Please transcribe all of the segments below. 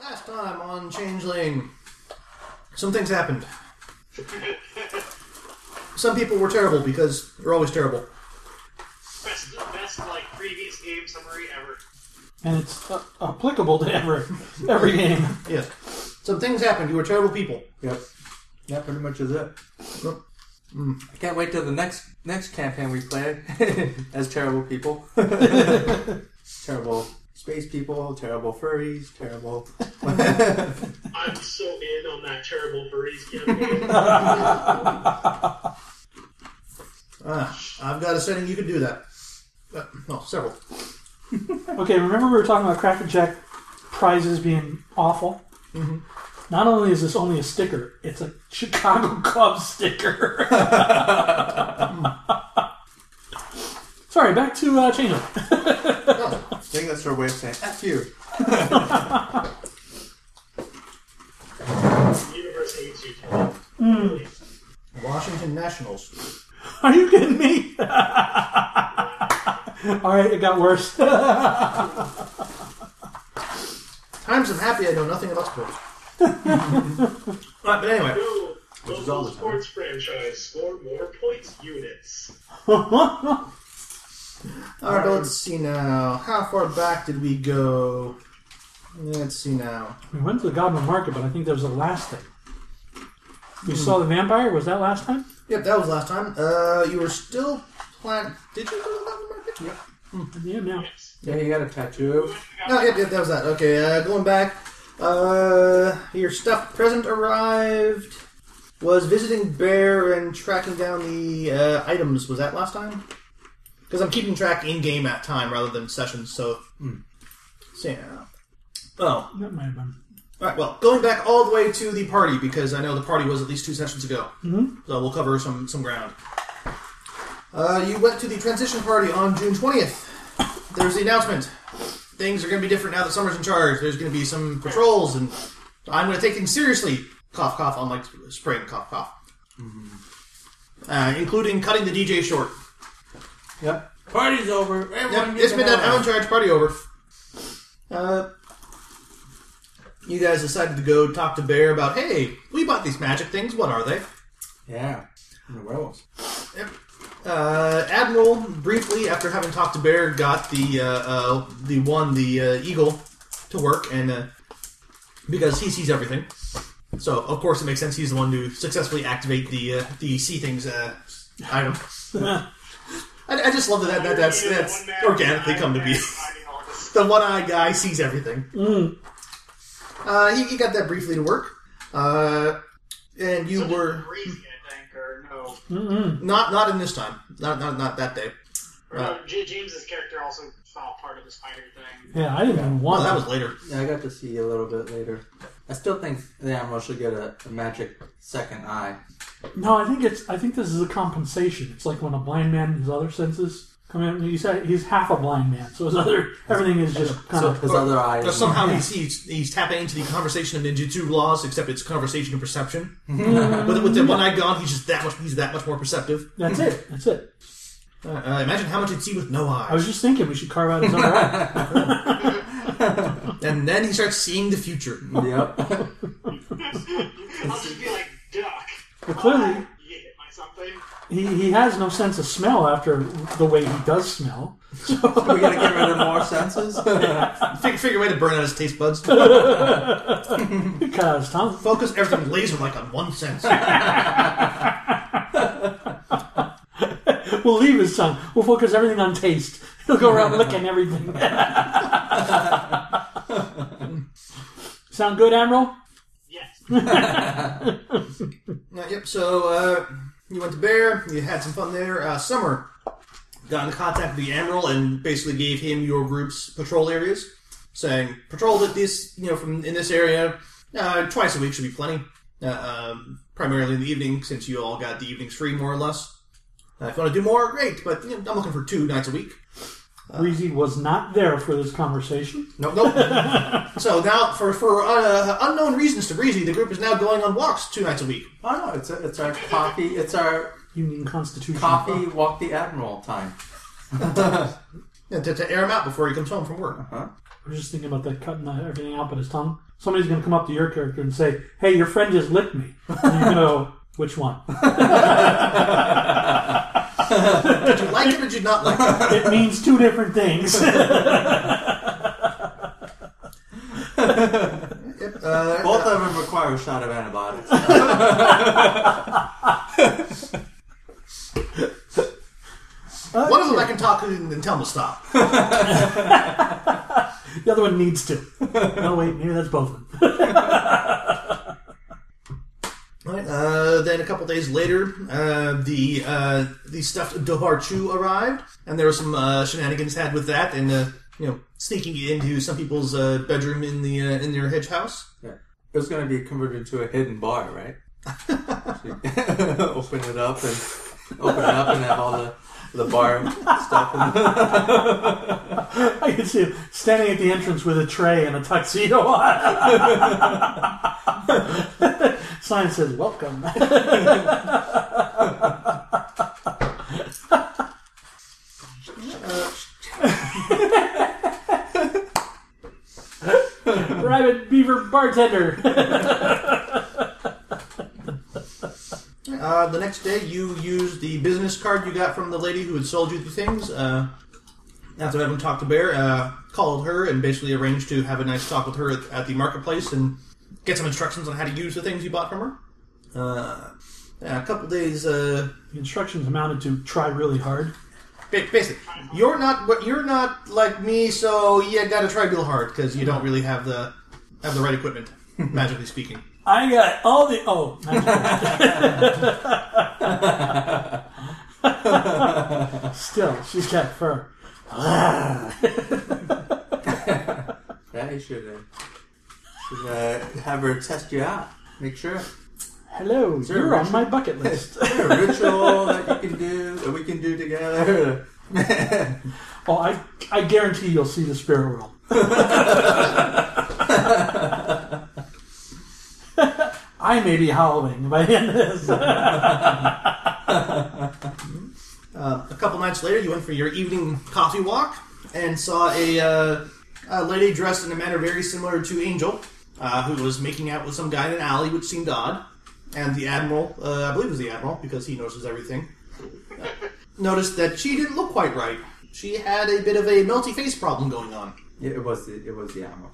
Last time on Changeling, some things happened. Some people were terrible because they're always terrible. Best, best like previous game summary ever. and it's uh, applicable to every every game. Yes. Some things happened. You were terrible people. Yep. That pretty much is it. I can't wait till the next next campaign we play as terrible people. terrible space people, terrible furries, terrible. I'm so in on that terrible furries campaign. Ah, I've got a setting you could do that. Uh, no, several. Okay, remember we were talking about Crack and Jack prizes being awful? Mm-hmm. Not only is this only a sticker, it's a Chicago Cubs sticker. Sorry, back to uh, Change. I think that's her way of saying F you. the universe hates you. Kelly. Hmm. Washington Nationals. Are you kidding me? All right, it got worse. Times I'm happy I know nothing about sports. right, but anyway, Ooh, is all Local the time. sports franchise score more points units. all right, but let's see now. How far back did we go? Let's see now. we went to the Goblin Market, but I think that was the last thing. You saw the vampire? Was that last time? Yep, that was last time. Uh, you were still plan. Did you go to the Latin market? Yep. Yeah, now. Yeah, you got a tattoo. No, yep, yep, that was that. Okay, uh, going back. Uh, your stuffed present arrived. Was visiting Bear and tracking down the uh, items. Was that last time? Because I'm keeping track in game at time rather than sessions. So, hmm. so yeah. Oh, That might have been. all right. Well, going back all the way to the party because I know the party was at least two sessions ago. Mm-hmm. So we'll cover some some ground. Uh, you went to the transition party on June twentieth. There's the announcement. Things are going to be different now that Summer's in charge. There's going to be some patrols, and I'm going to take things seriously. Cough, cough. Unlike spring, cough, cough. Uh, including cutting the DJ short. Yep. Party's over. Yep, Everyone it's get the been that hell I'm in out. charge party over. Uh, you guys decided to go talk to Bear about, hey, we bought these magic things. What are they? Yeah. And the werewolves. Uh, Admiral briefly, after having talked to Bear, got the uh, uh, the one the uh, eagle to work, and uh, because he sees everything, so of course it makes sense he's the one to successfully activate the uh, the see things uh, item. I, I just love that, that that's You're the that's one man organically behind come to the be. man finding all this. the one eyed guy sees everything. Mm-hmm. Uh, he, he got that briefly to work. Uh, and you Such a were crazy, I think, or no. not not in this time. Not not not that day. Uh. Or no, J- James's character also fell part of the spider thing. Yeah, I didn't even Oh, want that that. was later. Yeah, I got to see you a little bit later. I still think the animal should get a, a magic second eye. No, I think it's. I think this is a compensation. It's like when a blind man his other senses come in. You said he's half a blind man, so his other everything is just kind So of. his other eye. But is- Uh-huh. somehow he's, he's he's tapping into the conversation of ninjutsu laws, except it's conversation and perception. Mm-hmm. with with the one eyed god, he's just that much he's that much more perceptive. That's it. That's it. Uh, uh, imagine how much he'd see with no I was eyes, just thinking we should carve out his other eye. and then he starts seeing the future. Yep. I'll just be like, duck. But clearly, You hit by something. he, he has no sense of smell after the way he does smell. we gotta get rid of more senses. Figure figure a way to burn out his taste buds. He cut out his tongue. Focus everything laser like on one sense. We'll leave his tongue. We'll focus everything on taste. He'll go around licking everything. Sound good, Admiral? Yes. Uh, yep. So uh, you went to Bear. You had some fun there. Uh, Summer got in contact with the Admiral and basically gave him your group's patrol areas, saying patrol at this, you know, from in this area uh, twice a week should be plenty. Uh, um, primarily in the evening, since you all got the evenings free more or less. Uh, if you want to do more, great. But you know, I'm looking for two nights a week. Uh, Breezy was not there for this conversation. Nope. nope. so now, for for uh, unknown reasons to Breezy, the group is now going on walks two nights a week. Oh no, it's it's our coffee. It's our Union Constitution. coffee walk the admiral time. Yeah, Uh, to, to air him out before he comes home from work. I was just thinking about that cutting that- everything out but his tongue. Somebody's going to come up to your character and say, hey, your friend just licked me. And you go, which one? Did you like it or did you not like it? It means two different things. Yep, uh, Both of them require a shot of antibiotics. one of them I can talk to and then tell him to stop. The other one needs to. No, wait, maybe that's both of them. Right. Uh, then a couple days later, uh, the uh, the stuffed Doharchu arrived, and there were some uh, shenanigans had with that, and uh, you know, sneaking it into some people's uh, bedroom in the uh, in their hedge house. Yeah. It was going to be converted into a hidden bar, right? open it up and open it up and have all the, the bar stuff. In I can see him standing at the entrance with a tray and a tuxedo on. Sign says, welcome. Private Beaver Bartender. Uh, the next day, you used the business card you got from the lady who had sold you the things. Uh, after having talked to Bear, uh, called her and basically arranged to have a nice talk with her at, at the marketplace and get some instructions on how to use the things you bought from her. Uh, yeah, a couple days. Uh, The instructions amounted to try really hard. Ba- Basically, you're not what- you're not like me, so you gotta try real hard because you don't really have the have the right equipment, magically speaking. I got all the oh, magic. still she's got fur. yeah, you should, uh, should uh, have her test you out. Make sure. Hello, there a you're on ritual? my bucket list. Is there a ritual that you can do, that we can do together? oh, I I guarantee you'll see the spirit world. I may be howling by the end of this. Uh, a couple nights later, you went for your evening coffee walk and saw a, uh, a lady dressed in a manner very similar to Angel, uh, who was making out with some guy in an alley, which seemed odd. And the admiral, uh, I believe it was the admiral because he notices everything, uh, noticed that she didn't look quite right. She had a bit of a melty face problem going on. Yeah, it was the, it was the ammo.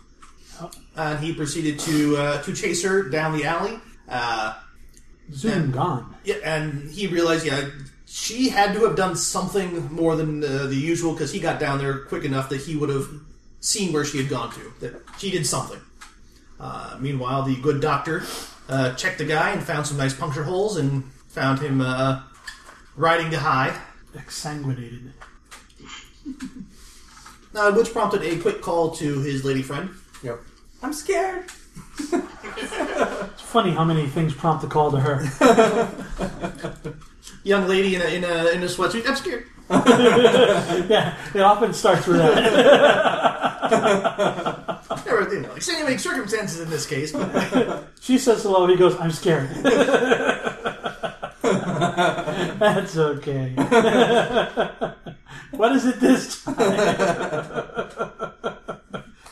and he proceeded to uh, to chase her down the alley. Uh, Zoom gone. yeah, and he realized, yeah, she had to have done something more than uh, the usual because he got down there quick enough that he would have seen where she had gone to. That she did something. Uh, meanwhile, the good doctor uh, checked the guy and found some nice puncture holes and found him uh, riding the high. Exsanguinated. Uh, which prompted a quick call to his lady friend. Yep. I'm scared. It's funny how many things prompt the call to her. Young lady in a in a, in a sweatsuit. I'm scared. yeah, it often starts with that. There were you know, extenuating circumstances in this case, but She says hello, he goes, I'm scared. That's okay. what is it this time?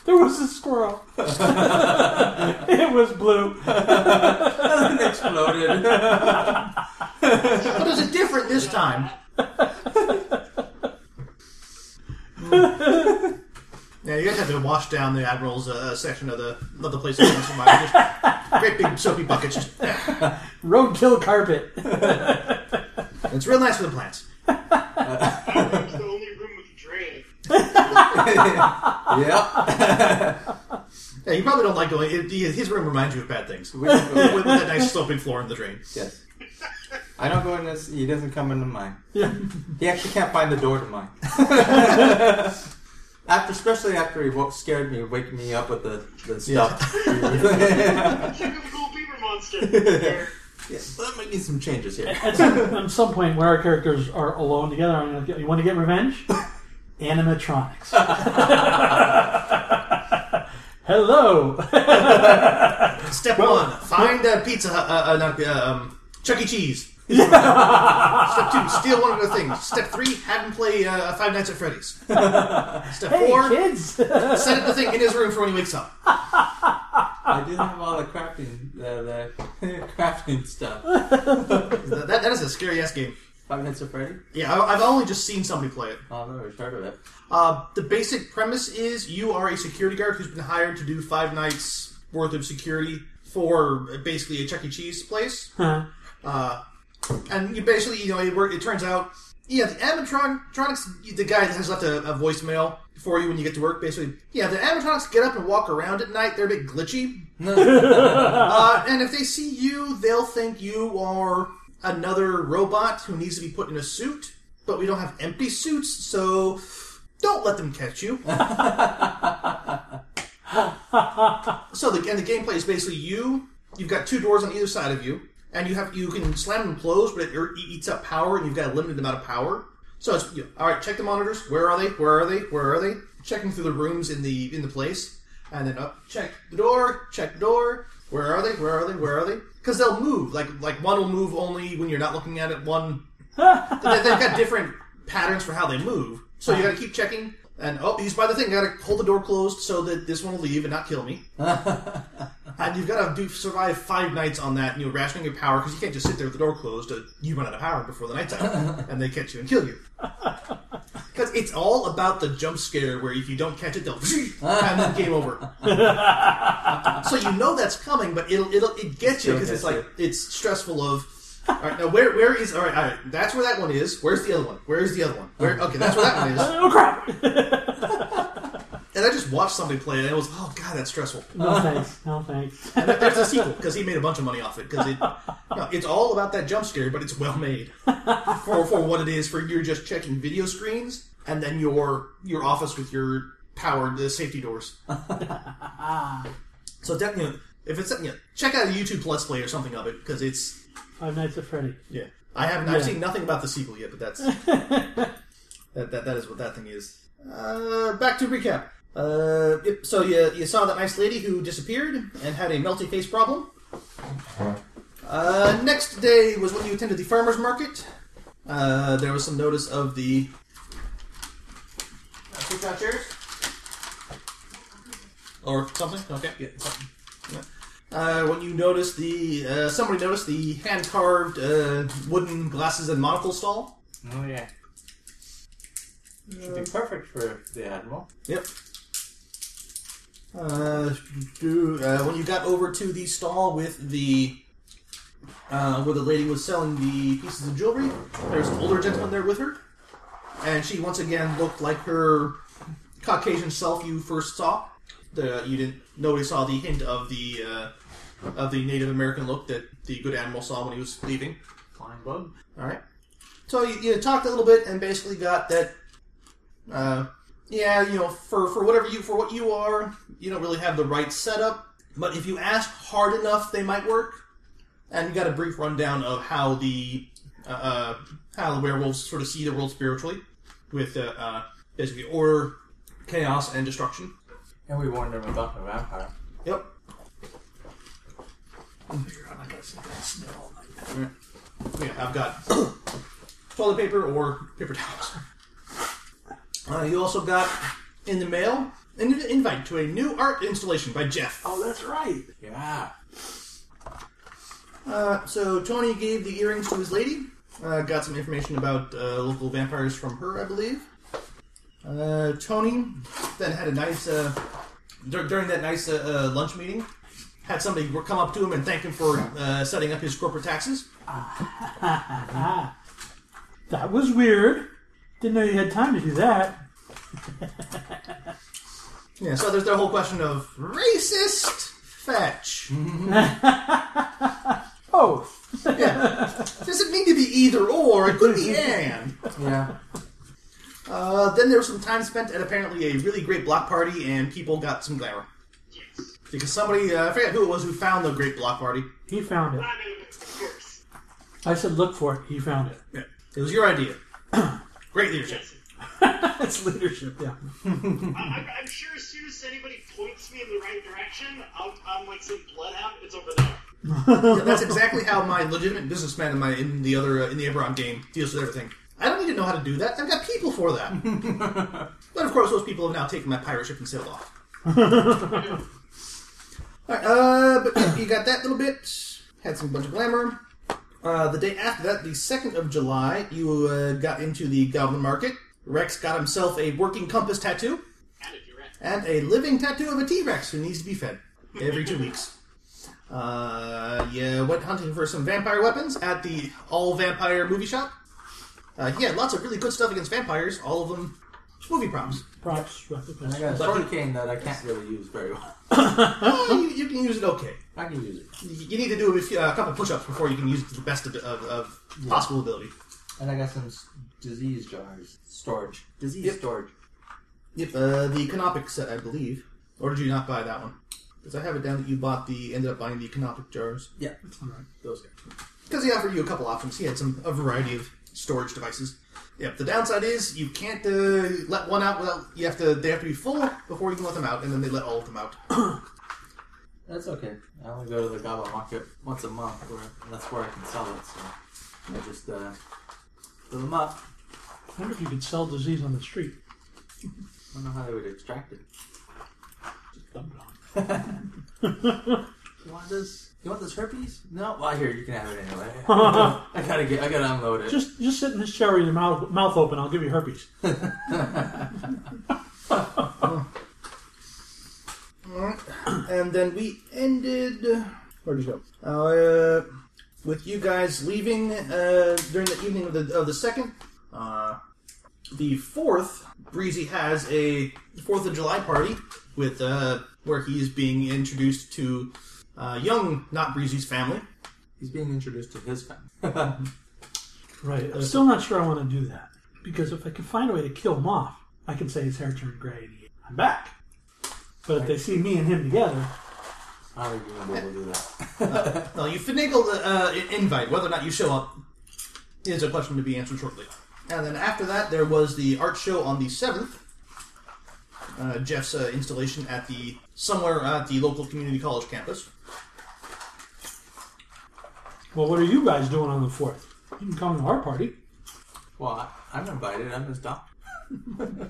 there was a squirrel. it was blue. It exploded. What is it different this time? Yeah, you guys have to wash down the admiral's uh, section of the of the place once in a while. Just great big soapy buckets. Just, Roadkill carpet. it's real nice for the plants. It's the only room with a drain. yep. Yeah, you probably don't like going. It, his room reminds you of bad things with, We don't go, with that nice sloping floor in the drain. yes. I don't go in this. He doesn't come into mine. Yeah. He actually can't find the door to mine. after, especially after he woke, scared me, waking me up with the, the stuff. Typical beaver monster. Yeah, Let me get some changes here. At some, at some point when our characters are alone together, I'm gonna, get- you want to get revenge? Animatronics. hello. uh, Step one: find a pizza, Hut- uh, uh, not, um, Chuck E. Cheese. Step two, steal one of their things. Step three, have him play uh, Five Nights at Freddy's. Step Hey, four, kids! set up the thing in his room for when he wakes up. I didn't have all the crafting, the, the crafting stuff. That, that that is a scary ass game. Five Nights at Freddy? Yeah, I, I've only just seen somebody play it. Oh, I've never heard of it. Uh, the basic premise is you are a security guard who's been hired to do five nights worth of security for basically a Chuck E. Cheese place. Huh. Uh, and you basically, you know, it, wor- it turns out, yeah, the animatronics, the guy that has left a, a voicemail for you when you get to work, basically, yeah, the animatronics get up and walk around at night. They're a bit glitchy. uh, and if they see you, they'll think you are another robot who needs to be put in a suit. But we don't have empty suits, so don't let them catch you. so the and the gameplay is basically you. You've got two doors on either side of you, and you have you can slam them closed, but it er- eats up power, and you've got a limited amount of power. So it's you know, all right. Check the monitors. Where are they? Where are they? Where are they? Checking through the rooms in the in the place, and then up. Check the door. Check the door. Where are they? Where are they? Where are they? Because they'll move. Like like one will move only when you're not looking at it. One they- they've got different patterns for how they move. So you got to keep checking. And oh, he's by the thing. Got to hold the door closed so that this one will leave and not kill me. and you've got to do survive five nights on that. You know, rationing your power because you can't just sit there with the door closed. Uh, you run out of power before the night's out, and they catch you and kill you. Because it's all about the jump scare where if you don't catch it, they'll and then game over. so you know that's coming, but it'll it'll it gets you because it's like it's stressful. Of all right, now where where is all right? All right, that's where that one is. Where's the other one? Where's the other one? Where, okay, that's where that one is. Oh crap! And I just watched somebody play it, and it was oh god, that's stressful. No thanks. No thanks. And that, there's a sequel because he made a bunch of money off it because it, no, it's all about that jump scare, but it's well made for for what it is. For you're just checking video screens and then your your office with your powered uh, safety doors. so definitely, if it's you know, check out a YouTube Let's Play or something of it because it's Five Nights at Freddy. yeah. I haven't I've Yeah. seen nothing about the sequel yet, but that's that, that that is what that thing is. Uh, back to recap. Uh, yep, so you, you saw that nice lady who disappeared and had a melty face problem. Uh, next day was when you attended the farmer's market. Uh, there was some notice of the. Uh, push out chairs? Or something? Okay. Yeah, something. Yeah. Uh, when you noticed the. Uh, somebody noticed the hand carved uh, wooden glasses and monocle stall. Oh, yeah. Should be perfect for the Admiral. Yep. Uh, do, uh, when you got over to the stall with the uh, where the lady was selling the pieces of jewelry, there's an older gentleman there with her, and she once again looked like her Caucasian self you first saw. The, you didn't nobody saw the hint of the uh, of the Native American look that the good animal saw when he was leaving. Flying bug. All right. So you, you talked a little bit and basically got that. Uh, yeah, you know, for for whatever you for what you are, you don't really have the right setup. But if you ask hard enough, they might work. And you got a brief rundown of how the uh, uh, how the werewolves sort of see the world spiritually, with uh, uh, basically order, chaos, and destruction. And we warned them about the vampire. Yep. Oh, Yeah, I've got toilet paper or paper towels. Uh, you also got in the mail an invite to a new art installation by Jeff. Oh, that's right. Yeah. Uh, so Tony gave the earrings to his lady. Uh, got some information about uh, local vampires from her, I believe. Uh, Tony then had a nice uh, dur- during that nice uh, uh, lunch meeting. Had somebody come up to him and thank him for uh, setting up his corporate taxes. Ah, That was weird. Didn't know you had time to do that. Yeah, so there's the whole question of racist fetch. Oh, Doesn't need to be either or, it could be and. Yeah. Uh, then there was some time spent at apparently a really great block party, and people got some glamour. Yes. Because somebody, uh, I forget who it was, who found the great block party. he found it. I know, of course. I said look for it. He found it. It was your idea. great leadership. Yes. That's leadership, yeah. I'm, I'm sure as soon as anybody points me in the right direction, I'll, I'm like some bloodhound. It's over there. Yeah, that's exactly how my legitimate businessman in my in the other uh, in the Eberron game deals with everything. I don't need to know how to do that. I've got people for that. but of course, those people have now taken my pirate ship and sailed off. All right, uh, but yeah, you got that little bit. Had some bunch of glamour. Uh, the day after that, the second of July, you uh, got into the Goblin Market. Rex got himself a working compass tattoo How did you rat? and a living tattoo of a T Rex who needs to be fed every two weeks. Uh, yeah, went hunting for some vampire weapons at the all vampire movie shop. Uh, he had lots of really good stuff against vampires, all of them movie props. Props, replicas. I got a sword cane that I can't really use very well. Uh, you, you can use it okay. I can use it. You, you need to do a, few, a couple push ups before you can use it to the best of, of, of possible ability. And I got some s- disease jars. Storage. Disease Yep. storage. Yep, uh, the Canopic set, I believe. Or did you not buy that one? Because I have it down that you bought the, ended up buying the Canopic jars. Yeah. Alright. Those guys. Because he offered you a couple options. He had some a variety of storage devices. Yep. The downside is you can't uh, let one out without you have to. They have to be full before you can let them out, and then they let all of them out. That's okay. I only go to the goblin market once a month, where, and that's where I can sell it. So I just uh, fill them up. I wonder if you could sell disease on the street. I don't know how they would extract it. Dump it on. You want this? You want this herpes? No. Well, here you can have it anyway. I gotta get. I gotta unload it. Just just sit in this chair with your mouth, mouth open. I'll give you herpes. and then we ended. Where did you go? Uh, with you guys leaving uh, during the evening of the of the second. Uh, the fourth, Breezy has a Fourth of July party with uh, where he is being introduced to uh, young not Breezy's family. He's being introduced to his family. Right. I'm still not sure I want to do that. Because if I can find a way to kill him off, I can say his hair turned gray and he- I'm back. But if they see me and him together, I don't think you're gonna be able to do that. Well, you finagled the uh, i- invite. Whether or not you show up is a question to be answered shortly. And then after that, there was the art show on the 7th. Uh, Jeff's uh, installation at the somewhere at the local community college campus. well, what are you guys doing on the 4th? You can come to our party. Well, I, I'm invited. I'm his doctor. And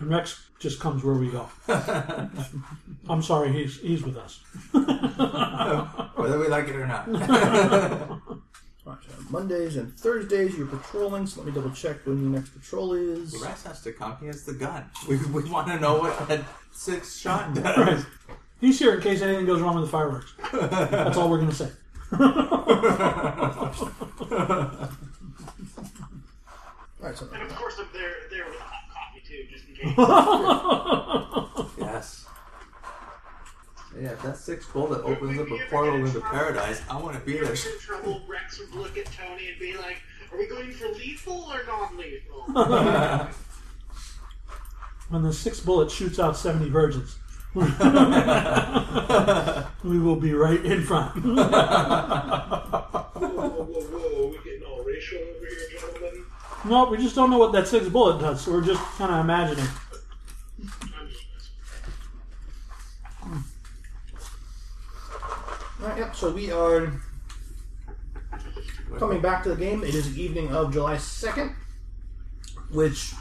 Rex just comes where we go. I'm sorry, he's, he's with us. Whether we like it or not. Alright, so Mondays and Thursdays, you're patrolling. So let me double check when your next patrol is. Rex has to come. He has the gun. We, we want to know what that six shot does. He's here in case anything goes wrong with the fireworks. That's all we're going to say. Alright, so And of course, I'm there there with a hot coffee too, just in case. Yes. Yeah, if that six bullet opens up a portal into paradise, I want to be If there. you're in trouble, Rex would look at Tony and be like, "Are we going for lethal or non-lethal?" When the sixth bullet shoots out 70 virgins, we will be right in front. whoa, whoa, whoa, whoa! Are we getting all racial over here, gentlemen? no, we just don't know what that sixth bullet does, so we're just kind of imagining. I'm just messing. Alright, yep, so we are coming back to the game. It is the evening of July 2nd, which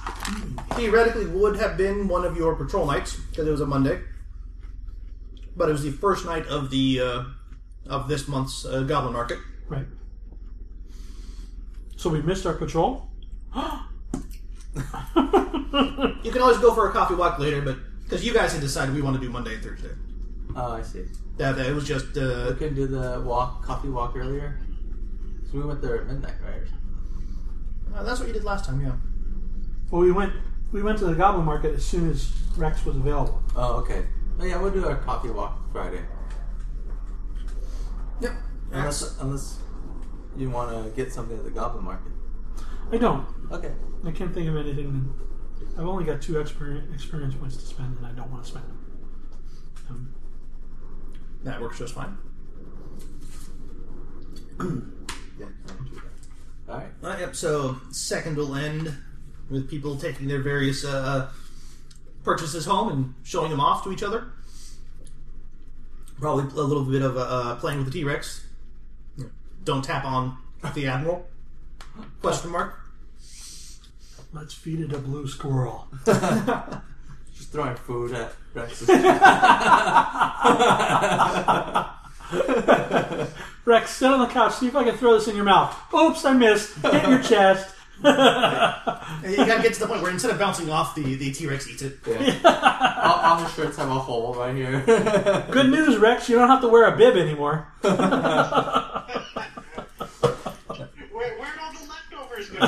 theoretically would have been one of your patrol nights because it was a Monday. But it was the first night of the uh, of this month's uh, Goblin Market. Right. So we missed our patrol? You can always go for a coffee walk later, but because you guys had decided we want to do Monday and Thursday. Oh, I see. That, that it was just uh, We can do the walk, coffee walk earlier. So we went there at midnight, right? uh, that's what you did last time, yeah. Well, we went we went to the Goblin Market as soon as Rex was available. Oh, okay. Oh, yeah, we'll do our coffee walk Friday. Yep. Unless, unless you want to get something at the Goblin Market. I don't. Okay. I can't think of anything. I've only got two experience, experience points to spend, and I don't want to spend them. Um, That works just fine. Yeah. All right. All right, yep. So second will end with people taking their various uh, purchases home and showing them off to each other. Probably a little bit of uh, playing with the T Rex. Don't tap on the Admiral? Question mark. Let's feed it a blue squirrel. Just throwing food at Rex. Rex, sit on the couch. See if I can throw this in your mouth. Oops, I missed. Hit your chest. And You gotta get to the point where instead of bouncing off, the the T Rex eats it. Yeah. all, all the shirts have a hole right here. Good news, Rex. You don't have to wear a bib anymore. Where, where'd all the leftovers go?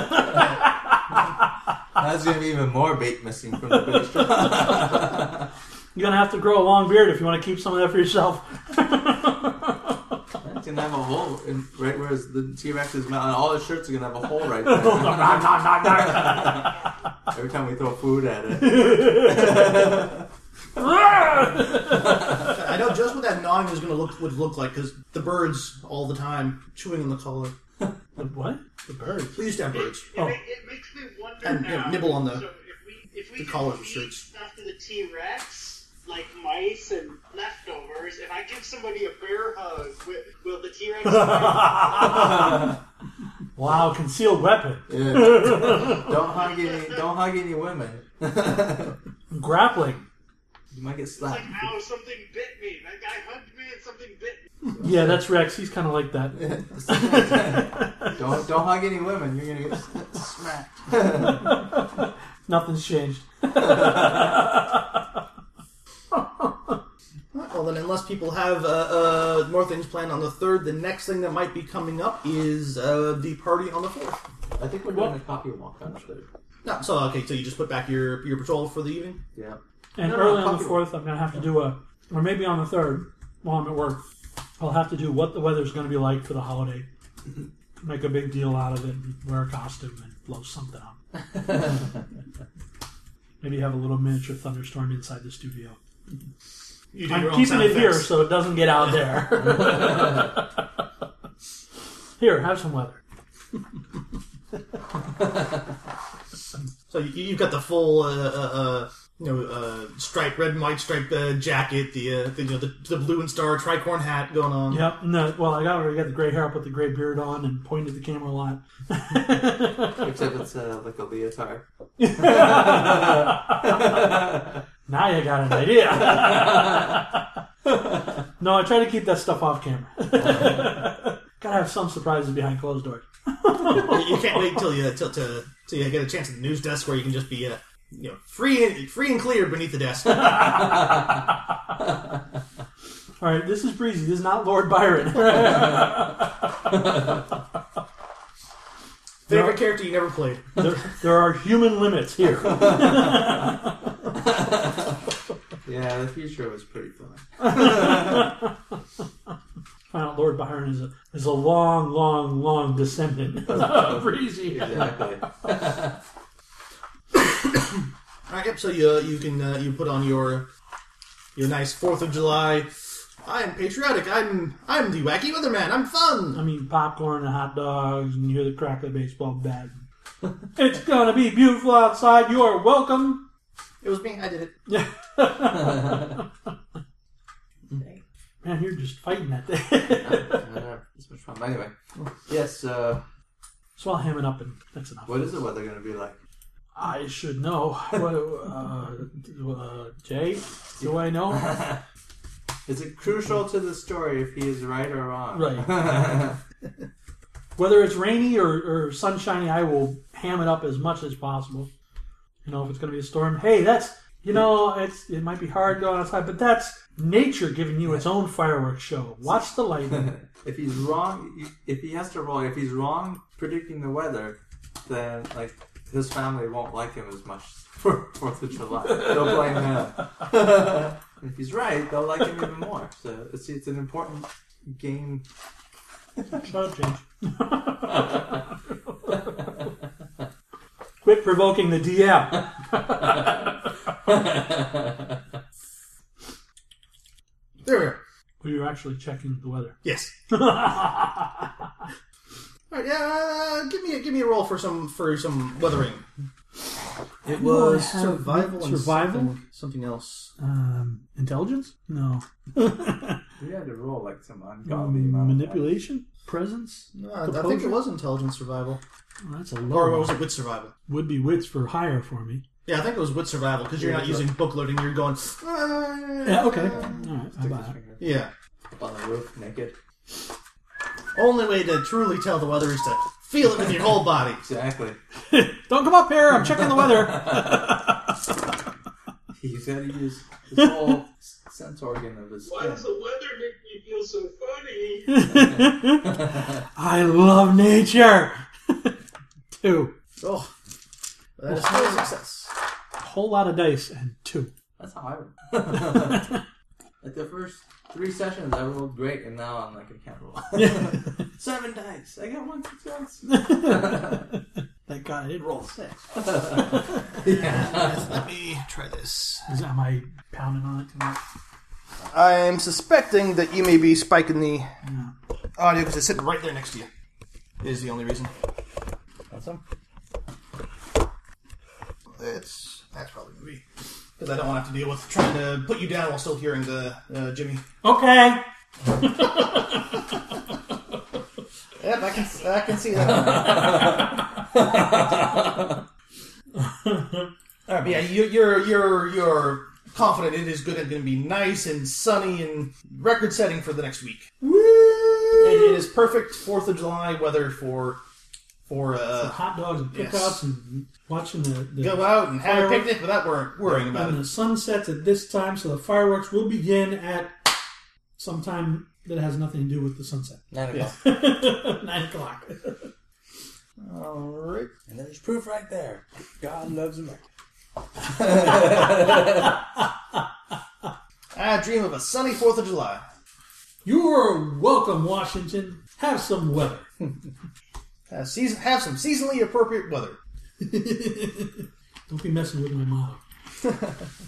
That's gonna be even more bait missing from the bait shop. You're gonna have to grow a long beard if you want to keep some of that for yourself. It's gonna have a hole in, right where his- the T Rex's mouth. And all the shirts are gonna have a hole right there. Every time we throw food at it. I know just what that gnawing was gonna look would look like because the birds all the time chewing on the collar. what? The birds. We used to have birds. It, ma- it makes me wonder Oh. And, you know, now. nibble on the- so if we, if we the could collar of feed shirts. stuff to the T Rex, like mice and leftovers, if I give somebody a bear hug, will, will the T Rex? Wow, concealed weapon. Yeah. Don't hug any. Don't hug any women. you Grappling. might get like, slapped. ow, something bit me. That guy hugged me and something bit me. Yeah, that's Rex. He's kind of like that. Don't don't hug any women. You're gonna get s- smacked. Nothing's changed. Well, then, unless people have uh, uh, more things planned on the third, the next thing that might be coming up is uh, the party on the fourth. I think we're doing a copy walk on the third. No, so okay, so you just put back your your patrol for the evening. Yeah. And No, no, early on copy. the fourth, I'm gonna have to do a, or maybe on the third, while I'm at work, I'll have to do what the weather's gonna be like for the holiday. Mm-hmm. Make a big deal out of it, and wear a costume, and blow something up. maybe have a little miniature thunderstorm inside the studio. You I'm keeping it here so it doesn't get out there. here, have some weather. So you, you've got the full, uh, uh, uh, you know, uh, striped red and white striped uh, jacket, the, uh, the you know the, the blue and star tricorn hat going on. Yep. No. Well, I got already got the gray hair. I put the gray beard on and pointed the camera a lot. Except it's uh, like a leotard. Now you got an idea. no, I try to keep that stuff off camera. Gotta have some surprises behind closed doors. You, you can't wait till you till, till, till you get a chance at the news desk where you can just be uh, you know free and free and clear beneath the desk. All right, this is breezy. This is not Lord Byron. Favorite character you never played. there, there are human limits here. Yeah, the future was pretty fun. Find out Lord Byron is a is a long, long, long descendant of breezy. Exactly. All right, yep. So you uh, you can uh, you put on your your nice Fourth of July. I'm patriotic. I'm I'm the wacky weatherman. I'm fun. I mean, popcorn and hot dogs, and you hear the crack of the baseball bat. it's gonna be beautiful outside. You are welcome. It was me. I did it. Man, you're just fighting that thing. Uh, it's much fun. But anyway, yes. Uh, so I'll ham it up, and that's enough. what is the weather gonna be like? I should know. What, uh, uh, Jay, do I know? Is it crucial to the story if he is right or wrong? Right. Whether it's rainy or, or sunshiny, I will ham it up as much as possible. You know, if it's going to be a storm, hey, that's you know, it's it might be hard going outside, but that's nature giving you its own fireworks show. Watch the lightning. if he's wrong, if he has to roll, if he's wrong predicting the weather, then like his family won't like him as much for Fourth of July. They'll blame him. And if he's right, they'll like him even more. So it's it's an important game. Shut up, James. Quit provoking the DM. There we are. We were actually checking the weather. Yes. All right. Yeah. Uh, give me a, give me a roll for some for some weathering. It know, I was have survival and survival? something, something else. Um, intelligence? No. We had to roll like some ungodly amount. of Mm, Manipulation? Presence? No, Uh, I- I think it Composure? was intelligence survival. Oh, that's a Or low was one. it wit survival? Would be wits for hire for me. Yeah, I think it was wit survival because you're Yeah, not that's using book loading. You're going. "Ah." Yeah, okay. All right, I Stick buy his it. finger Yeah. up on the roof naked. Only way to truly tell the weather is to feel it with your whole body. Exactly. Don't come up here. I'm checking the weather. He's got to use his whole s- sense organ of his Why skin. does the weather make me feel so funny? I love nature. two. Oh, that is not a success. A whole lot of dice and two. That's how I roll. Like the first three sessions, I rolled great, and now I'm like, I can't roll. Seven dice. I got one success. Thank God I didn't roll six. Oh. Let me try this. Is, am I pounding on it too much? I'm suspecting that you may be spiking the Yeah. audio because it's sitting right there next to you. Hmm. Is the only reason. Awesome. That's that's probably gonna be because I don't want to have to deal with trying to put you down while still hearing the uh, Jimmy. Okay. Yep, I can I can see that. All right, but yeah, you, you're you're you're confident it is good and going to be nice and sunny and record setting for the next week. It- it is perfect Fourth of July weather for for uh, Hot dogs and Yes. cookouts and watching the, the go out and have a Fireworks. picnic without wor- worrying about And it. the sun sets at this time, so the fireworks will begin at some time that has nothing to do with the sunset. Nine Yeah. Nine o'clock. All right. And there's proof right there. God loves America. I dream of a sunny Fourth of July. You're welcome, Washington. Have some weather. Have, season, have some seasonally appropriate weather. Don't be messing with my motto.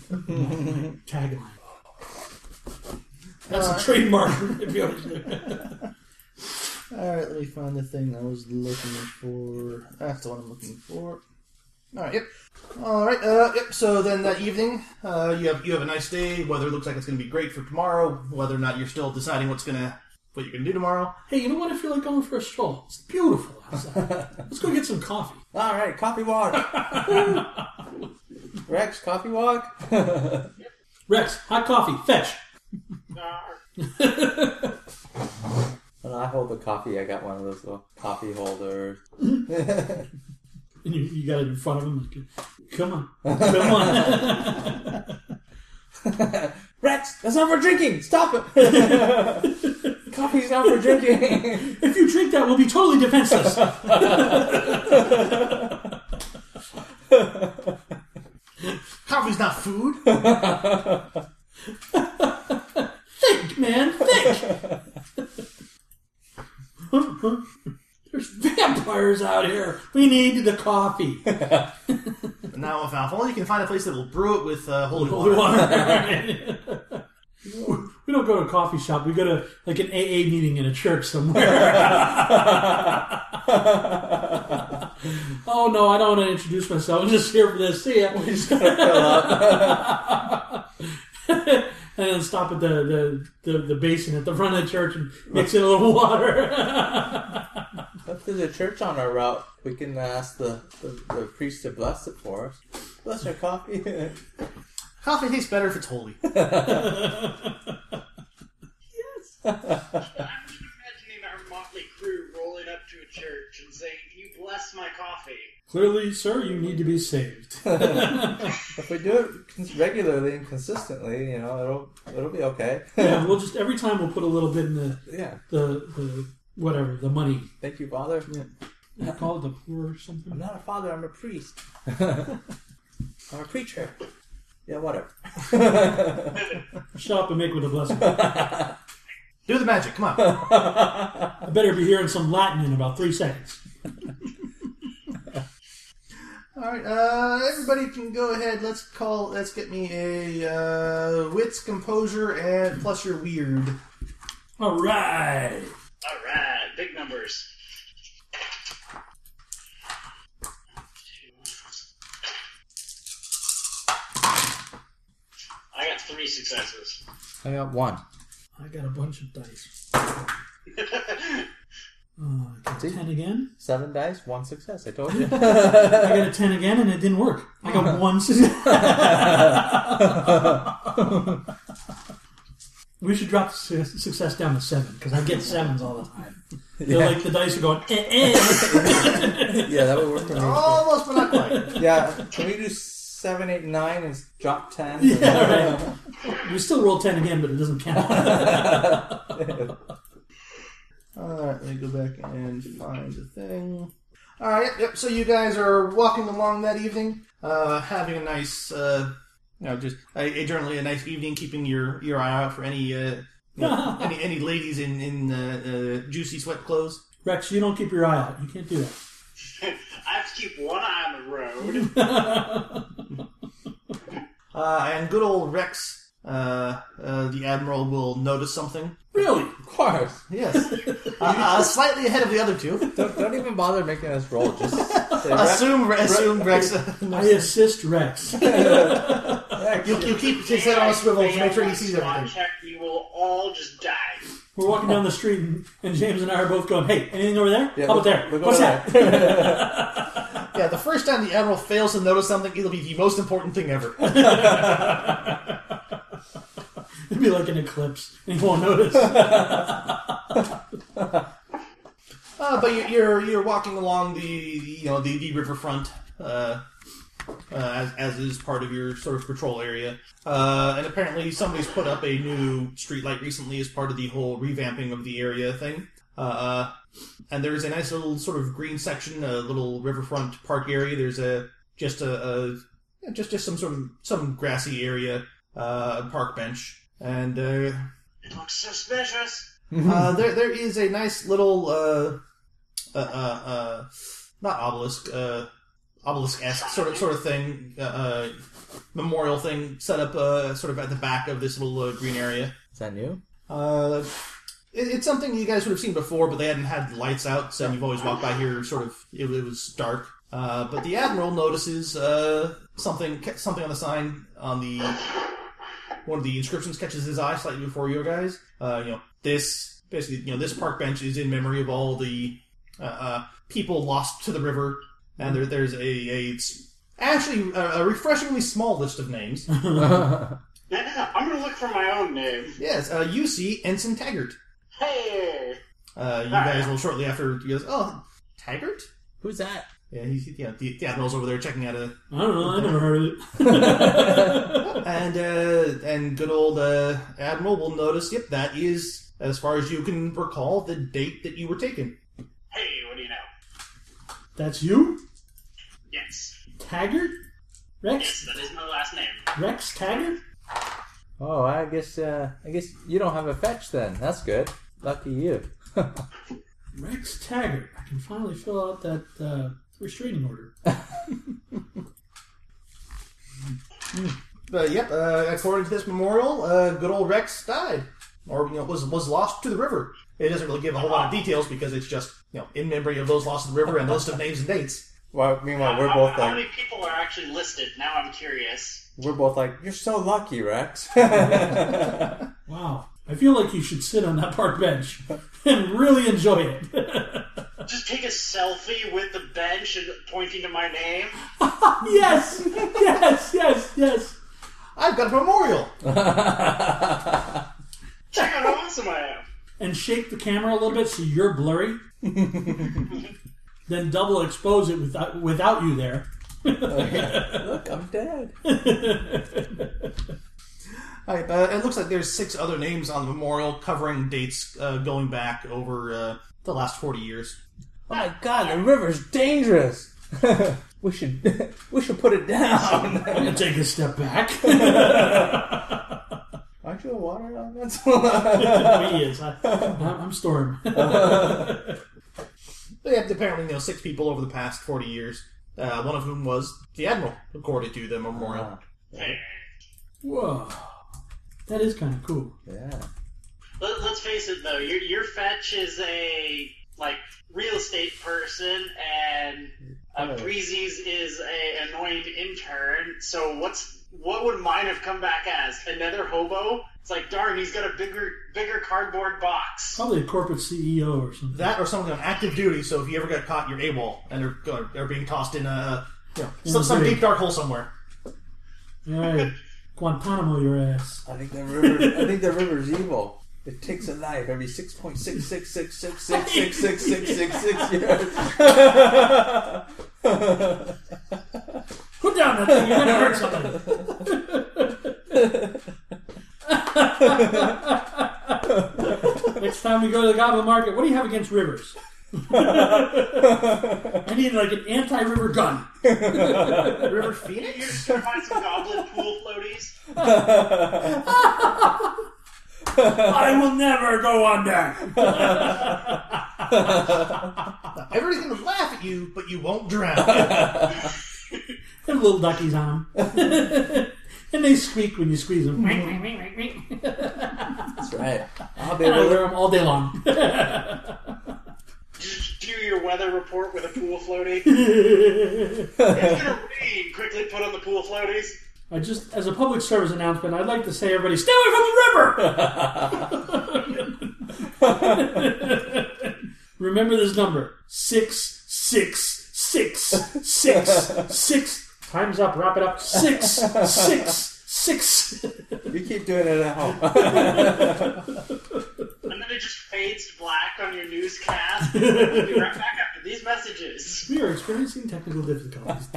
My Tagline. That's a trademark. If you All right, let me find the thing I was looking for. That's the one I'm looking for. All right, yep. All right, uh, yep. So then that evening, uh, you have you have a nice day. Weather looks like it's going to be great for tomorrow. Whether or not you're still deciding what's gonna what you're gonna do tomorrow. hey, you know what? I feel like going for a stroll. It's beautiful outside. Let's go get some coffee. All right, coffee walk. Rex, coffee walk. Rex, hot coffee. Fetch. Nah. When I hold the coffee, I got one of those little coffee holders. And you, you got it in front of him. like, Come on. Come on. Rex, that's not for drinking. Stop it. Coffee's not for drinking. if you drink that, we'll be totally defenseless. Coffee's not food. Think, man, think. There's vampires out here. We need the coffee. now, if, if only you can find a place that will brew it with uh, holy Holy water. water. we don't go to a coffee shop. We go to like an AA meeting in a church somewhere. oh no, I don't want to introduce myself. I'm just here for this. See ya. and then stop at the, the, the, the basin at the front of the church and mix in a little water. If there's a church on our route, we can ask the, the, the priest to bless it for us. Bless your coffee. Coffee tastes better if it's holy. I'm just imagining our motley crew rolling up to a church and saying, "You bless my coffee." Clearly, sir, you need to be saved. if we do it cons- regularly and consistently, you know, it'll it'll be okay. yeah, we'll just every time we'll put a little bit in the yeah. the, the whatever the money. Thank you, Father. You call it the poor or something. I'm not a father. I'm a priest. I'm a preacher. Yeah, whatever. Shut up and make with a blessing. Do the magic. Come on. I better be hearing some Latin in about three seconds. All right, uh, everybody can go ahead. Let's call. Let's get me a uh, wits, composure, and plus your weird. All right. All right, big numbers. three successes. I got one. I got a bunch of dice. Oh, I got a See? 10 again. Seven dice, one success. I told you. I got a 10 again, and it didn't work. I got one success. we should drop su- success down to 7, because I get 7s all the time. They're Yeah. like, the dice are going, eh, eh. yeah, that would work for me. Almost, but not quite. Yeah, can we do seven, eight, nine, and drop ten? Yeah, We still roll 10 again, but it doesn't count. All right, let me go back and find the thing. All right, yep, yep. So you guys are walking along that evening, uh, having a nice, uh, you know, just a, a generally a nice evening, keeping your, your eye out for any uh, you know, any any ladies in in uh, uh, juicy sweat clothes. Rex, you don't keep your eye out. You can't do I have to keep one eye on the road. that. Uh, and good old Rex, uh, uh, the admiral, will notice something. really? Of course. Yes, uh, uh, slightly ahead of the other two. Don't, don't even bother making us roll. Just say, "Rex, Assume, assume Rex. I assist Rex. you, you keep his If head on I a swivel to fail make sure my he sees spot everything. Check, we will all just die. We're walking down the street, and, and James and I are both going, "Hey, anything over there? Yeah, How about we're- there? we're going What's there." that?" Yeah, the first time the admiral fails to notice something, it'll be the most important thing ever. It'd be like an eclipse, and you won't notice. Uh, but you- you're you're walking along the, the you know the, the riverfront, uh, uh, as, as is part of your sort of patrol area. Uh, and apparently somebody's put up a new streetlight recently as part of the whole revamping of the area thing. Uh, and there's a nice little sort of green section, a little riverfront park area. There's a just a, a yeah, just just some sort of some grassy area, uh, park bench, and. Uh, It looks suspicious. uh, there, there is a nice little, uh, uh, uh, uh not obelisk, uh, obelisk-esque sort of sort of thing, uh, uh, memorial thing set up, uh, sort of at the back of this little uh, green area. Is that new? Uh, it, it's something you guys would have seen before, but they hadn't had lights out, so you've always walked by here. Sort of, it, it was dark. Uh, but the admiral notices uh, something, something on the sign on the one of the inscriptions catches his eye slightly before your guys. Uh, you know, this basically, you know, this park bench is in memory of all the uh, uh, people lost to the river, and there, there's a, a it's actually a, a refreshingly small list of names. I'm gonna look for my own name. yes, uh, you see Ensign Taggart. Hey, Uh, you guys will shortly after. He goes, "Oh, Taggart." Who's that? Yeah, he's yeah. The, the admiral's over there checking out a I don't know. I never heard of it. and uh, and good old uh, admiral will notice. Yep, that is as far as you can recall the date that you were taken. hey, what do you know? That's you, Yes, Taggart, yes, Rex, that is my last name. Rex Taggart. Oh, I guess uh, I guess you don't have a fetch then. That's good. Lucky you. Rex Taggart. I can finally fill out that uh, restraining order. But yep, uh, according to this memorial, uh, good old Rex died, or you know was was lost to the river. It doesn't really give a whole lot of details because it's just you know in memory of those lost to the river and a list of names and dates. Well, meanwhile, how, we're both how many like, people are actually listed? Now I'm curious. we're both like, you're so lucky, Rex. Wow. I feel like you should sit on that park bench and really enjoy it. Just take a selfie with the bench and pointing to my name. yes, yes, yes, yes. I've got a memorial. Check out how awesome I am. and shake the camera a little bit so you're blurry. then double expose it without without you there. Look, I'm dead. Oh All right, but it looks like there's six other names on the memorial covering dates uh, going back over uh, the last forty years. My God, the river's dangerous. we should we should put it I'm down. gonna take a step back. Aren't you a water on that? he is. I, I'm Storm. They have apparently you know six people over the past forty years. Uh, one of whom was the admiral, according to the memorial. Uh-huh. Hey. Whoa, that is kind of cool. yeah. Let, let's face it, though, your your fetch is a like real estate person, and uh, Breezy's is a annoyed intern. So what's what would mine have come back as? Another hobo? It's like, darn, he's got a bigger, bigger cardboard box. Probably a corporate CEO or something. That or something on active duty, so if you ever got caught, you're AWOL and they're go- they're being tossed in a you know some, some brig. deep dark hole somewhere. Hey, Guantanamo your ass. I think the river. I think the river's evil. It takes a life every six point six six six six six six six six six six years. Put down that thing, you're gonna hurt somebody. Next time we go to the Goblin Market, what do you have against rivers? I need like an anti-river gun. River You're Phoenix? just gonna find some goblin pool floaties. I will never go under. Everybody's gonna laugh at you, but you won't drown. And little duckies on them, and they squeak when you squeeze them. That's right. I'll be And I able wear them all day long. Just do your weather report with a pool floaty. it's gonna rain. Quickly put on the pool floaties. I just, as a public service announcement, I'd like to say, everybody, stay away from the river. Remember this number: six, six, six, six, six. Time's up. Wrap it up. Six, six, six. to. You keep doing it at home. And then it just fades to black on your newscast. we'll be right back after these messages. we are experiencing technical difficulties.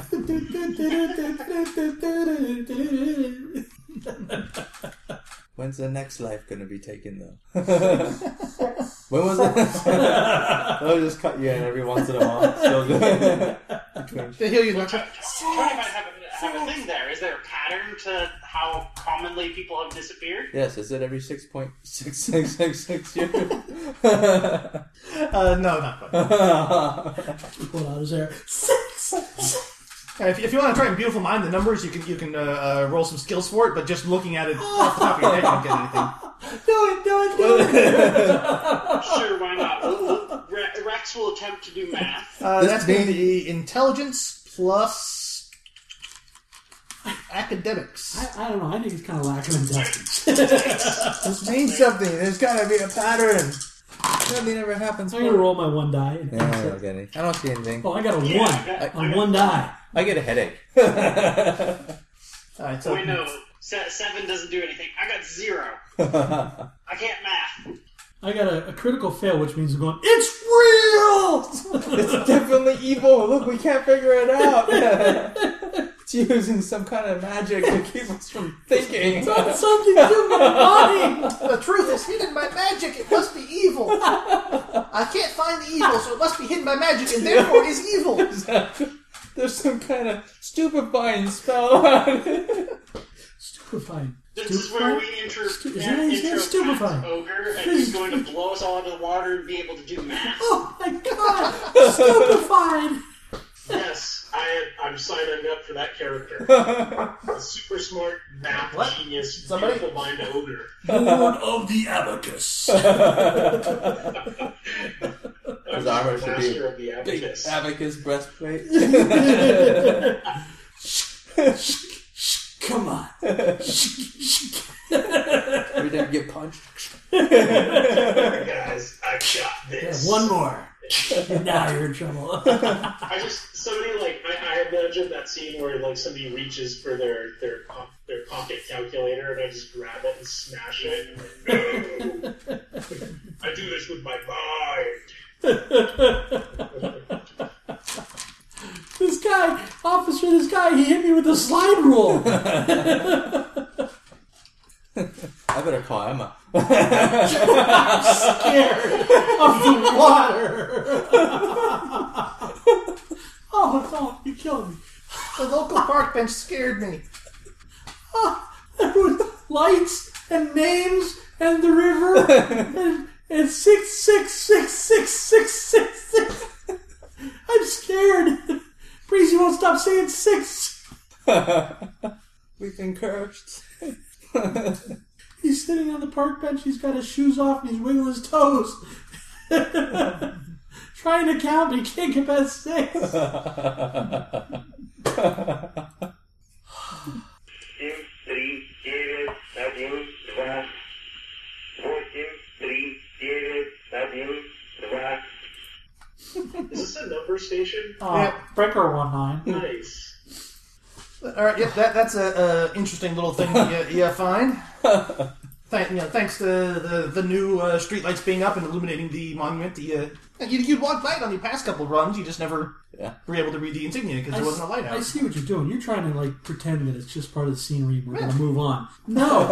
When's the next life going to be taken, though? when was it? I'll just cut you in every once in a while. Still good. they heal you. Tony Doctor. might have a, have a thing there. Is there a pattern to how commonly people have disappeared? yes, is it every six point six six six six years? Uh, no, not quite. Pull out his hair. Six. Yeah, if, if you want to try and beautiful mind the numbers, you can you can uh, uh, roll some skills for it. But just looking at it off the top of your head, you don't get anything. Sure, why not? We'll- we'll- Re- Rex will attempt to do math. Uh, This that's going to being- be intelligence plus academics. I, I don't know. I think he's kind of lacking in depth. this means something. There's got to be a pattern. Nothing ever happens. I'm gonna roll my one die. And Yeah, I don't get any. I don't see anything. Oh, I got a Yeah, one I got- on one die. I get a headache. All right, so Wait, no. Se- seven doesn't do anything. I got zero. I can't math. I got a, a critical fail, which means I'm going. It's real. It's definitely evil. Look, we can't figure it out. it's using some kind of magic to keep us from thinking. Done something to my body. the truth is hidden by magic. It must be evil. I can't find the evil, so it must be hidden by magic, and therefore is evil. There's some kind of stupefying spell on it. Stupefying. This is where we enter, Stu- is that- is that intro stupefying? Max Ogre, and he's going to blow us all out of the water and be able to do math. Oh my god! Stupefied. yes, I, I'm signing up for that character. A super smart, math What? genius, Somebody- beautiful mind ogre. Lord of the abacus. As Zara should be master of the Big abacus. abacus breastplate. Come on. Every time you get punched. Guys, I got this. One more. now you're in trouble. I just somebody like I, I imagine that scene where like somebody reaches for their their po- their pocket calculator and I just grab it and smash it. No, I do this with my mind. this guy, officer, this guy, he hit me with a slide rule. I better call Emma. of the water. oh, it's all, you killed me. The local park bench scared me. There was lights and names and the river and, and six, six, six, six, six, six, six. I'm scared. Breezy won't stop saying six. We've been cursed. He's sitting on the park bench. He's got his shoes off and he's wiggling his toes. Trying to count, but he can't get past six. You один, два, восемь, три, девять, один, два, Is this a number station? Um, Uh, Brecker19. Nice. All right, yep, that, that's a, a interesting little thing that you, you find. Thank, you know, thanks to the, the new uh, streetlights being up and illuminating the monument, the, uh, you, you'd walk by it on the past couple runs, you just never Yeah. were able to read the insignia because I there wasn't a s- I lighthouse. see what you're doing. You're trying to like pretend that it's just part of the scenery. We're gonna move on. No,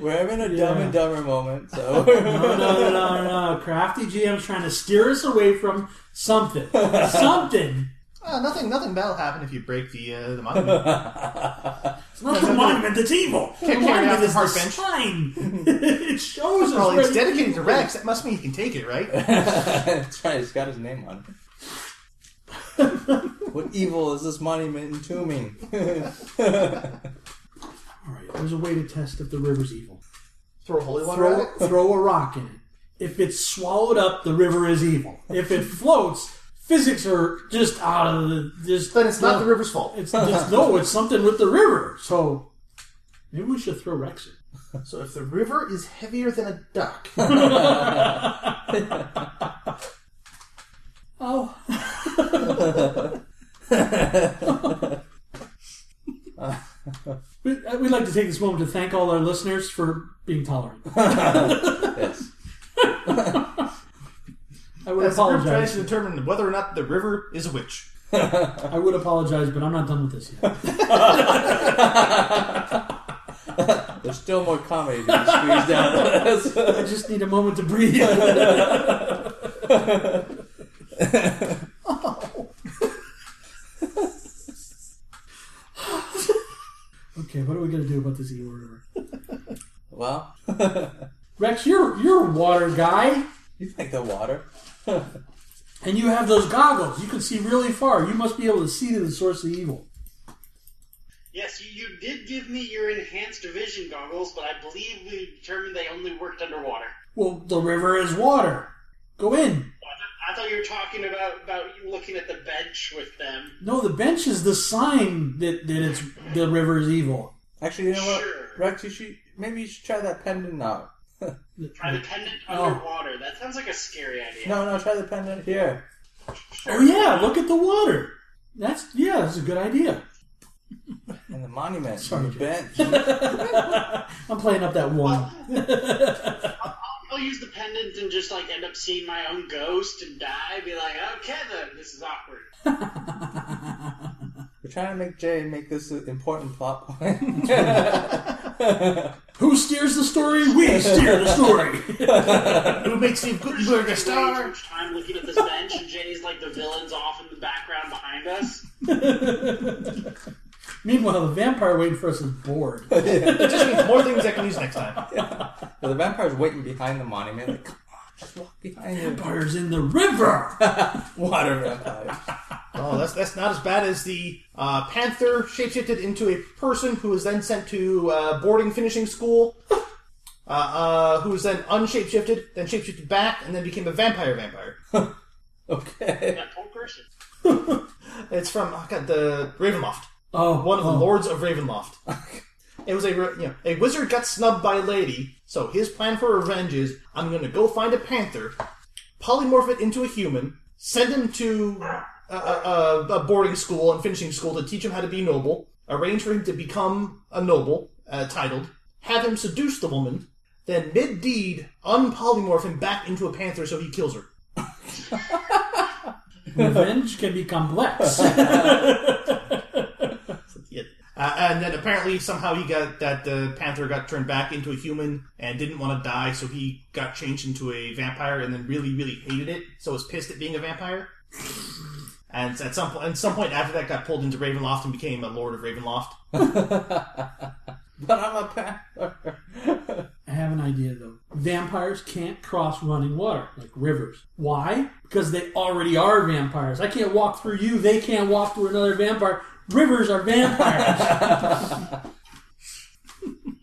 We're having a Yeah. dumb and dumber moment, so no, no, no, no, no. Crafty GM's trying to steer us away from something. Something. Uh, nothing, nothing bad will happen if you break the uh, the monument. It's not the monument that's evil. The Can't carry it monument off the park is the bench. sign. it shows us. well, where it's the dedicated to evil Rex. That must mean he can take it, right? that's right, it's got his name on it. what evil is this monument entombing? All right, there's a way to test if the river's evil. Throw holy water Throw at it. throw a rock in it. If it's swallowed up, the river is evil. If it floats, physics are just out of the just. Then it's not no, the river's fault. It's just no. It's something with the river. So maybe we should throw Rex in. So if the river is heavier than a duck, Oh, We- uh, we'd like to take this moment to thank all our listeners for being tolerant. Yes. I would that's the group trying apologize. to determine whether or not the river is a witch. I would apologize, but I'm not done with this yet. There's still more comedy to be squeezed out of this. I just need a moment to breathe. okay, what are we gonna do about this evil river? Well, Rex, you're you're a water guy, you like the water? and you have those goggles. You can see really far. You must be able to see to the source of evil. Yes, you, you did give me your enhanced vision goggles, but I believe we determined they only worked underwater. Well, the river is water. Go I, in. th- I thought you were talking about, about you looking at the bench with them. No, the bench is the sign that, that it's the river is evil. Actually, you know what? Sure. Rex, you should, maybe you should try that pendant out. Try the pendant Oh. underwater. That sounds like a scary idea. No, no, try the pendant here. Oh yeah, look at the water. That's yeah, that's a good idea. And the monument. Sorry, and the Jay. bench. I'm playing up that one. I'll use the pendant and just like end up seeing my own ghost and die. Be like, okay then, this is awkward. We're trying to make Jay make this an important plot point. Who steers the story? We steer the story. Who makes Steve Gutenberg a Spending way too star? much time looking at this bench, and Jay's like the villain's off in the background behind us. Meanwhile, the vampire waiting for us is bored. It just means more things I can use next time. the vampire's waiting behind the monument. Like, come on, just walk behind the Vampire's in the river. water vampire. Oh, that's that's not as bad as the uh, panther shapeshifted into a person who is then sent to uh, boarding finishing school, uh, uh, who is then unshapeshifted, then shapeshifted back, and then became a vampire vampire. Okay. That poor person. It's from oh God, the Ravenloft, Oh, one of the oh. lords of Ravenloft. It was a re- you know, a wizard got snubbed by a lady, so his plan for revenge is I'm going to go find a panther, polymorph it into a human, send him to a, a, a boarding school and finishing school to teach him how to be noble, arrange for him to become a noble, uh, titled, have him seduce the woman, then mid deed unpolymorph him back into a panther so he kills her. Revenge can be complex. Yeah. Uh, and then apparently somehow he got that the panther got turned back into a human and didn't want to die, so he got changed into a vampire and then really really hated it, so was pissed at being a vampire. And at some point, at some point after that, got pulled into Ravenloft and became a lord of Ravenloft. But I'm a panther. I have an idea though. Vampires can't cross running water like rivers. Why? Because they already are vampires. I can't walk through you. They can't walk through another vampire. Rivers are vampires.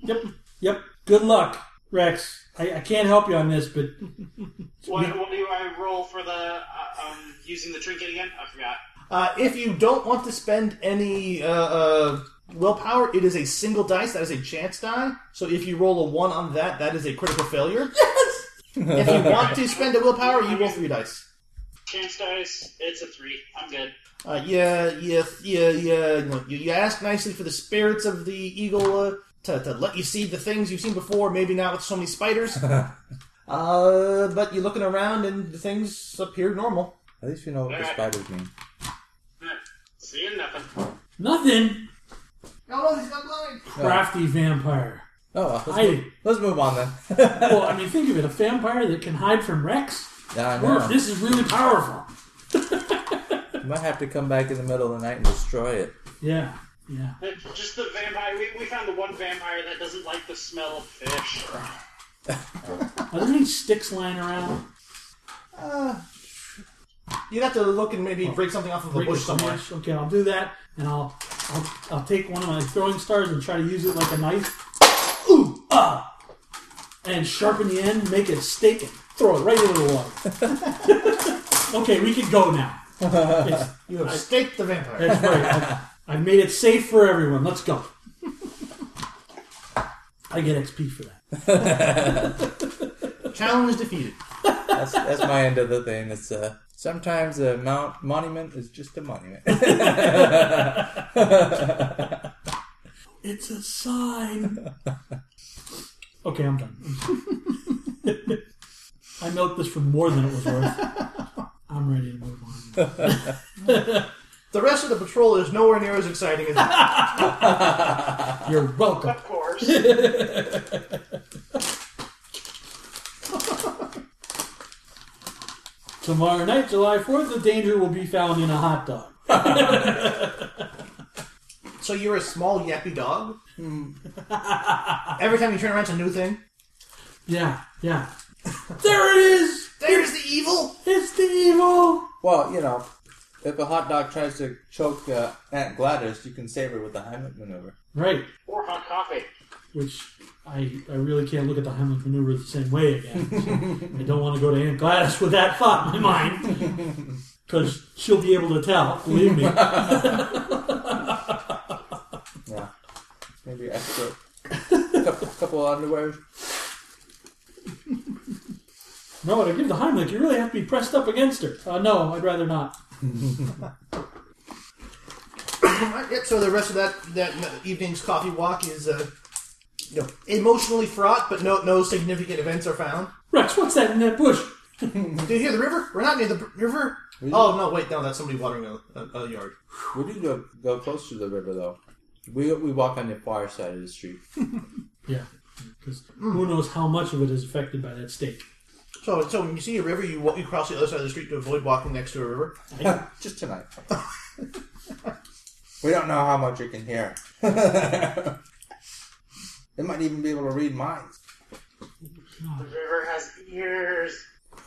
yep. Yep. Good luck, Rex. I, I can't help you on this, but What, what do I roll for the uh, um, using the trinket again? I forgot. Uh, if you don't want to spend any uh, uh, Willpower, it is a single dice. That is a chance die. So if you roll a one on that, that is a critical failure. If you want to spend a willpower, you roll three dice. Chance dice, it's a three. I'm good. Uh, yeah, yeah, yeah, yeah. You, know, you, you ask nicely for the spirits of the eagle uh, to, to let you see the things you've seen before, maybe not with so many spiders. uh, but you're looking around and the things appear normal. At least we know what the spiders mean. Huh. Seeing nothing. Nothing. Oh, he's gone blind. Crafty vampire. Oh, well, let's, I move, let's move on then. well, I mean, think of it—a vampire that can hide from Rex. yeah, I Or know. this is really powerful. You might have to come back in the middle of the night and destroy it. yeah, yeah. Just the vampire. We, we found the one vampire that doesn't like the smell of fish. Are there any sticks lying around? You'd have to look and maybe break something off of a Break bush the somewhere. branch? Okay, I'll do that, and I'll, I'll I'll take one of my throwing stars and try to use it like a knife. Ooh, ah, and sharpen the end, make it a stake, and throw it right into the water. okay, we can go now. It's- You have staked the vampire. that's right. I've, I've made it safe for everyone. Let's go. I get XP for that. Challenge defeated. That's, that's my end of the thing. It's uh, sometimes a mount monument is just a monument. It's a sign. okay, I'm done. I milked this for more than it was worth. I'm ready to move on. The rest of the patrol is nowhere near as exciting as that. You're welcome. Of course. Tomorrow night, July 4th, the danger will be found in a hot dog. so you're a small yappy dog. Every time you turn around, it's a new thing. Yeah, yeah. there it is! There's the evil. It's the evil! well, you know, if a hot dog tries to choke uh, Aunt Gladys, you can save her with the Heimlich maneuver. Right, Or hot coffee. which I, I really can't look at the Heimlich maneuver the same way again. So I don't want to go to Aunt Gladys with that thought in my mind. Because she'll be able to tell, believe me. Yeah, maybe extra couple, couple underwears. No, to give the Heimlich, you really have to be pressed up against her. Uh, no, I'd rather not. Alright, yep, so the rest of that that evening's coffee walk is, uh, you know, emotionally fraught, but no no significant events are found. Rex, what's that in that bush? Do you hear the river? We're not near the river. Oh no, wait, no, that's somebody watering a, a, a yard. We do go, go close to the river though. We we walk on the far side of the street. Yeah, because who knows how much of it is affected by that stake. So so when you see a river, you wa- you cross the other side of the street to avoid walking next to a river. Just tonight. we don't know how much you can hear. they might even be able to read minds. The river has ears.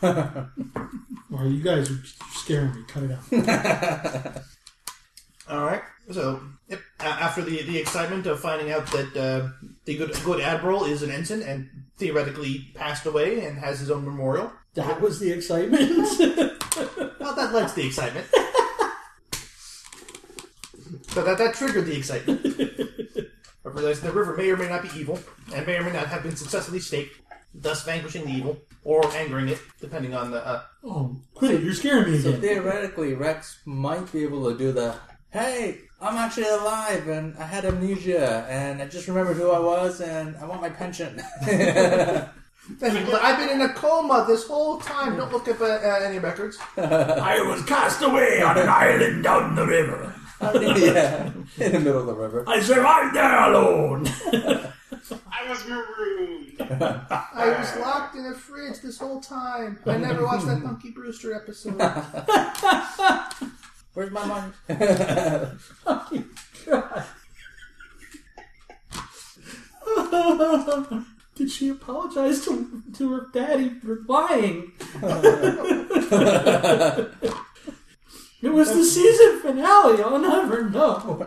Or you guys are scaring me. Cut it out. All right. So yep, a- after the the excitement of finding out that uh, the good good admiral is an ensign and theoretically passed away and has his own memorial. That was the excitement. Well, that led to the excitement. so that, that triggered the excitement. I realized the river may or may not be evil, and may or may not have been successfully staked, thus vanquishing the evil, or angering it, depending on the... Uh, oh, quit it. You're scaring me So again. theoretically, Rex might be able to do the hey, I'm actually alive and I had amnesia and I just remembered who I was and I want my pension. I've been in a coma this whole time. Don't look up uh, uh, any records. I was cast away on an island down the river. yeah, in the middle of the river. I survived there alone. I was marooned. I was locked in a fridge this whole time. I never watched that Monkey Brewster episode. Where's my money? Did she apologize to, to her daddy for lying? it was the season finale. I'll never know.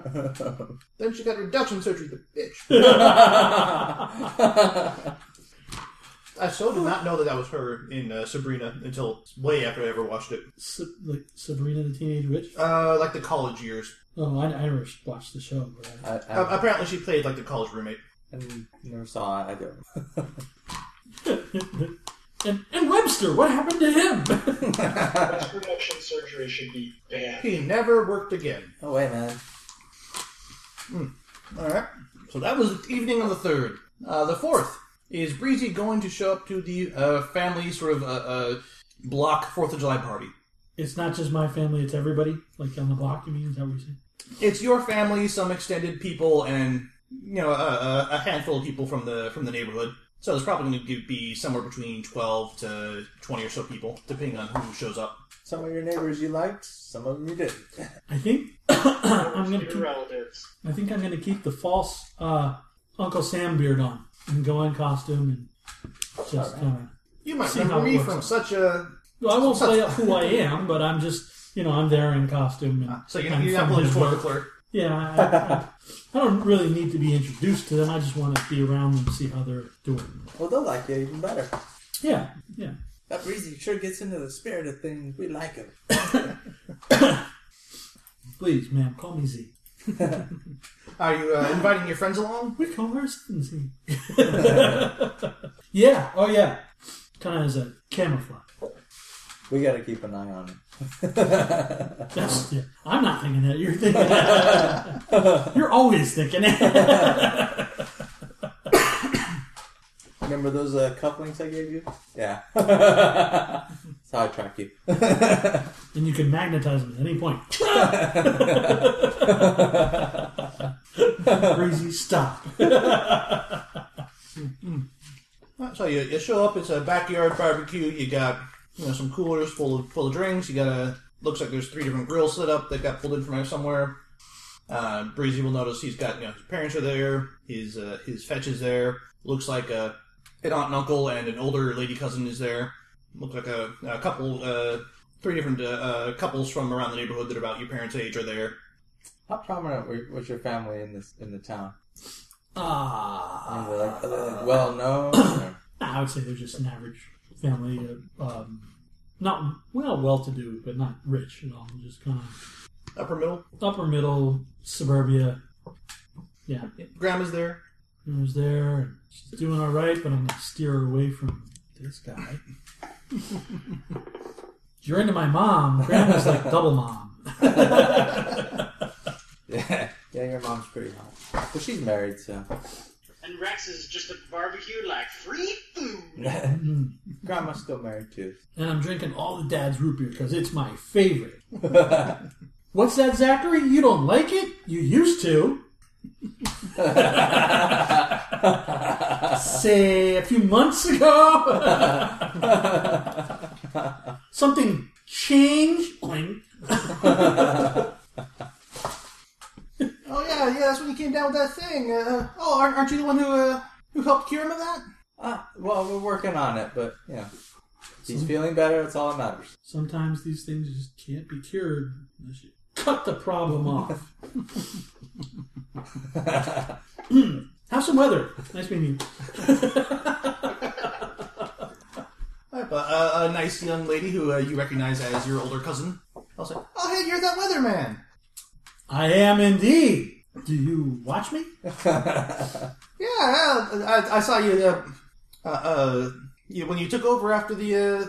then she got reduction surgery, the bitch. I so did not know that that was her in uh, Sabrina until way after I ever watched it. Sa- like Sabrina the Teenage Witch. Uh, like the college years. Oh, I, I never watched the show. But I, I, Uh, I, apparently, she played like the college roommate. I never saw it either. and, and Webster, what happened to him? Breast reduction surgery should be banned. He never worked again. Oh wait, man. All right. So that was the evening of the third. Uh, the fourth is Breezy going to show up to the uh, family sort of uh, uh, block Fourth of July party. it's not just my family; it's everybody. Like on the block, you mean? Is that what you said? It's your family, some extended people, and you know a, a, a handful of people from the from the neighborhood. So there's probably going to be somewhere between twelve to twenty or so people, depending on who shows up. Some of your neighbors you liked, some of them you didn't. I think I'm gonna Your keep, relatives. I think I'm gonna keep the false uh, Uncle Sam beard on and go in costume and just kind of. You might See remember how it me works from out. such a Well, I won't play up who I am, but I'm just you know I'm there in costume Uh, and Ah, so you're, I'm you're not from pulling his a toilet work. clerk. Yeah, I, I, I don't really need to be introduced to them. I just want to be around them and see how they're doing. Well, they'll like you even better. Yeah, yeah. That breezy sure gets into the spirit of things. We like him. Please, ma'am, call me Z. Are you uh, inviting your friends along? We call her Z. yeah, oh yeah. Kind of as a camouflage. We gotta keep an eye on him. That's, yeah, I'm not thinking that. You're thinking that. You're always thinking that. Remember those uh, cufflinks I gave you? Yeah. That's how I track you. and you can magnetize them at any point. Crazy, stop. Uh, So you, you show up. It's a backyard barbecue. You got you know some coolers full of full of drinks. You got a looks like there's three different grills set up that got pulled in from there somewhere. Uh, Breezy will notice he's got you know his parents are there. His uh, his fetch is there. Looks like a an aunt and uncle and an older lady cousin is there. Looks like a, a couple. Uh, three different uh, uh, couples from around the neighborhood that are about your parents' age are there. How prominent were, was your family in this in the town? Ah. Were they, like, uh, well known. or- I would say they're just an average family. uh, Um, not well, well-to-do, but not rich at all. Just kind of Upper middle. upper middle suburbia. Yeah, Grandma's there. I was there. and She's doing all right, but I'm gonna steer her away from this guy. You're into my mom. Grandma's like double mom. yeah. yeah, your mom's pretty hot. But she's married, so. And Rex is just at the barbecue like free food. Mm. Grandma's still married, too. And I'm drinking all the dad's root beer because it's my favorite. What's that, Zachary? You don't like it? You used to. Say a few months ago. Something changed. Bling. Oh yeah, yeah. That's when you came down with that thing. Uh, oh, aren't, aren't you the one who uh, who helped cure him of that? Ah, well, we're working on it, but, you know. He's feeling better, that's all that matters. Sometimes these things just can't be cured unless you cut the problem off. How's some weather? Nice meeting you. Uh, a, a nice young lady who uh, you recognize as your older cousin. I'll say, "Oh, hey, you're that weatherman." I am indeed. Do you watch me? Yeah, I, I, I saw you. Uh, uh, uh, you when you took over after the uh,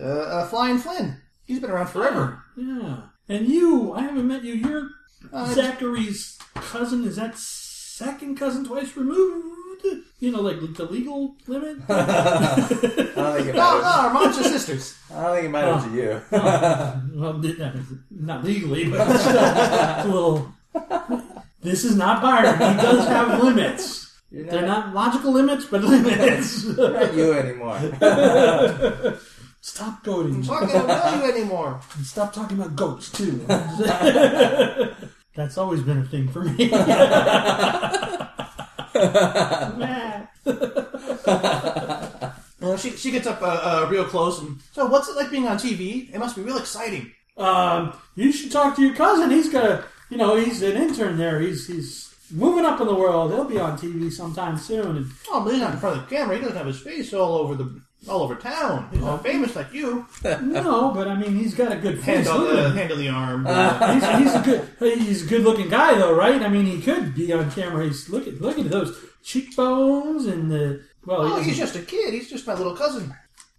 uh, uh, Flying Flynn. He's been around forever. Yeah. And you, I haven't met you. You're Uh, Zachary's cousin. Is that second cousin twice removed? You know, like the legal limit? I don't think it No, no, matters. our moms are sisters. I don't think it matters to you. well, not legally, but it's a little. This is not Byron. He does have limits. You're They're not, not logical limits, but limits. not you anymore. Stop goading. So I can't know you anymore. And stop talking about goats, too. That's always been a thing for me. Uh, she she gets up uh, uh, real close and so what's it like being on TV? It must be real exciting. um, you should talk to your cousin. He's got a, you know, he's an intern there. He's he's moving up in the world. He'll be on TV sometime soon. And Oh, but he's not in front of the camera. He doesn't have his face all over the all over town. He's not famous like you. No, but I mean, he's got a good Oh. Hand face. on Look at the Uh, him. hand on the arm. he's, he's a good, he's a good-looking guy, though, right? I mean, he could be on camera. He's look at look at those cheekbones and the well. oh, he he's just a kid. He's just my little cousin.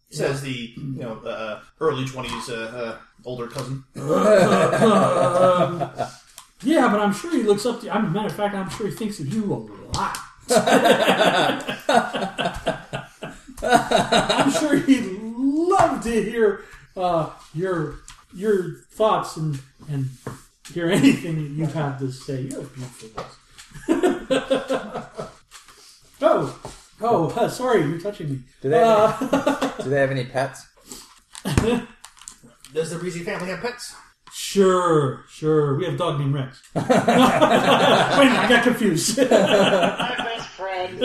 Says the you know uh, early twenties uh, uh, older cousin. um, yeah, but I'm sure he looks up to. you. I mean, matter of fact, I'm sure he thinks of you a lot. I'm sure he'd love to hear uh, your your thoughts and and hear anything that you have to say. You're a beautiful voice. oh, oh, uh, sorry, you're touching me. Do they, Uh, do they have any pets? Does the Breezy family have pets? Sure, sure. We have a dog named Rex. Wait a minute, I got confused. My best friend.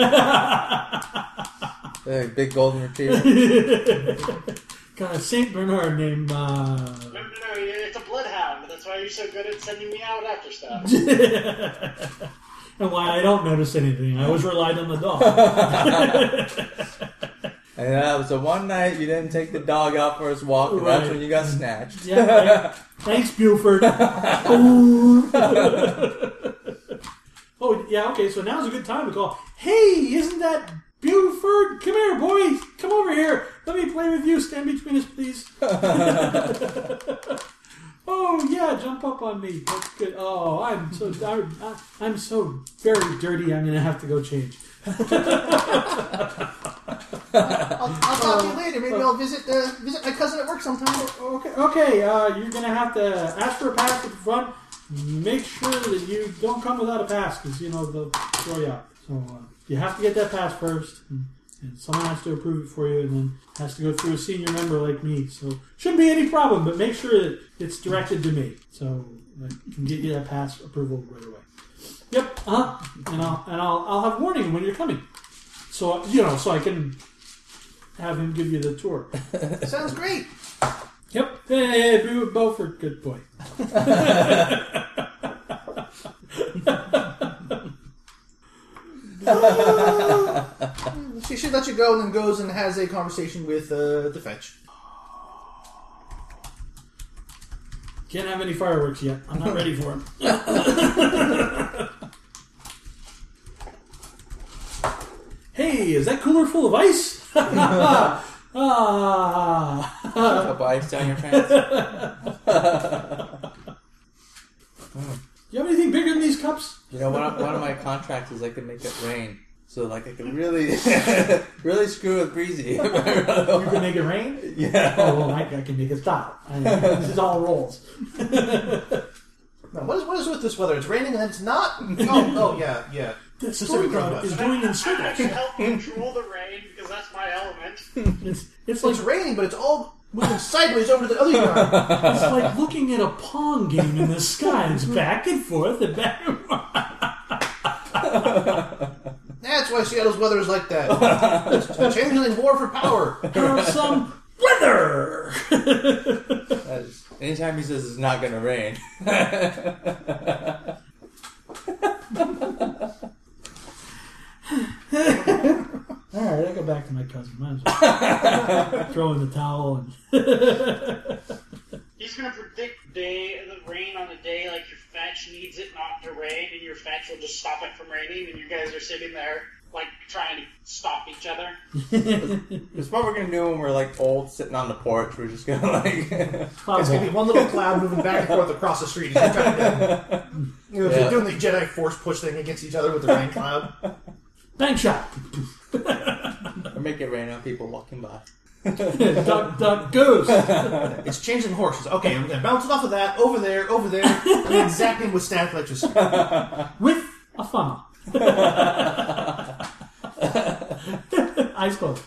They have a big golden retriever. got a Saint Bernard named. No, Uh... no, no, it's a bloodhound. That's why you're so good at sending me out after stuff. and why I don't notice anything. I always relied on the dog. And that was the one night you didn't take the dog out for his walk, and that's Right. when you got snatched. yeah, right. Thanks, Buford. Ooh. oh, yeah, okay, so now's a good time to call. Hey, isn't that Buford? Come here, boy. Come over here. Let me play with you. Stand between us, please. Oh yeah, jump up on me. That's good. Oh, I'm so I, I'm so very dirty. I'm gonna have to go change. I'll, I'll talk to you later. Maybe I'll visit uh, visit my cousin at work sometime. Okay, okay. Uh, you're gonna have to ask for a pass at the front. Make sure that you don't come without a pass, because you know they'll throw you out. So uh, you have to get that pass first, and, and someone has to approve it for you, and then has to go through a senior member like me. So shouldn't be any problem. But make sure that it's directed to me, so I can get you that pass approval right away. Yep. Uh huh. And I'll and I'll I'll have warning when you're coming. So you know, so I can have him give you the tour. Sounds great. Yep. Hey, we were Beaufort, good boy. She should let you go and then goes and has a conversation with uh, the fetch. Can't have any fireworks yet. I'm not ready for them. hey, is that cooler full of ice? ah. Up ice down your pants. you have anything bigger than these cups? You know, one of, one of my contracts is I could make it rain. So, like, I could really, really screw with Breezy. You can make it rain? yeah. Oh, well, I, I can make it stop. I- this is all rolls. Now, what is what is with this weather? It's raining and then it's not. Oh, oh yeah, yeah. The story crowd is going in I circles. should help control the rain because that's my element. It's, it's like It's raining, but it's all moving sideways over to the other yard. It's like looking at a pong game in the sky. It's back and forth and back and forth. That's why Seattle's weather is like that. It's a changeling war for power. Or some weather. That is- Anytime he says it's not going to rain, All right, I go back to my cousin. Might as well. Throw in the towel and He's gonna predict day the rain on the day like your fetch needs it not to rain, and your fetch will just stop it from raining, and you guys are sitting there like trying to stop each other. it's what we're going to do when we're, like, old, sitting on the porch. We're just going to, like, It's gonna be one little cloud moving back and forth across the street. As you're trying to, you know, Yeah. doing the Jedi Force push thing against each other with the rain cloud. bang shot. or make it rain on people walking by. duck, duck, goose. It's changing horses. Okay, I'm gonna bounce it off of that over there, over there, and then zap him with static electricity. With a funnel. Eyes closed.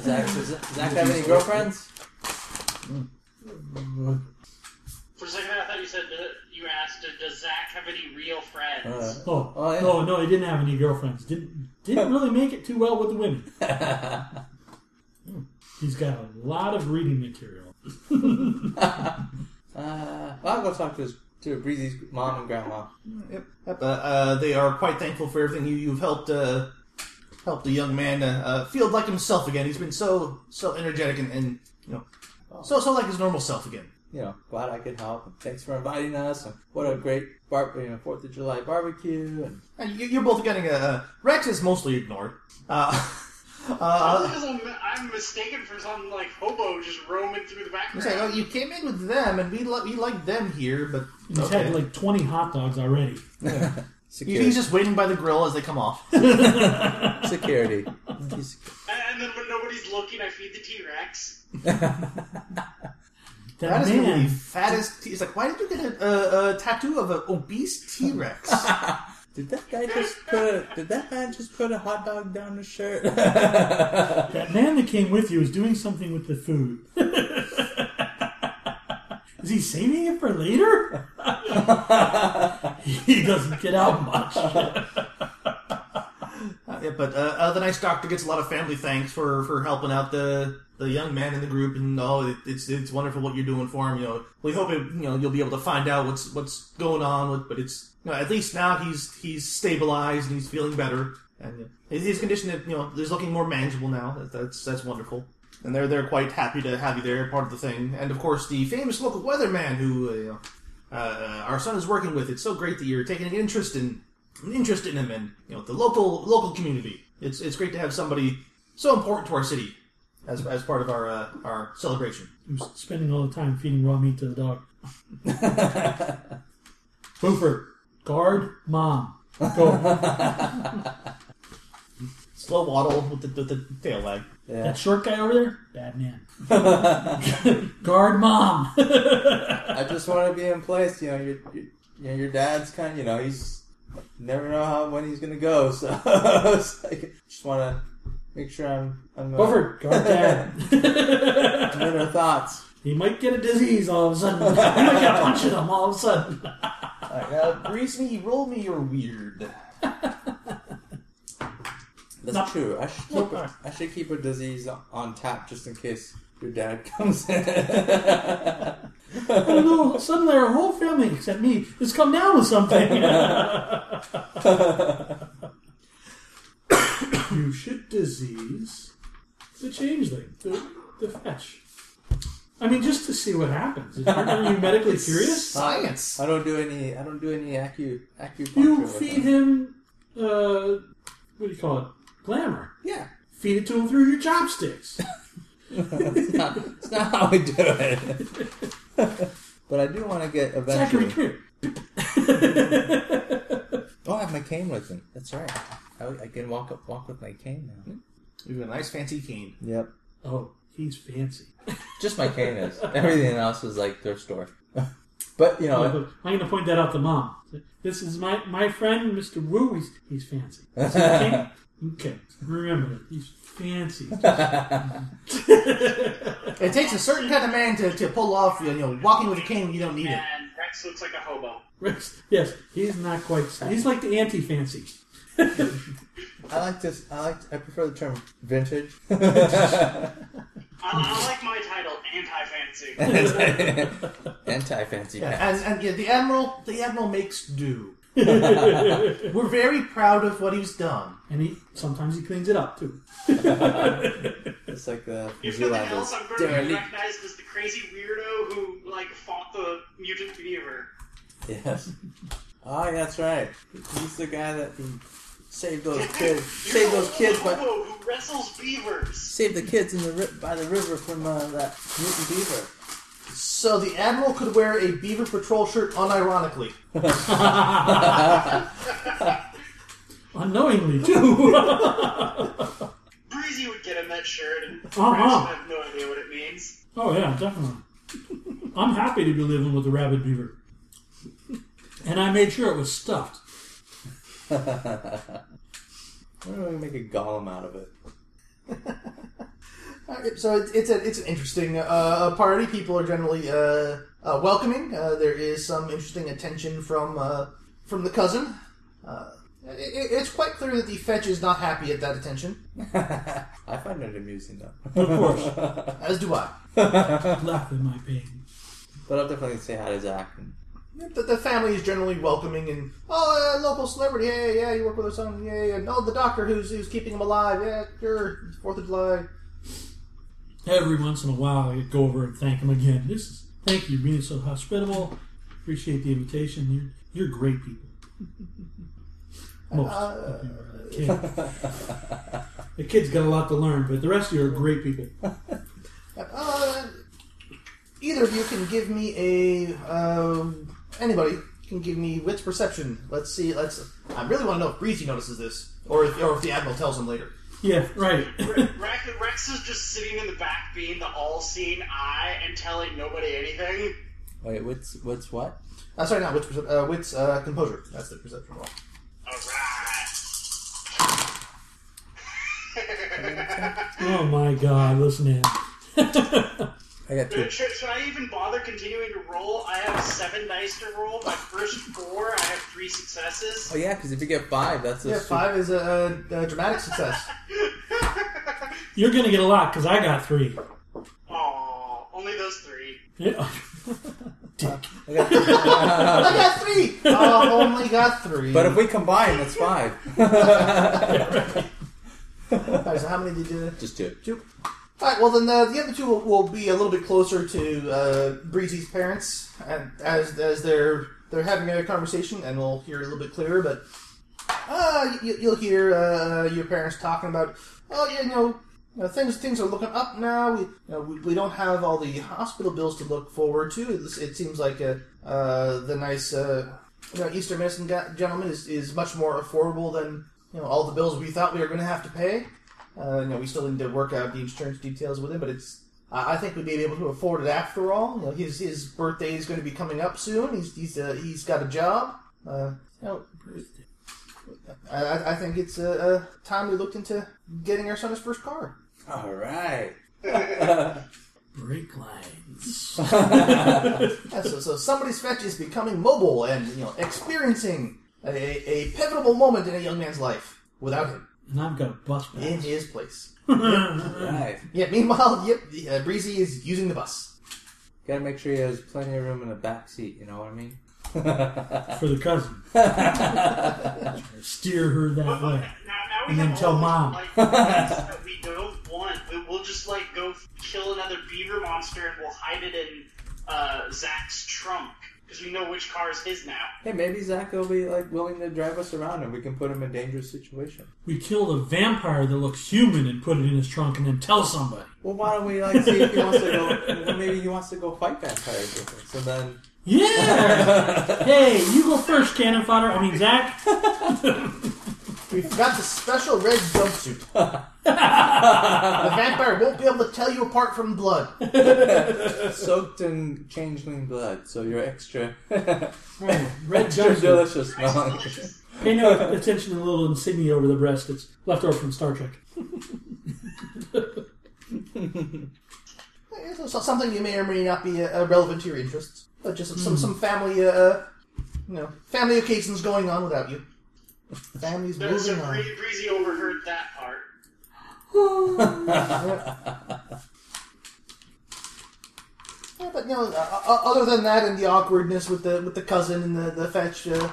Zach, does Zach have any girlfriends? For a second, I thought you said that you asked, "Does Zach have any real friends?" Oh, Oh, yeah. oh no, he didn't have any girlfriends. Didn't didn't really make it too well with the women. He's got a lot of reading material. Uh, I'll go talk to his to Breezy's mom and grandma. Yep. Uh, uh, they are quite thankful for everything you, you've helped uh, helped the young man uh, uh, feel like himself again. He's been so so energetic and, and you know so so like his normal self again. You know, glad I could help. And thanks for inviting us. And what a great bar- you know, Fourth of July barbecue. And And you, you're both getting a uh, Rex is mostly ignored. Uh, uh, Because I'm, I'm mistaken for some like hobo just roaming through the I'm saying, oh, background. you came in with them, and we li- we like them here, but He's had like 20 hot dogs already. He's- he's just waiting by the grill as they come off. security. He's- And, and then when nobody's looking, I feed the T Rex. That That is man. gonna be fattest. T- it's like, why did you get a, a, a tattoo of an obese T Rex? Did that guy just put a, Did that man just put a hot dog down his shirt? That man that came with you is doing something with the food. is he saving it for later? he doesn't get out much. Uh, yeah, but uh, uh, the nice doctor gets a lot of family thanks for, for helping out the the young man in the group, and oh, it, it's it's wonderful what you're doing for him. You know, we hope it, you know you'll be able to find out what's what's going on. With, but it's you know, at least now he's he's stabilized and he's feeling better, and uh, his- his condition you know is looking more manageable now. That- That's that's wonderful. And they're they're quite happy to have you there, part of the thing. And of course, the famous local weatherman who uh, you know, uh, our son is working with. It's so great that you're taking an interest in an interest in him and you know the local local community. It's it's great to have somebody so important to our city as, as part of our uh, our celebration. Who's spending all the time feeding raw meat to the dog. Boofer, guard mom. Go. Slow waddle with the, with the tail wag. that short guy over there, bad man. guard mom. I just want to be in place. You know, your your, you know, your dad's kind. of, You know, he's never know how when he's gonna go. So it's like, just want to make sure I'm. I'm uh, Boofer, guard dad. I'm in her thoughts. he might get a disease all of a sudden. He might get a bunch of them all of a sudden. All right, uh, grease me, roll me, you're weird. That's true. I should keep. A, I should keep a disease on tap just in case your dad comes in. I don't know. Oh, Suddenly, our whole family except me has come down with something. you should disease the changeling, the, the fetch. I mean, just to see what happens. If you're- Are you medically curious? Science. I don't do any. I don't do any acu acupuncture. You with feed them. him, uh, what do you call it? Glamour. Yeah. Feed it to him through your chopsticks. That's not how I do it. but I do want to get Zachary, eventually. come here. Oh, I have my cane with me. That's right. I, I can walk up, walk with my cane now. Hmm? You have a nice fancy cane. Yep. oh, he's fancy. Just my cane is. Everything else is like thrift store. but you Yeah, know, but I'm going to point that out to mom. This is my, my friend, Mr. Wu. He's, he's fancy. See what I mean? okay, remember that. He's fancy. It takes a certain kind of man to, to pull off you know walking with a cane when you don't need it. And Rex looks like a hobo. Rex- yes, he's not quite. He's like the anti fancy. I like this. I like. I prefer the term vintage. I, I like my title, anti-fancy. Anti fancy. Yeah, and, and yeah, the admiral the admiral makes do. We're very proud of what he's done. And he sometimes he cleans it up too. It's like the If Zoo nothing Lab else, is I'm going to be derelict. recognized as the crazy weirdo who like fought the mutant beaver. Yes. Oh, that's right. He's the guy that he saved those You're kids. Saved the those kids by hobo who wrestles beavers. saved the kids in the ri- by the river from uh, that mutant beaver. So the admiral could wear a Beaver Patrol shirt unironically. Unknowingly too. Breezy would get him that shirt, and Rex would Uh-huh. have no idea what it means. oh yeah, definitely. I'm happy to be living with the rabid beaver. And I made sure it was stuffed. We're gonna make a golem out of it. Uh, So it, it's a, it's an interesting uh, party. People are generally uh, uh, welcoming. Uh, there is some interesting attention from uh, from the cousin. Uh, it, it- it's quite clear that the fetch is not happy at that attention, I find it amusing though. Of course, as do I. left in my pain. But I'll definitely say hi to Zach. And, The, the family is generally welcoming and oh, uh, local celebrity, yeah, yeah, you work with our son, yeah, yeah, and oh, the doctor who's who's keeping him alive, yeah, sure, Fourth of July. Every once in a while, I go over and thank him again. This is thank you for being so hospitable. Appreciate the invitation. You're, you're great people. Most of you are. The kid. the kid's got a lot to learn, but the rest of you are great people. Uh, either of you can give me a um, anybody can give me wits perception. Let's see. Let's. I really want to know if Breezy notices this, or if, or if the admiral tells him later. Yeah, right. Rex, Rex is just sitting in the back, being the all-seeing eye and telling nobody anything. wait, what's what's what? Uh, sorry, not wits. percep- Uh, wits uh, composure. That's the perception roll. All right. oh my God! Listen in. I got two. should, should I even bother continuing to roll? I have seven dice to roll. My first four, I have three successes. Oh yeah, because if you get five, that's a Yeah, su- five is a, a, a dramatic success. You're gonna get a lot because I got three. Aw, only those three. Yeah. I got two. I got three. Oh, I only got three. but if we combine, that's five. All right, so how many did you? Just two. Two. All right. Well, then uh, the other two will, will be a little bit closer to uh, Breezy's parents, and as as they're they're having a conversation, and we'll hear a little bit clearer. But uh, you, you'll hear uh, your parents talking about, oh yeah, you know, you know, things things are looking up now. We, you know, we we don't have all the hospital bills to look forward to. It, it seems like uh uh, the nice uh, you know Eastern medicine ga- gentleman is, is much more affordable than you know all the bills we thought we were going to have to pay. Uh, you know, we still need to work out the insurance details with him, but it's. I I think we may be able to afford it after all. You know, his his birthday is going to be coming up soon. He's he's uh, he's got a job. Uh, you know, I- I, I think it's uh, uh, time we looked into getting our son his first car. All right. Brake lines. Yeah, so, so somebody's fetch is becoming mobile and you know experiencing a, a pivotal moment in a young man's life without him And I've got a bus in pass. his place. All right. Yeah. Meanwhile, yep, uh, Breezy is using the bus. Gotta make sure he has plenty of room in the back seat. You know what I mean? for the cousin. Steer her that Now, way. now we And have then tell all these, Mom. Like, things that we don't want. We, we'll just like go kill another beaver monster and we'll hide it in uh, Zach's trunk because we know which car is his now. Hey, maybe Zach will be like willing to drive us around, and we can put him in a dangerous situation. We killed a vampire that looks human and put it in his trunk and then tell somebody. Well, why don't we like see if he wants to go? well, maybe he wants to go fight vampires with us, and then Yeah! hey, you go first, cannon fodder. I mean, Zach. We forgot the special red jumpsuit. the vampire won't be able to tell you apart from blood. soaked in changeling blood, so you're extra, Red extra jumpsuit. delicious. smelling. Pay no attention to the little insignia over the breast. It's left over from Star Trek. Eh, so- so Something you may or may not be uh, uh, relevant to your interests, but just some some family, uh, you know, family occasions going on without you. Family's So, so moving on. Bree- Breezy overheard that part. Yeah, but you know, uh, uh, other than that, and the awkwardness with the with the cousin and the the fetch, uh,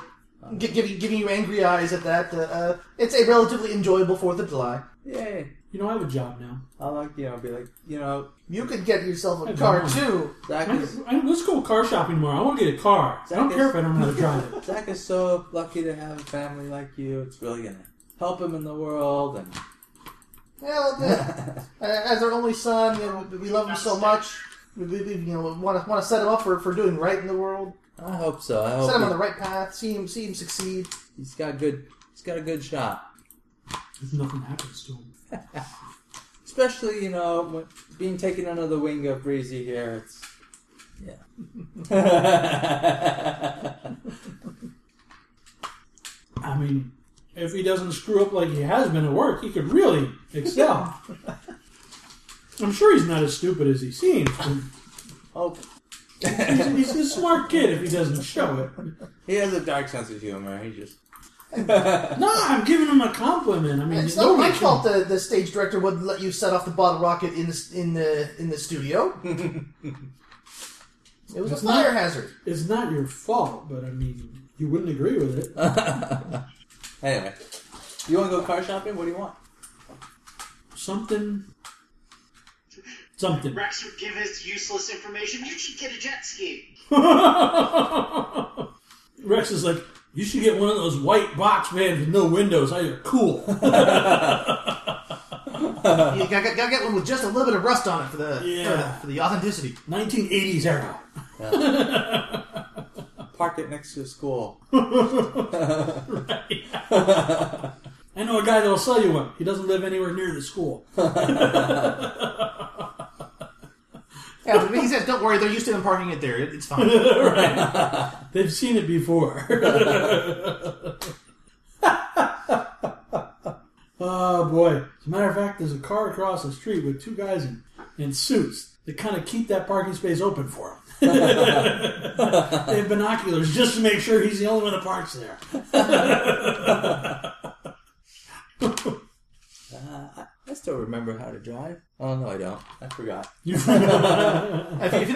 gi- giving giving you angry eyes at that, uh, uh, it's a relatively enjoyable Fourth of July. Yay! You know, I have a job now. I like you know, be like you know, You could get yourself a Hey, car come on. too. Zach I, is I- let's go car shopping tomorrow. I want to get a car. I don't care if I don't know how to drive it. Zach is so lucky to have a family like you. It's really gonna help him in the world, and Well, yeah. Uh, as our only son, you know, we love him so much. We, we- we, you know, want to want to set him up for, for doing right in the world. I hope so. I Set him on hope the right path. See him see him succeed. he, he's got good. He's got a good shot. If nothing happens to him. Especially you know, when, being taken under the wing of Breezy here. It's yeah. I mean, if he doesn't screw up like he has been at work, he could really excel. I'm sure he's not as stupid as he seems. but oh, He's, he's a smart kid if he doesn't show it. he has a dark sense of humor. He just No, I'm giving him a compliment. I mean, It's not my nobody should- fault the, the stage director wouldn't let you set off the bottle rocket in the in the in the studio. It was It's a fire not- hazard. It's not your fault, but I mean, you wouldn't agree with it. anyway, you want to go car shopping? What do you want? Something. Something. Rex would give his useless information. You should get a jet ski. Rex is like, you should get one of those white box vans with no windows. I are cool. You gotta, gotta get one with just a little bit of rust on it for the Uh-huh. Yeah. for the authenticity. 1980s era. Park it next to the school. I know a guy that'll sell you one. He doesn't live anywhere near the school. Yeah, but he says, "Don't worry, they're used to them parking it there. It, it's fine." They've seen it before. oh boy! As a matter of fact, there's a car across the street with two guys in, in suits that kind of keep that parking space open for him. they have binoculars just to make sure he's the only one that parks there. I still remember how to drive. Oh no, I don't. I forgot. if, if you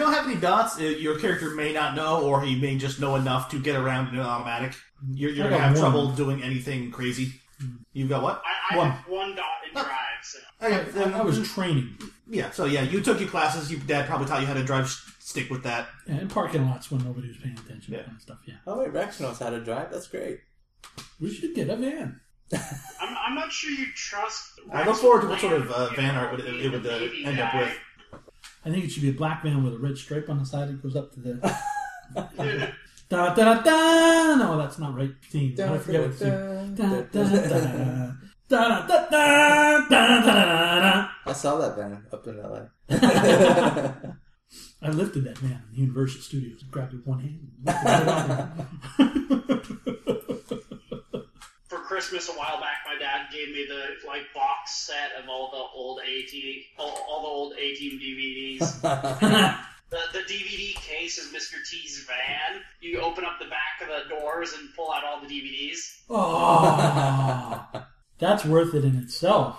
don't have any dots, uh your character may not know, or he may just know enough to get around in an automatic. You're, you're I gonna got have one. trouble doing anything crazy. You've got what? I, I one. have one dot in drive, so Okay, then- I was training yeah. So yeah, you took your classes. Your dad probably taught you how to drive s- stick with that. yeah, in parking lots when nobody was paying attention Yeah. and stuff. Yeah, Oh wait, Rex knows how to drive. That's great. we should get a van. I'm, I'm not sure you trust. I Rex look forward to what with sort of uh, land. van art would- it, it would uh, Maybe end up guy. with. I think it should be a black van with a red stripe on the side that goes up to the. Da, da, da. No, that's not right. Theme. I forget what theme. Da, da, da. Da, da, da, da, da, da, da, da. I saw that van up in LA. I lifted that man in the Universal Studios and grabbed it with one hand. and lifted it right up there. For Christmas a while back, my dad gave me the like box set of all the old AT, all, all the old A Team DVDs. the, the DVD case is Mr. T's van. You open up the back of the doors and pull out all the DVDs. oh, that's worth it in itself.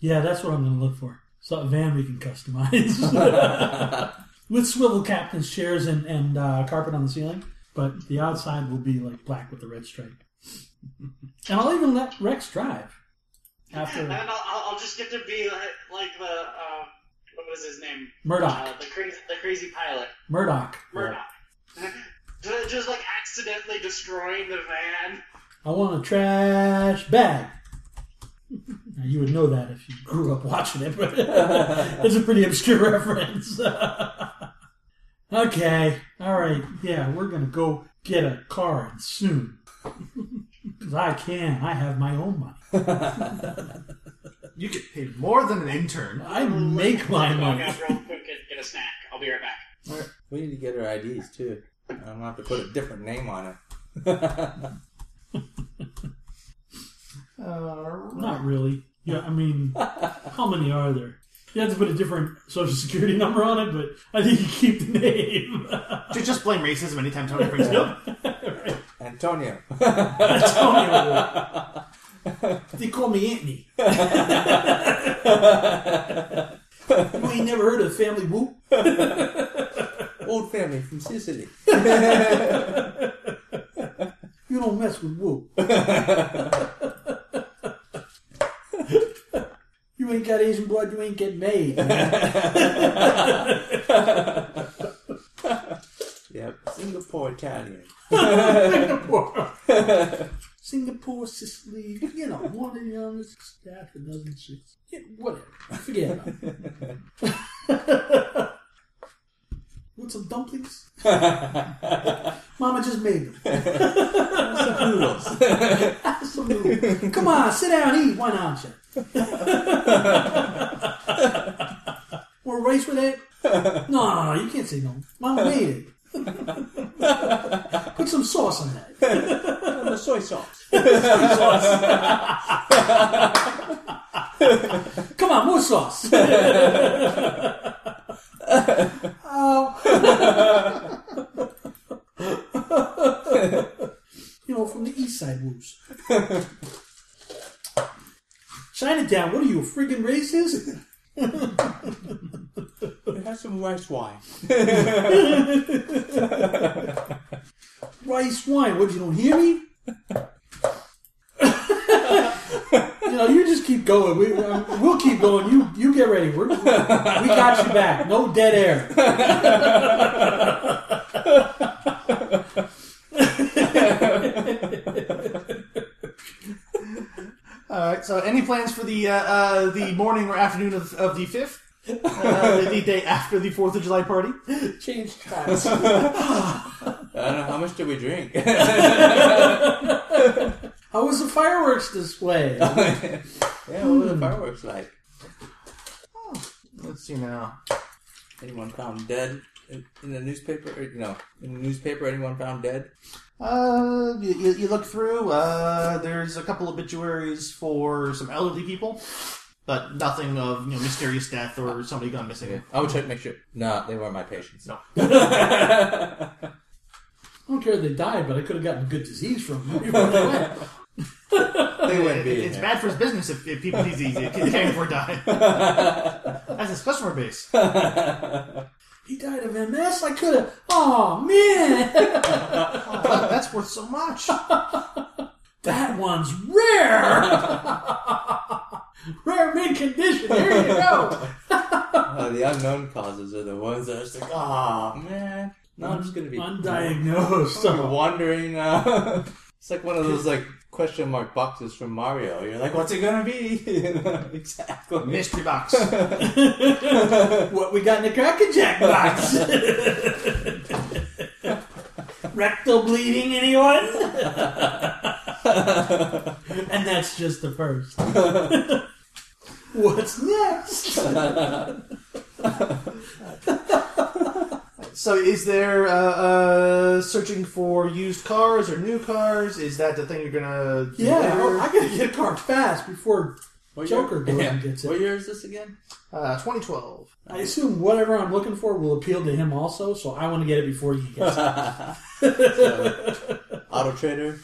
Yeah, that's what I'm going to look for. So a van we can customize with swivel captain's chairs and and uh, carpet on the ceiling, but the outside will be like black with the red stripe. And I'll even let Rex drive And after then I'll, I'll, I'll just get to be like, like the uh, what was his name? Murdoch. Uh, the crazy the crazy pilot Murdoch. Murdoch. Ju- just like accidentally destroying the van. I want a trash bag. Now, you would know that if you grew up watching it, but it's a pretty obscure reference. okay, all right, yeah, we're gonna go get a car and soon. Because I can, I have my own money. You get paid more than an intern. I make my Log money. out real quick and get a snack. I'll be right back. We need to get her IDs too. I'm gonna have to put a different name on it. Not really. Yeah, I mean, how many are there? You have to put a different social security number on it, but I think you keep the name. Ju- Just blame racism anytime Tony brings it up. Antonio. Antonio. they call me Anthony. you ain't never heard of Family Whoop? Old family from Sicily. You don't mess with Whoop. you ain't got Asian blood, you ain't get made. Yep. Singapore Italian. Singapore, Sicily, you know, one of the others, half a dozen six. Yeah, whatever. Forget about it. Want some dumplings? Mama just made them. Noodles. Absolutely. Come on, sit down, eat. Why not? You? or race with it? No, no, no, you can't say no. Mama made it. Put some sauce on that. the soy sauce. Come on, more sauce. Ow. Oh. you know, from the East Side Woos. Chinatown, what are you, a friggin' racist? It have some rice wine. Rice wine. What, you don't hear me? you know, you just keep going. We, um, we'll keep going. You you get ready. We're, we got you back. No dead air. All right. So, any plans for the uh, uh, the morning or afternoon of, of the fifth? Uh, the day after the Fourth of July party. Change class. I don't know how much did we drink. How was the fireworks display? Yeah, what were the fireworks like? Let's see now. Anyone found dead in in the newspaper? Or, no, in the newspaper, anyone found dead? Uh, you, you, you look through. Uh, there's a couple obituaries for some elderly people, but nothing of you know mysterious death or somebody gone missing. I would check, make sure. No, they weren't my patients. Uh, No. I don't care if they died, but I could have gotten good disease from them. they wouldn't It- be. in it's there. bad for his business if, if people disease if he can't afford to die. That's his customer base. He died of MS. I could have. Oh man, Wow, that's worth so much. that one's rare. rare mid condition. There you go. Uh, the unknown causes are the ones that are just like, oh man. No, I'm just gonna be Undiagnosed. I'm gonna be wandering. Uh, it's like one of those like question mark boxes from Mario. You're like, what's it gonna be? You know, exactly. Mystery box. what we got in the Cracker Jack box? Rectal bleeding, anyone? and that's just the first. What's next? So, is there uh, uh, searching for used cars or new cars? Is that the thing you're gonna? do Yeah, later? I gotta get a car fast before What Joker year? goes and gets What it. year is this again? Uh, 2012. I assume whatever I'm looking for will appeal to him also, so I want to get it before he gets it. Auto Trader.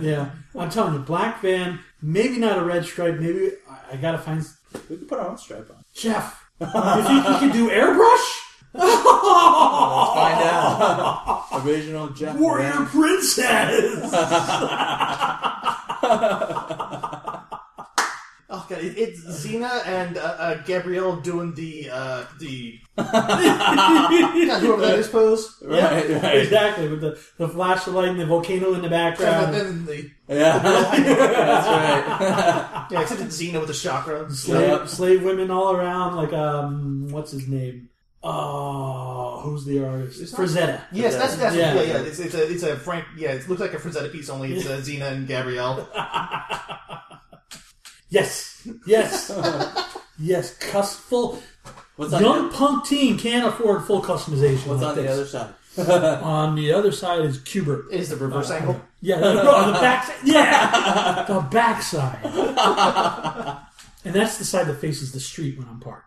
yeah, I'm telling you, black van, maybe not a red stripe, maybe I, I gotta find We could put our own stripe on. Jeff. You think you can do airbrush? Find out. Original Jeff. Warrior Van. Princess! Oh god, it, it's Xena and uh, uh, Gabrielle doing the uh, the God, whoever that is pose. Right, right. exactly, with the, the flash of light and the volcano in the And background. then the, Yeah. That's right. yeah, except it's Xena with the chakra. Slave, slave women all around, like, um, what's his name? Oh, who's the artist? not- Frazetta. Yes, that's that's yeah, Yeah. yeah. It's, it's a it's a Frank. Yeah, it looks like a Frazetta piece only. It's uh, Xena and Gabrielle. Yes, yes, yes, cuss full. What's on, Young the, punk teen can't afford full customization. what's like on the this. other side? On the other side is Cubert. It is the reverse angle. Yeah, no, no, on the back side. Yeah, the back side. and that's the side that faces the street when I'm parked.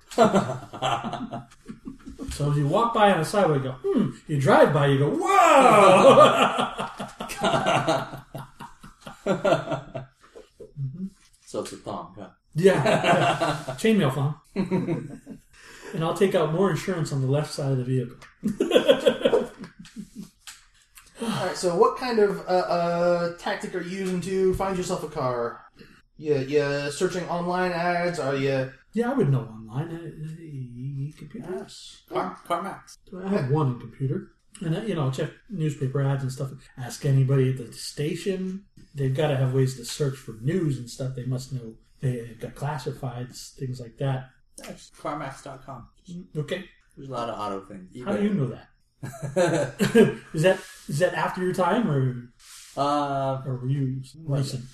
so as you walk by on the sidewalk, you go, hmm. You drive by, you go, whoa! So it's a thong. Huh? yeah. Chainmail phone. and I'll take out more insurance on the left side of the vehicle. All right. So, what kind of uh, uh, tactic are you using to find yourself a car? Yeah, yeah. Searching online ads. Are you? Yeah, I would know online. Uh, uh, computers. Car, CarMax. I have one in computer, and uh, you know, check newspaper ads and stuff. Ask anybody at the station. They've got to have ways to search for news and stuff. They must know they've got classifieds, things like that. That's CarMax.com. Okay, There's a lot of auto things. how do you know that? eBay. is that is that after your time or uh, or were you recent?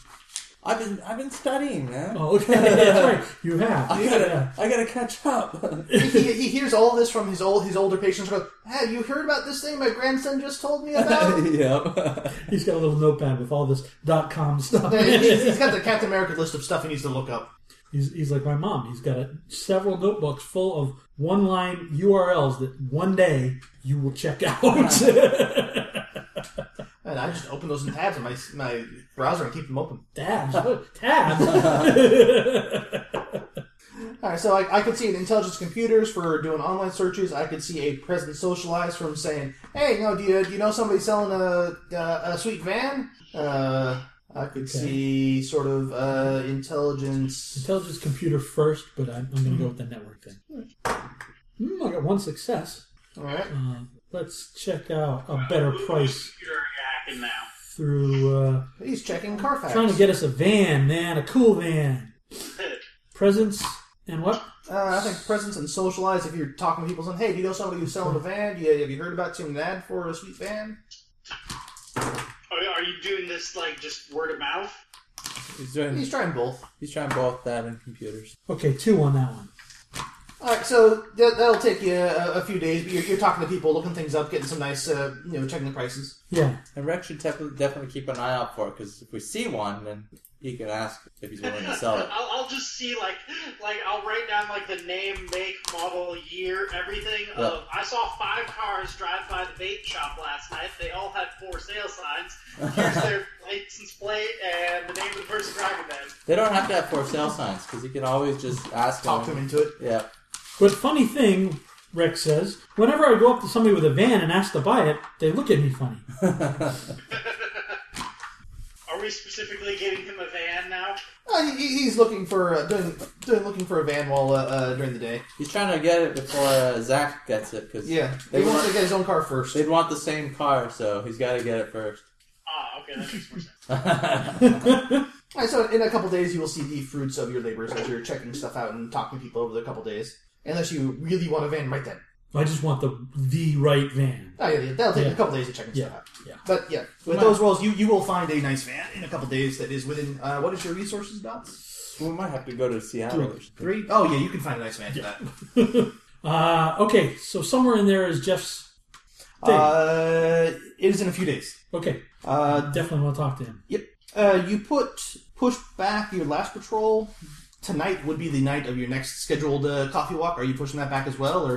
I've been I've been studying, man. Oh, okay, that's right. You have. I gotta Yeah. I gotta catch up. he, he hears all this from his old his older patients. Goes, hey, you heard about this thing my grandson just told me about? yep. He's got a little notepad with all this dot com stuff. Yeah, he's, he's got the Captain America list of stuff he needs to look up. He's, he's like my mom. He's got a, several notebooks full of one line URLs that one day you will check out. And I just open those in tabs in my my browser and keep them open. Tabs? What? Tabs? All All right, so like I could see an intelligence computers for doing online searches. I could see a present socialized from saying, "Hey, you know, do you, do you know somebody selling a a, a sweet van?" Uh, I could see sort of uh, intelligence. Intelligence computer first, but I'm, I'm going to go with the network thing. Hmm, I got one success. All right, Uh, let's check out a better price Computer hacking now. through uh, he's checking Carfax. trying to get us a van, man, a cool van. Presents and what? Uh, I think presence and socialize. If you're talking to people, saying, "Hey, do you know somebody who's selling a van? Do you, have you heard about seeing an ad for a sweet van?" Are, are you doing this like just word of mouth? He's doing. He's trying both. He's trying both that and computers. Okay, two on that one. All right, so that, that'll take you a, a few days, but you're, you're talking to people, looking things up, getting some nice, uh, you know, checking the prices. Yeah, And Rex should definitely definitely keep an eye out for it because if we see one, then he can ask if he's willing to sell it. I'll, I'll just see like like I'll write down like the name, make, model, year, everything. Of I saw five cars drive by the bait shop last night. They all had for sale signs. Here's their license plate and the name of the person driving them. They don't have to have for sale signs because he can always just ask Talk them them. into it. Yeah, but funny thing, Rex says, whenever I go up to somebody with a van and ask to buy it, they look at me funny. Are we specifically getting him a van now? Uh, he, he- he's looking for uh, doing, doing looking for a van while uh, uh, during the day. he's trying to get it before uh, Zach gets it because Yeah, they he wants want to get his own car first. they'd want the same car, so he's got to get it first. Ah, okay, that makes more sense. All right, so in a couple days, you will see the fruits of your labors as you're checking stuff out and talking to people over the couple days. Unless you really want a van right then. I just want the the right van. Oh yeah, yeah, that'll take Yeah. a couple days of checking Yeah, stuff out. yeah. But yeah, with Wow. those rolls, you, you will find a nice van in a couple days that is within uh, what is your resources dots? We might have to go to Seattle. or something. Three. Oh yeah, you can find a nice van for that. Uh, okay, so somewhere in there is Jeff's thing. Uh, it is in a few days. okay, Uh, definitely want to talk to him. Yep. Uh, you put push back your last patrol. Tonight would be the night of your next scheduled uh, coffee walk. Are you pushing that back as well, or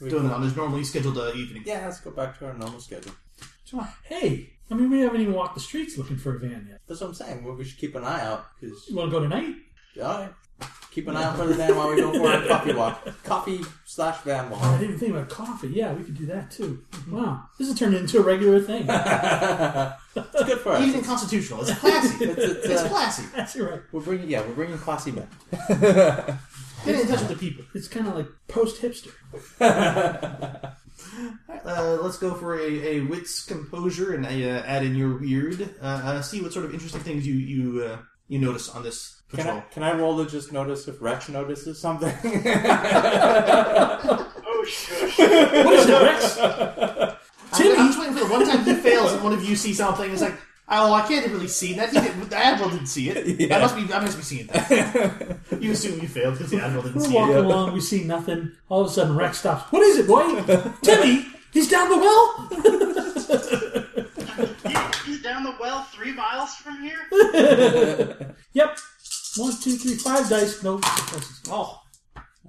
We doing can- it on his normally scheduled uh, evening? Yeah, let's go back to our normal schedule. So, hey, I mean, we haven't even walked the streets looking for a van yet. That's what I'm saying. Well, we should keep an eye out because You want to go tonight? all right, keep an eye out for the van while we go for our coffee walk, coffee slash van I walk. didn't even think about coffee. Yeah, we could do that too. Wow, this has turned into a regular thing. it's good for us. Evening constitutional. It's classy. It's- it's, it's uh, classy. That's right. We're bringing yeah, we're bringing classy back. Get in touch with the people. It's kind of like post hipster. Uh, let's go for a, a wits composure and a, uh, add in your weird. Uh, uh, see what sort of interesting things you you uh, you notice on this Can patrol. I, can I roll to just notice if Rex notices something? Oh shush. What is it, Rex? I'm, I'm just waiting for the one time he fails and one of you see something. It's like, oh, I can't really see that. He didn't, the admiral didn't see it. I must be, I must be seeing that. you assume you failed because the admiral didn't We're see it. walking along, we see nothing. All of a sudden, Rex stops. What is it, boy? Timmy, he's down the well. He- he's down the well three miles from here. Yep. One, two, three, five dice. No. successes. Oh,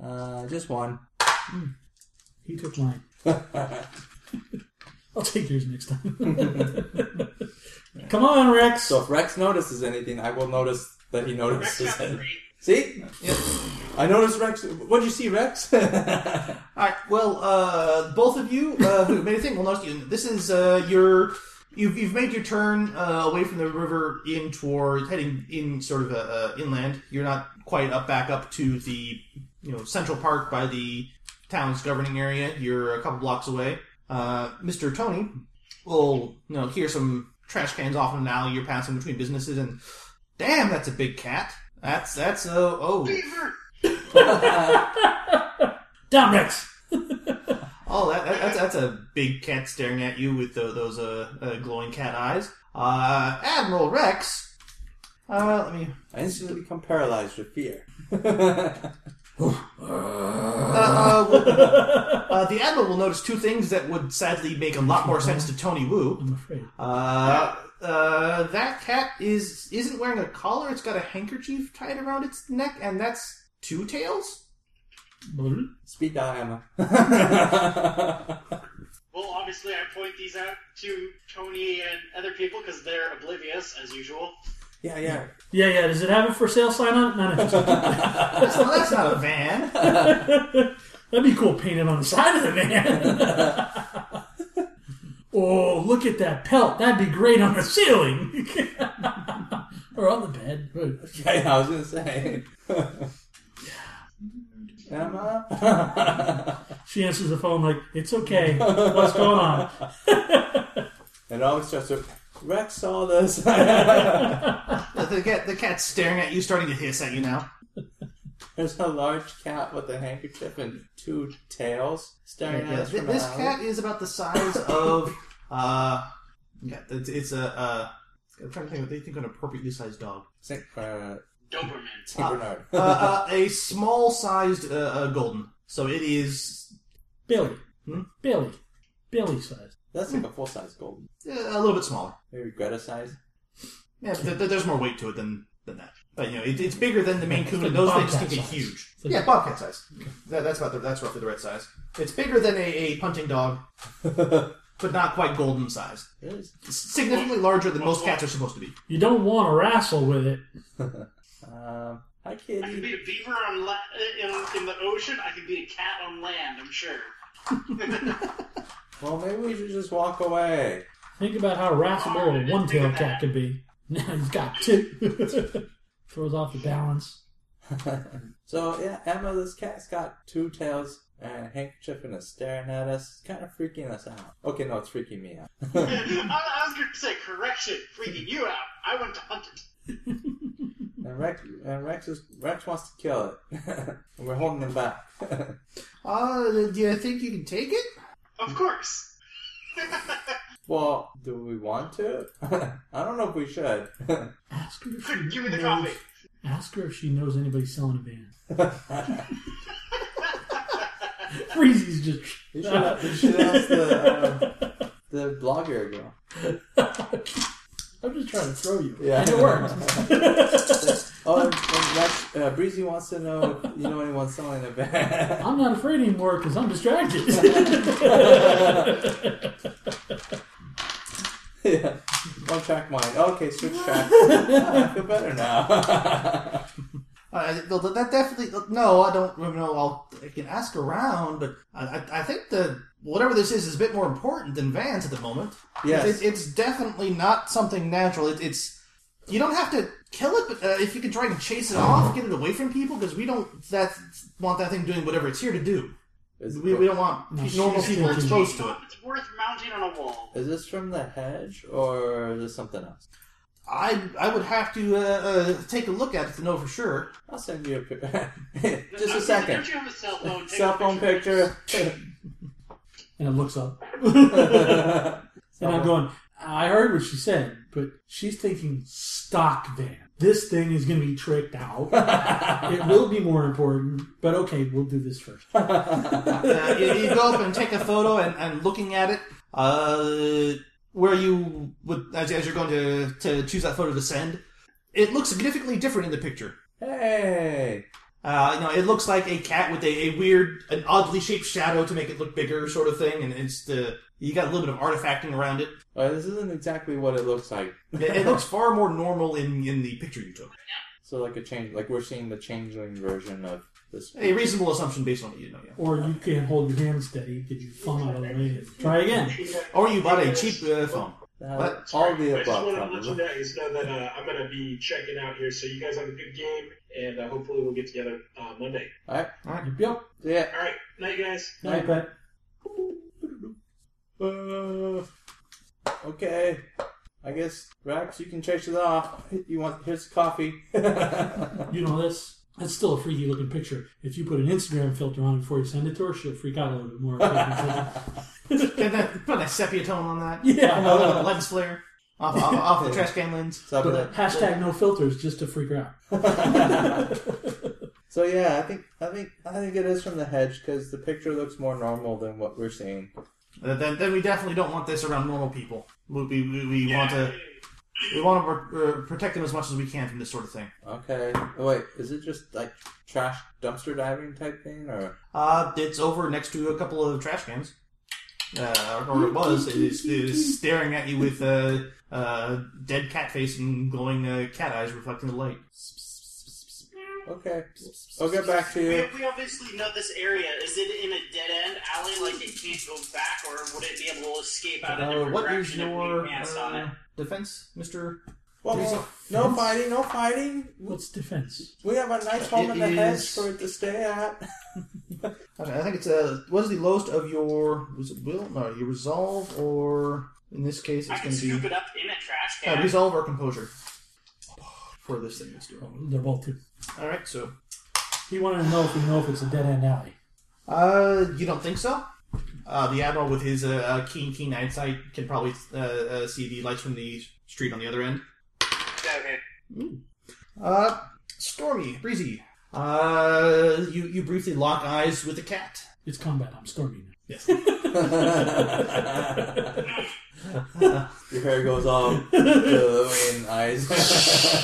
uh, just one. He took mine. I'll take yours next time. Come on, Rex. So if Rex notices anything, I will notice that he Rex notices got it. three. See? I noticed Rex. What'd you see, Rex? all right. Well, uh, both of you uh, who made a thing will notice you. This is uh, your. You've, you've made your turn uh, away from the river in toward heading in sort of uh uh inland. You're not quite up back up to the you know Central Park by the town's governing area. You're a couple blocks away. Uh, Mr. Tony will you know hear some trash cans off in an alley. You're passing between businesses, and damn, that's a big cat. That's that's uh, oh Beaver. Down, Rex. Oh, that, that, that's that's a big cat staring at you with tho- those uh, uh, glowing cat eyes. Uh, Admiral Rex. Uh, let me. I instantly become paralyzed with fear. Uh, uh, well, uh, the admiral will notice two things that would sadly make a lot more sense to Tony Wu. I'm afraid. Uh, uh, that cat is isn't wearing a collar. It's got a handkerchief tied around its neck, and that's two tails. Speed dial, Emma. Well, obviously, I point these out to Tony and other people because they're oblivious, as usual. Yeah, yeah. Yeah, yeah. Does it have a for sale sign on it? Not interested. That's not, that's not a van. That'd be cool painted on the side of the van. oh, look at that pelt. That'd be great on the ceiling. or on the bed. Good. Yeah, yeah, I was gonna say. Emma? She answers the phone like, it's okay. What's going on? it always starts with Rex saw this. The, cat, the cat's staring at you, starting to hiss at you now. There's a large cat with a handkerchief and two tails staring at Yeah, us. th- From this an alley. cat is about the size of uh, yeah, it's, it's a uh, I'm trying to think. What they think of an appropriately sized dog. Saint, uh, Doberman. Saint Bernard. Uh, uh, a small sized uh, uh, golden. So it is Billy. Hmm? Billy. Billy size. That's like a full size golden. uh, a little bit smaller. Maybe Greta size. Yeah, but th- th- there's more weight to it than than that. But you know, it, it's bigger than the Maine Coon, like and those things bobcat can get size. huge. like- yeah, bobcat size. That, that's about the, that's roughly the right size. It's bigger than a, a punting dog, but not quite golden size. It is. It's significantly larger than most cats are supposed to be. You don't want to wrestle with it. Um, hi, I can kitty. beat a beaver on la- in, in the ocean. I can beat a cat on land. I'm sure. Well, maybe we should just walk away. Think about how wrathful a one tailed cat could be. Now he's got two. Throws off the balance. So yeah, Emma, this cat's got two tails and a handkerchief and is staring at us. It's kind of freaking us out. Okay, no, it's freaking me out. I, I was going to say correction, freaking you out. I went to hunt it. And Rex, and Rex is Rex wants to kill it, and we're holding him back. Uh, do you think you can take it? Of course. well, do we want to? I don't know if we should. Ask her if she Quick, give me the knows, coffee. Ask her if she knows anybody selling a van. Freezy's just you should. You should ask the uh, the blogger girl. I'm just trying to throw you. Yeah. And it worked. Oh, and, and Rex, uh, Breezy wants to know if you know anyone selling a van. I'm not afraid anymore because I'm distracted. yeah. One track mind. Okay, switch track. Ah, I feel better now. Uh, th- th- that definitely no. I don't you know. I'll I can ask around, but I, I, I think the whatever this is is a bit more important than vans at the moment. yes. It, it's definitely not something natural. It, it's you don't have to kill it, but uh, if you can try and chase it off, get it away from people, because we don't that want that thing doing whatever it's here to do. Is, We, we don't want pe- she's normal people thinking- exposed to it. It's worth mounting on a wall. is this from the hedge or is this something else? I I would have to uh, uh, take a look at it to know for sure. I'll send you a picture. Just a Uh, Don't second. you have a cell phone? Take Cell a phone picture. and it looks up. And I'm Someone- going, I heard what she said, but she's thinking stock van. This thing is going to be tricked out. it will be more important, but okay, we'll do this first. Uh, you, you go up and take a photo, and, and looking at it, uh, where you would as, as you're going to to choose that photo to send, it looks significantly different in the picture. Hey. Uh, you know, it looks like a cat with a, a weird, an oddly shaped shadow to make it look bigger, sort of thing. And it's the you got a little bit of artifacting around it. Oh, this isn't exactly what it looks like. It, it looks far more normal in in the picture you took. So like a change, like we're seeing the changeling version of this. A reasonable assumption based on what you know. Yeah. Or you can't hold your hand steady, get your thumb out of the way. and Try again. Or you bought a cheap uh, phone. Uh, What? all the I just above, wanted to let you probably. guys know that uh, I'm gonna be checking out here. So you guys have a good game, and uh, hopefully we'll get together uh, Monday. All right. Yep, yep. Yeah. All right, night, guys. Night, pet. Uh, okay. I guess Rex, you can chase it off. You want here's the coffee. You know, that's that's still a freaky looking picture. If you put an Instagram filter on before you send it to her, she'll freak out a little bit more. Get that- Put a sepia tone on that. yeah. A little bit of lens flare off, off, off the trash can lens. so, But hashtag no filters just to freak her out. so yeah, I think I think I think it is from the hedge because the picture looks more normal than what we're seeing. Uh, then, then we definitely don't want this around normal people. We, we, we- we want to we want to uh, protect them as much as we can from this sort of thing. Okay. Oh, wait, is it just like trash dumpster diving type thing or? Uh, it's over next to a couple of trash cans. uh, or it was, it is, it is staring at you with a uh, uh, dead cat face and glowing uh, cat eyes reflecting the light. Okay. I'll get back to We, you. we obviously know this area. Is it in a dead end alley? Like it can't go back, or would it be able to escape out a Uh, different what is direction if your we pass on it? uh, defense, Mister? Well, no fighting, no fighting. What's defense? We have a nice home in the It hedge is- for it to stay at. Okay, I think it's a. What is the lowest of your? Was it will? No, your resolve or in this case, I it's can going to scoop be it up in a trash Oh, uh, can. resolve or composure for this thing that's doing. Oh, They're both two. All right, so He wanted to know if we know if it's a dead end alley. Uh, you don't think so? Uh, the admiral, with his uh, uh, keen, keen eyesight, can probably uh, uh, see the lights from the street on the other end. Seven. Uh, stormy, breezy. Uh, you you briefly lock eyes with the cat. It's combat. I'm storming it. Yes. Your hair goes all billowy and eyes.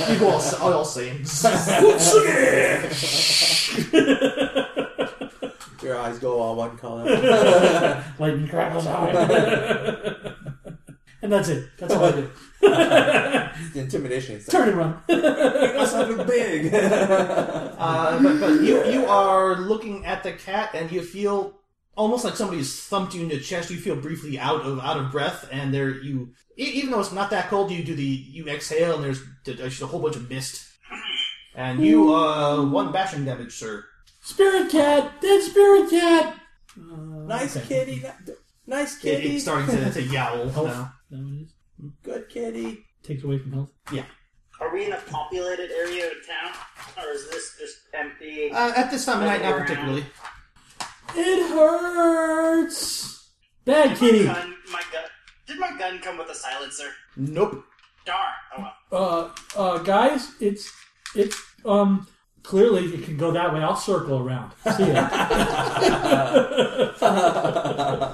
you go all s- all, all same. Your eyes go all one color. Lightning crackles out. and that's it. That's all I did. It's intimidation. It's like, Turn and run. "Must have been big. Uh, but, but you you are looking at the cat, and you feel almost like somebody's thumped you in the chest. You feel briefly out of out of breath, and there you e- even though it's not that cold, you do the you exhale, and there's there's a whole bunch of mist, and you uh one bashing damage, sir. Spirit cat! Dead spirit cat! Uh, nice okay. kitty. ni- Nice It, kitty. it's starting to, to yowl now. That what it is? Good kitty. Takes away from health. Are we in a populated area of town, or is this just empty? Uh, at this time of night, not Around. particularly. It hurts! Bad my kitty! gun, my gun. Did my gun come with a silencer? Nope. Darn. Oh well. Uh, uh, guys, it's, it, um, clearly it can go that way. I'll circle around. See ya.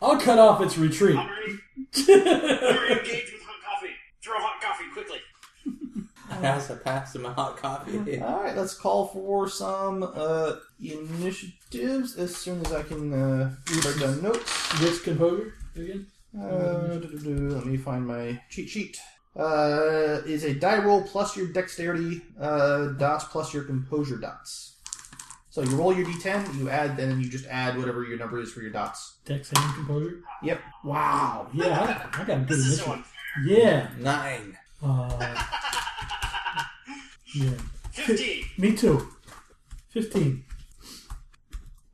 I'll cut off its retreat. I'm ready. I'm ready to engage with hot coffee. Throw hot coffee quickly. I have to pass him a hot coffee. All right, let's call for some uh, initiatives as soon as I can uh, write down notes. Which composure again? Uh, do-do-do, let me find my cheat sheet. Uh, is a die roll plus your dexterity uh, dots plus your composure dots. So you roll your d10, you add, and then you just add whatever your number is for your dots. Dex and composure? Yep. Wow. Yeah, I, I got a good This is so initiative. unfair. Yeah. Nine. Uh, yeah. Fifteen. Me too. 15.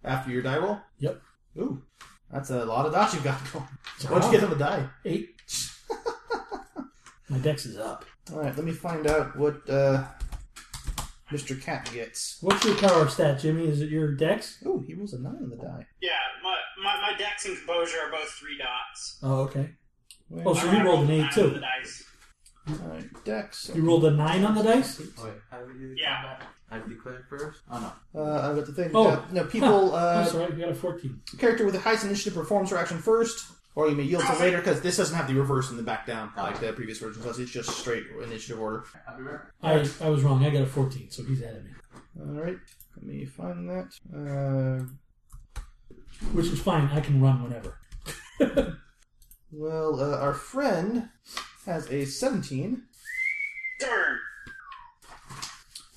After your die roll. Yep. Ooh, that's a lot of dots you've got going. Why don't you get them a die? 8. My dex is up. All right, let me find out what uh, Mr. Cat gets. What's your power stat, Jimmy? Is it your dex? Ooh, he rolls a nine on the die. Yeah, my, my, my dex and composure are both three dots. Oh, okay. Where- Oh, so you rolled an nine 8 on the too. dice. All right, dex. You rolled a 9 on the dice? Wait, how do you Yeah. combat? I declare first? Oh no. Uh, I've got the thing. Oh. Uh, no, people. Uh, I'm Oh, sorry, you got a 14. character with the highest initiative performs her action first, or you may yield to later because this doesn't have the reverse in the back down like the previous version does. It's just straight initiative order. I'll be right I, I was wrong. I got a 14, so he's ahead of me. All right, let me find that. Uh, Which is fine. I can run whenever. well, uh, our friend has a 17, Darn.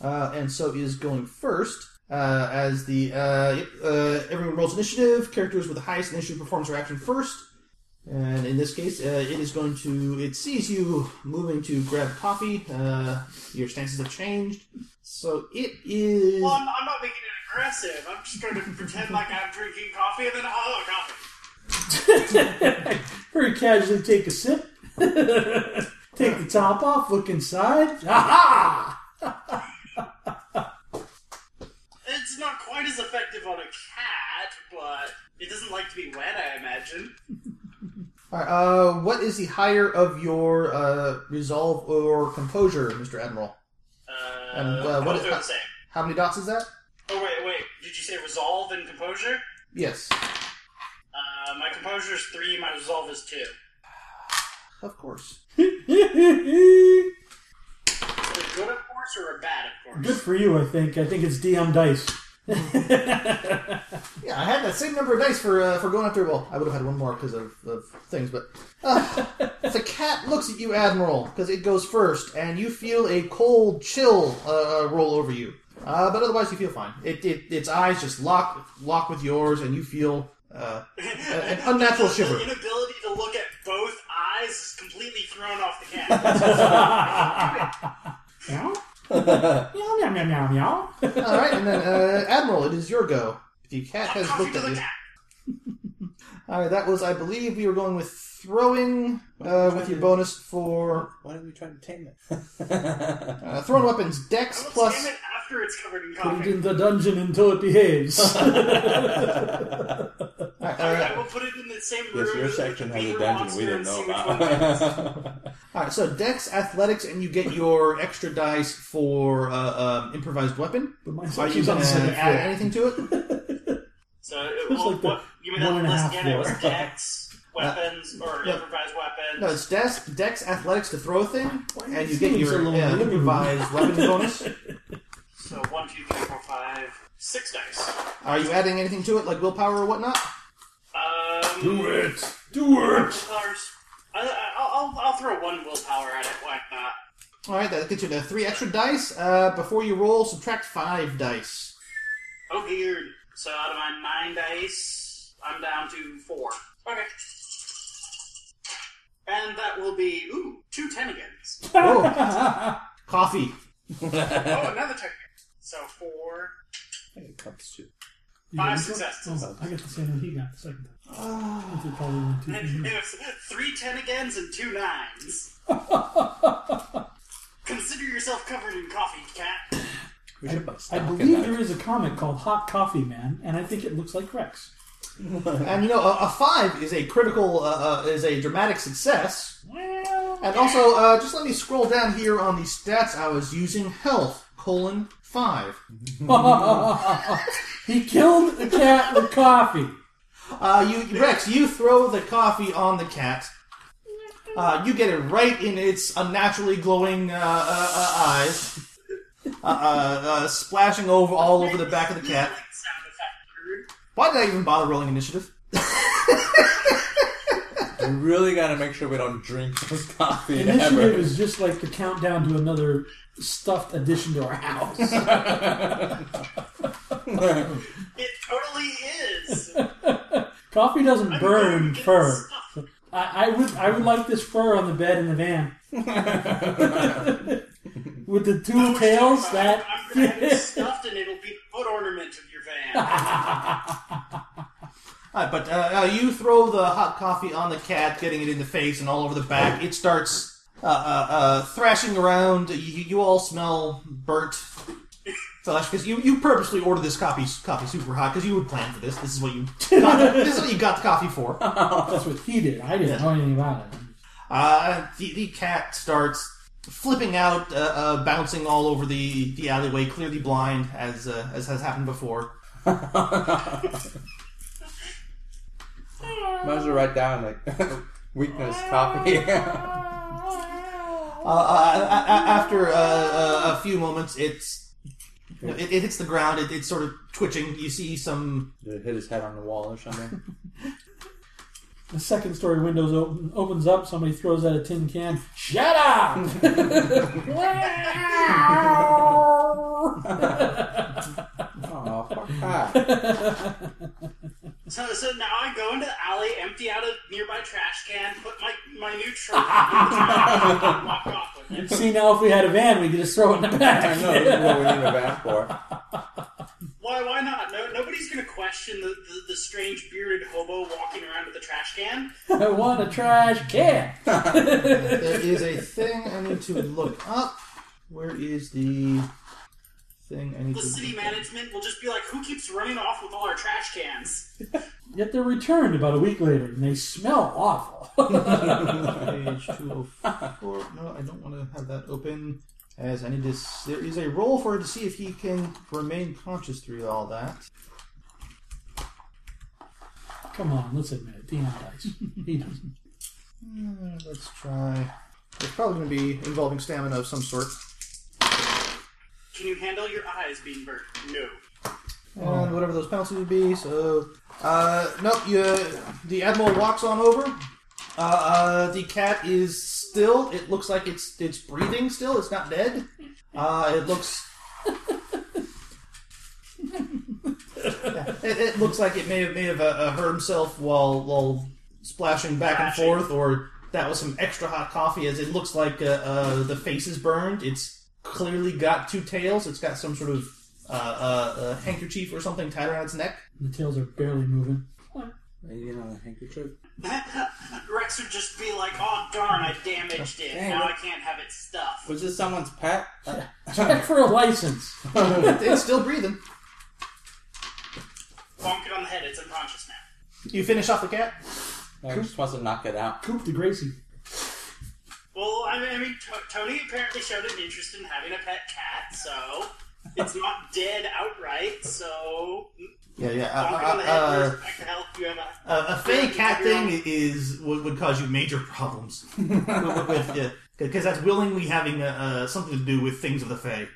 uh, and so is going first. Uh, as the uh, yep, uh, everyone rolls initiative, characters with the highest initiative performs their action first, and in this case, uh, it is going to it sees you moving to grab coffee. Uh, your stances have changed, so it is. Well, I'm, I'm not making it aggressive. I'm just going to pretend like I'm drinking coffee and then hollow coffee. Very casually take a sip. take the top off, look inside. Aha! It's not quite as effective on a cat, but it doesn't like to be wet, I imagine. All right, uh, what is the higher of your uh, resolve or composure, Mister Admiral? Uh, And, uh, what- both are the same. How many dots is that? Oh, wait, wait. Did you say resolve and composure? Yes, Uh, my composure is three, my resolve is two. of course. Good Is it good, of course, or a bad, of course? for you, I think. I think it's DM dice. Yeah, I had that same number of dice for uh, for going after. Well, I would have had one more because of, of things, but uh, the cat looks at you, Admiral, because it goes first, and you feel a cold chill uh, roll over you. Uh, but otherwise, you feel fine. It, it its eyes just lock lock with yours, and you feel uh, a- an unnatural The shiver. inability to look at both eyes is completely thrown off the cat. Meow? meow, meow, meow, meow, meow. All right, and then uh, Admiral, it is your go. The cat has Coffee looked to at the you. cat. All right, that was, I believe, we were going with throwing uh, with your bonus for Why don't we try to tame it? uh, thrown weapons, Dex I will plus. scan it after it's covered in Put it coffee. in the dungeon until it behaves. All right. I will put it in the same room. yes, your as the section has a beaver dungeon monster we didn't and know see which one wins. about. All right, so Dex Athletics, and you get your extra dice for uh, um, improvised weapon. but mine's Are you she's going on to the second add floor. anything to it? So it It's well, like the what, you mean that one and a list half again? It was floor. dex, weapons, or no. improvised No, weapons. it's Dex, Dex Athletics to throw a thing, am I and you get seeing so your little uh, room? improvised weapon bonus. So one, two, three, four, five, six dice. Are you adding anything to it, like willpower or whatnot? Um, it. Do Willpowers. I, I, I'll, I'll throw one willpower at it. Why not? All right, that gets you to three extra dice. Uh, before you roll, subtract five dice. Oh, weird. So out of my nine dice, I'm down to four. Okay. And that will be, ooh, two ten agains. Whoa. Coffee. oh, another ten agains. So four, You five got it? successes. Oh, I got the same one he got the second time. I think probably went two, And three. it was three ten agains and two nines. Consider yourself covered in coffee, cat. we should buy I stock in believe that. there is a comic called Hot Coffee Man, and I think it looks like Rex. And you know, a, a five is a critical, uh, uh, is a dramatic success. Well, And also, uh, just let me scroll down here on the stats I was using. Health colon five. he killed the cat with coffee. Uh, you Rex, you throw the coffee on the cat. Uh, you get it right in its unnaturally glowing uh, uh, uh, eyes, uh, uh, uh, splashing over all over the back of the Like cat. sound effect. Why did I even bother rolling initiative? We really got to make sure we don't drink this coffee Initiative ever. is just like the countdown to another stuffed addition to our house. It totally is. Coffee doesn't burn Get fur. stuff I, I would I would like this fur on the bed in the van. With the two tails, that I'm gonna have it stuffed and it'll be foot ornament of your van. Uh, but uh, uh, you throw the hot coffee on the cat, getting it in the face and all over the back. It starts uh, uh, uh, thrashing around. You, you all smell burnt flesh because you, you purposely ordered this coffee coffee super hot because you would plan for this. This is what you got, this is what you got the coffee for. that's what he did. I didn't know anything about it. Uh, the, the cat starts flipping out, uh, uh, bouncing all over the, the alleyway, clearly blind as uh, as has happened before. Might as well write down like weakness coffee. Uh, uh, a- a- after uh, uh, a few moments, it's you know, it, it hits the ground. It, it's sort of twitching. You see some. Did it hit his head on the wall or something? The second story windows open, opens up. Somebody throws out a tin can. Shut up! Oh, fuck that. So, so now I go into the alley, empty out a nearby trash can, put my, my new truck in the trash can, and walk off with it. See now, if we had a van, we could just throw it in the I back. know, this is what we need a van for. Why, why not? No, nobody's going to question the, the, the strange bearded hobo walking around with a trash can. I want a trash can. There is a thing I need to look up. Where is the thing I need The to? city management will just be like, who keeps running off with all our trash cans? Yet they're returned about a week later, and they smell awful. Page two oh four. No, I don't want to have that open. As I need to, s- there is a roll for it to see if he can remain conscious through all that. Come on, let's admit it. Dion dies. He doesn't. Uh, Let's try. It's probably going to be involving stamina of some sort. Can you handle your eyes being burnt? No. and Um, whatever those penalties would be. So, uh, no, you, the admiral walks on over. Uh, uh, the cat is still. It looks like it's it's breathing still. It's not dead. Uh, it looks. Yeah, it, it looks like it may have may have uh, uh, hurt himself while while splashing back Splashing. and forth, or that was some extra hot coffee. As it looks like uh, uh, the face is burned. It's clearly got two tails. It's got some sort of uh, uh, uh, handkerchief or something tied around its neck. The tails are barely moving. Maybe on a handkerchief. Rex would just be like, oh darn, I damaged it. Dang, now what- I can't have it stuffed. Was this someone's pet? Uh, Check for a license. it's still breathing. Bonk it on the head, it's unconscious now. You finish off the cat. I just wants to knock it out. Coop the Gracie. Well, I mean, I mean T- Tony apparently showed an interest in having a pet cat, so it's not dead outright. So Yeah, yeah. bonk it on Uh, the head uh, first. I can help you have a. uh, a fey cat thing is would, would cause you major problems because that's willingly having uh, uh, something to do with things of the fey.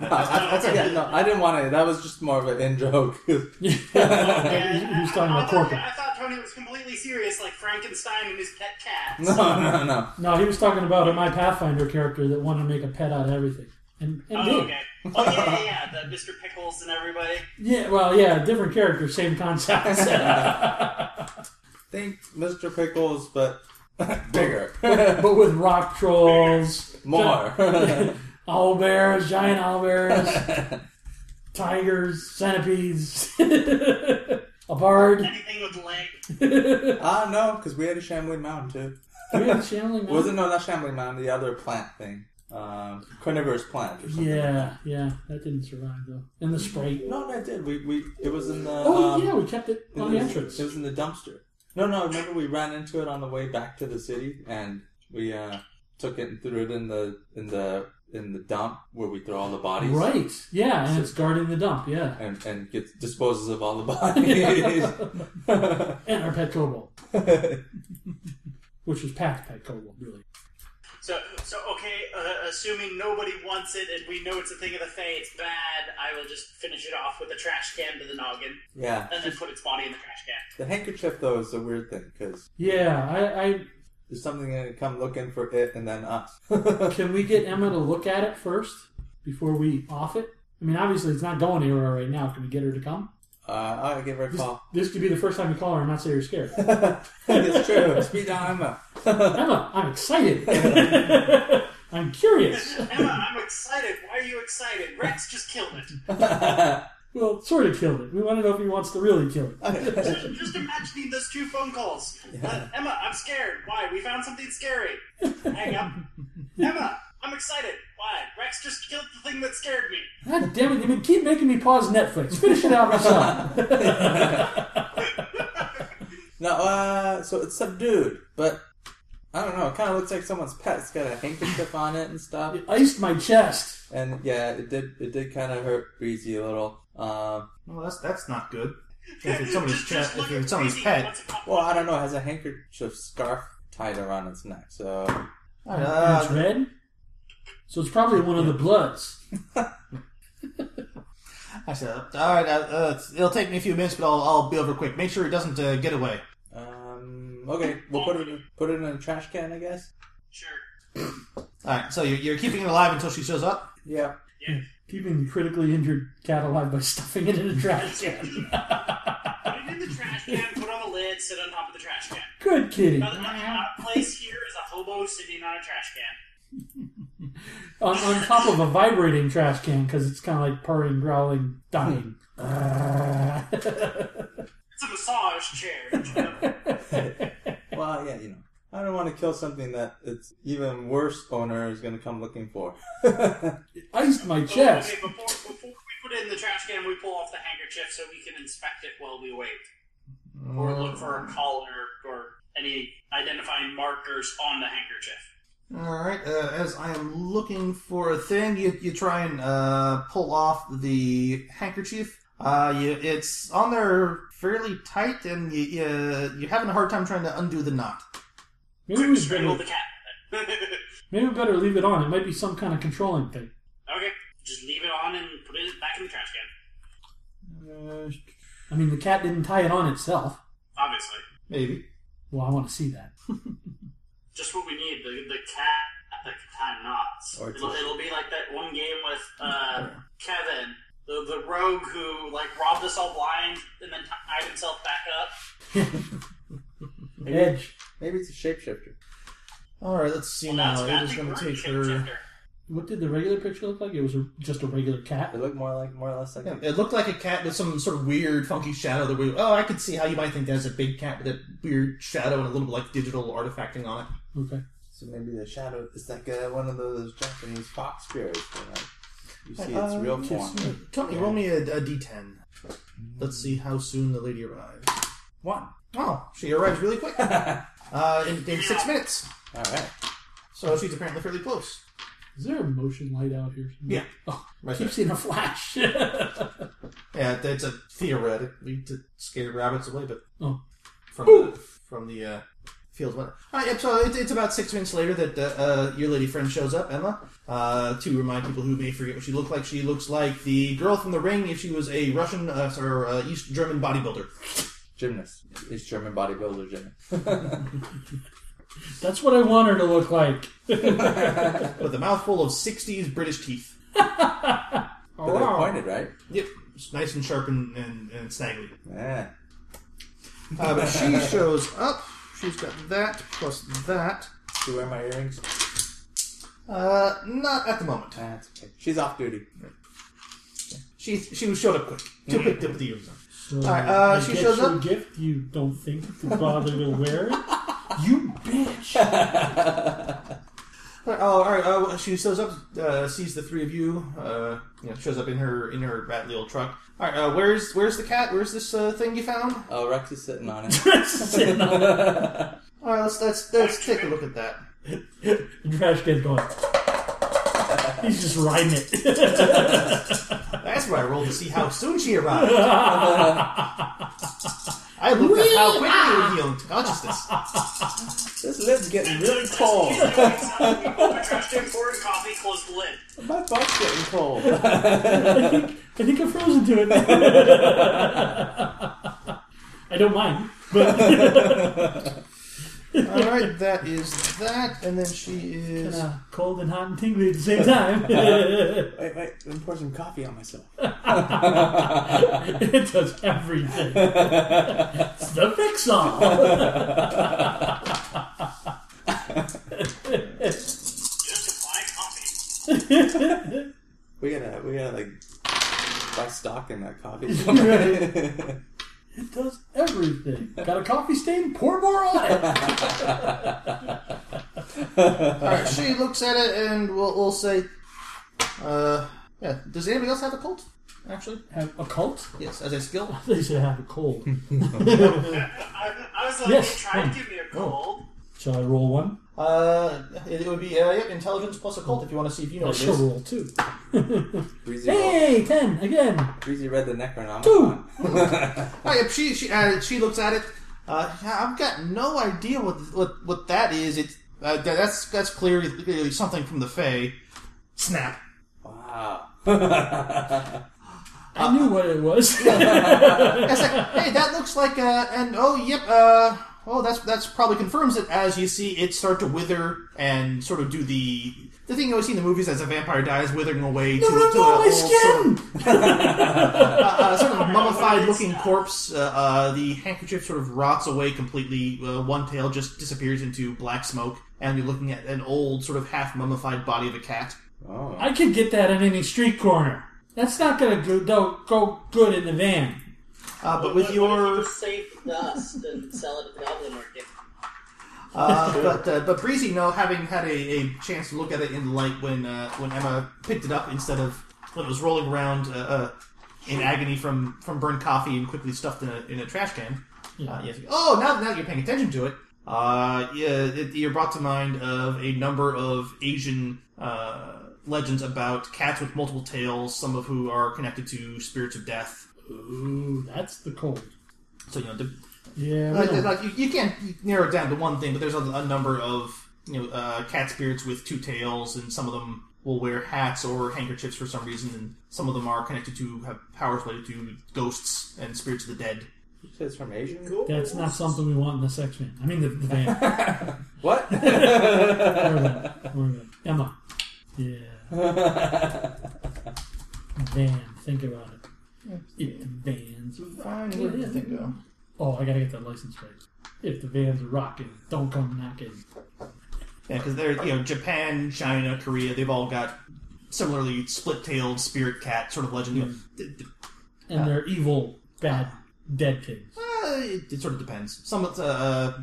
Uh, uh, that's a- Yeah, no, I didn't want it. That was just more of an in joke. Yeah, he- he uh, was I- talking I- about I thought- Corky. I thought Tony was completely serious, like Frankenstein and his pet cats. no, no, no. No, he was talking about my Pathfinder character that wanted to make a pet out of everything. And, and Oh, did. okay. Oh, yeah, yeah, yeah. The Mr. Pickles and everybody. Yeah, well, yeah, different character, same concept. Think Mr. Pickles, but bigger. but with rock trolls, More. owlbears, giant owlbears, tigers, centipedes, a bard. Anything with leg. Ah, no, because we had a Shambling Mountain, Do we have channeling too. Wasn't, no, not Shambling Mountain, the other plant thing. Um, carnivorous plant or something. Yeah, yeah, that didn't survive though. And the sprite. No, that did. We, we, it was in the. Oh um, yeah, we kept it it on the was- entrance. It was in the dumpster. No, no, remember we ran into it on the way back to the city and we, uh, took it and threw it in the, in the, in the dump where we throw all the bodies. Right. Yeah, and it's guarding the dump. Yeah, And, and gets, disposes of all the bodies. and our pet kobold, which was packed pet kobold, really. So, so okay. Uh, assuming nobody wants it, and we know it's a thing of the Fae, it's bad. I will just finish it off with a trash can to the noggin, yeah. and then put its body in the trash can. The handkerchief, though, is a weird thing because Yeah, I, there's something gonna come looking for it and then us. Uh, I can we get Emma to look at it first before we off it? I mean, obviously it's not going anywhere right now. Can we get her to come? Uh, I'll give her a This, call. this could be the first time you call her and not say you're scared. it's true. Speed down, Emma. Emma, I'm excited. I'm curious. Emma, I'm excited. Why are you excited? Rex just killed it. Well, sort of killed it. We want to know if he wants to really kill it. Just, just imagining those two phone calls. Uh, Emma, I'm scared. Why? We found something scary. Hang up. Emma, I'm excited. Why? Rex just killed the thing that scared me. God damn it! You been- keep making me pause Netflix. Finish it out yourself. no, uh, so it's subdued, but I don't know. It kind of looks like someone's pet. It's got a handkerchief on it and stuff. It iced my chest. And yeah, it did. It did kind of hurt Breezy a little. Um, well, that's that's not good. If it's somebody's Just- chest, just if look it's at somebody's Breezy. pet. What's it called? well, I don't know. It has a handkerchief scarf tied around its neck, so And it's Uh, red. So it's probably one of the bloods. I said, all right. Uh, uh, it's- it'll take me a few minutes, but I'll, I'll be over quick. Make sure it doesn't uh, get away. um, okay, we'll put it in, put it in a trash can, I guess. Sure. All right. So you're, you're keeping it alive until she shows up. Yeah. Keeping the critically injured cat alive by stuffing it in a trash can. Put it in the trash can, put on a lid, sit on top of the trash can. Good kitty. Another hot place here is a hobo sitting on a trash can. on, on top of a vibrating trash can because it's kind of like purring, growling, dying. Ah. It's a massage chair. Well, yeah, you know, I don't want to kill something that its even worse owner is going to come looking for. Iced my So, chest. Okay, before, before we put it in the trash can, we pull off the handkerchief so we can inspect it while we wait. Or Mm. look for a collar or any identifying markers on the handkerchief. All right. Uh, as I am looking for a thing, you, you try and uh, pull off the handkerchief. Uh, you, it's on there fairly tight, and you, you, you're having a hard time trying to undo the knot. Maybe we Strangle better, the cat. with it. maybe we better leave it on. It might be some kind of controlling thing. okay, just leave it on and put it back in the trash can. Uh, I mean, the cat didn't tie it on itself. Obviously. Maybe. Well, I want to see that. Just what we need, the, the cat that can tie knots. Oh, Or It'll, just- it'll be like that one game with uh, Kevin, the, the rogue who like robbed us all blind and then tied himself back up. Edge. Maybe it's a shapeshifter. All right, let's see Well, now. that's gotta It is be going to worth take it, her. Tinder. What did the regular picture look like? It was a, just a regular cat. It looked more like more or less like Yeah, It looked like a cat with some sort of weird, funky shadow. That we, oh, I could see how you might think that's a big cat with a weird shadow and a little bit like digital artifacting on it. Okay. so maybe the shadow. It's like uh, one of those Japanese fox spirits. Where, like, you see its Uh, real kiss form. me. Tony, roll me a, a d10. Let's see how soon the lady arrives. One. Oh, she arrives really quick. uh, in, in six minutes. All right. So she's apparently fairly close. Is there a motion light out here? Yeah. Oh, I Right keep there. seeing a flash. Yeah, that's a theoretically to scare rabbits away, but Oh. from the, from the uh, field. All right, yeah, so it's, it's about six minutes later that uh, uh, your lady friend shows up, Emma, uh, to remind people who may forget what she looked like. She looks like the girl from The Ring if she was a Russian uh, or uh, East German bodybuilder. Gymnast. It's German bodybuilder gymnast. That's what I want her to look like. with a mouthful of 60s British teeth. But they're pointed, right? Yep, it's nice and sharp and, and, and snaggly. Yeah. Uh, but she shows up. She's got that plus that. Do you wear my earrings? Uh, not at the moment. Ah, it's okay. She's off duty. She she showed up quick. Too quick to put the ears on. So, right, uh, I she get shows your up. gift. You don't think to bother to wear it? You bitch. All right, oh, all right. Uh, well, she shows up, uh, sees the three of you. Uh, you know, shows up in her in her ratly old truck. All right, uh, where's where's the cat? Where's this uh, thing you found? Oh, Rex is sitting on it. Sitting on the All right, let's let's let's take a look at that. trash can's going. He's just riding it. That's what I rolled to see how soon she arrived. I looked at how quickly you healed consciousness. This lid's getting really cold. I trashed him pouring coffee, closed the lid. My butt's getting cold. I think I'm frozen to it. I don't mind, but All right, that is that, and then she is. Uh, cold and hot and tingly at the same time. it wait, wait. Let me pour some coffee on myself. does everything. it's the fix all. Just apply coffee. We gotta, we gotta like buy stock in that coffee. company. It does everything. Got a coffee stain? Pour more on it. All right, she looks at it, and we'll, we'll say, uh, yeah. Does anybody else have a cult? Actually, Have a cult? yes, as a skill. They should have a cold. I, I was like, Yes. you tried to give me a cold. Shall I roll one? Uh, it, it would be uh, yep, intelligence plus a cult if you want to see if you know I what it shall is. roll two. Breezy, rolled, hey, ten again. Breezy read the Necronomicon. Two. Oh, yep, she she uh, she looks at it. Uh, yeah, I've got no idea what what what that is. It's uh, that- that's that's clearly clearly something from the Fae. Snap. Wow. I knew what it was. It's like, hey, that looks like uh, and oh yep, uh, oh that's that's probably confirms it as you see it start to wither and sort of do the the thing you always see in the movies as a vampire dies, withering away to, no, to no, a my old, skin! sort of, uh, uh, sort of mummified looking corpse. Uh, uh, the handkerchief sort of rots away completely. Uh, one tail just disappears into black smoke, and you're looking at an old sort of half mummified body of a cat. Oh. I could get that at any street corner. That's not gonna go, do go good in the van. Uh, but with your save dust and sell it at the goblin market. Uh, but uh, but Breezy, no, having had a, a chance to look at it in the light when uh, when Emma picked it up instead of when it was rolling around uh, uh, in agony from, from burned coffee and quickly stuffed in a, in a trash can. Uh, yes. Oh, now now that you're paying attention to it, uh, yeah, it, you're brought to mind of a number of Asian uh, legends about cats with multiple tails, some of who are connected to spirits of death. Ooh, that's the cold. So you know, the, Yeah. like, like, you, you can't narrow it down to one thing, but there's a, a number of you know uh, cat spirits with two tails, and some of them will wear hats or handkerchiefs for some reason, and some of them are connected to have powers related to ghosts and spirits of the dead. You said it's from Asian? That's not something we want in the sex man. I mean, the, the van. What? Or the- or the- Emma. Yeah. Van. Think about it. If the van's. Fine, Where did that thing go? Oh, I gotta get that license plate. If the van's rocking, don't come knocking. Yeah, because they're you know Japan, China, Korea, they've all got similarly split-tailed spirit cat sort of legend. You know, th- th- And they're evil, bad, dead pigs. uh, it, it sort of depends. Some of the, uh,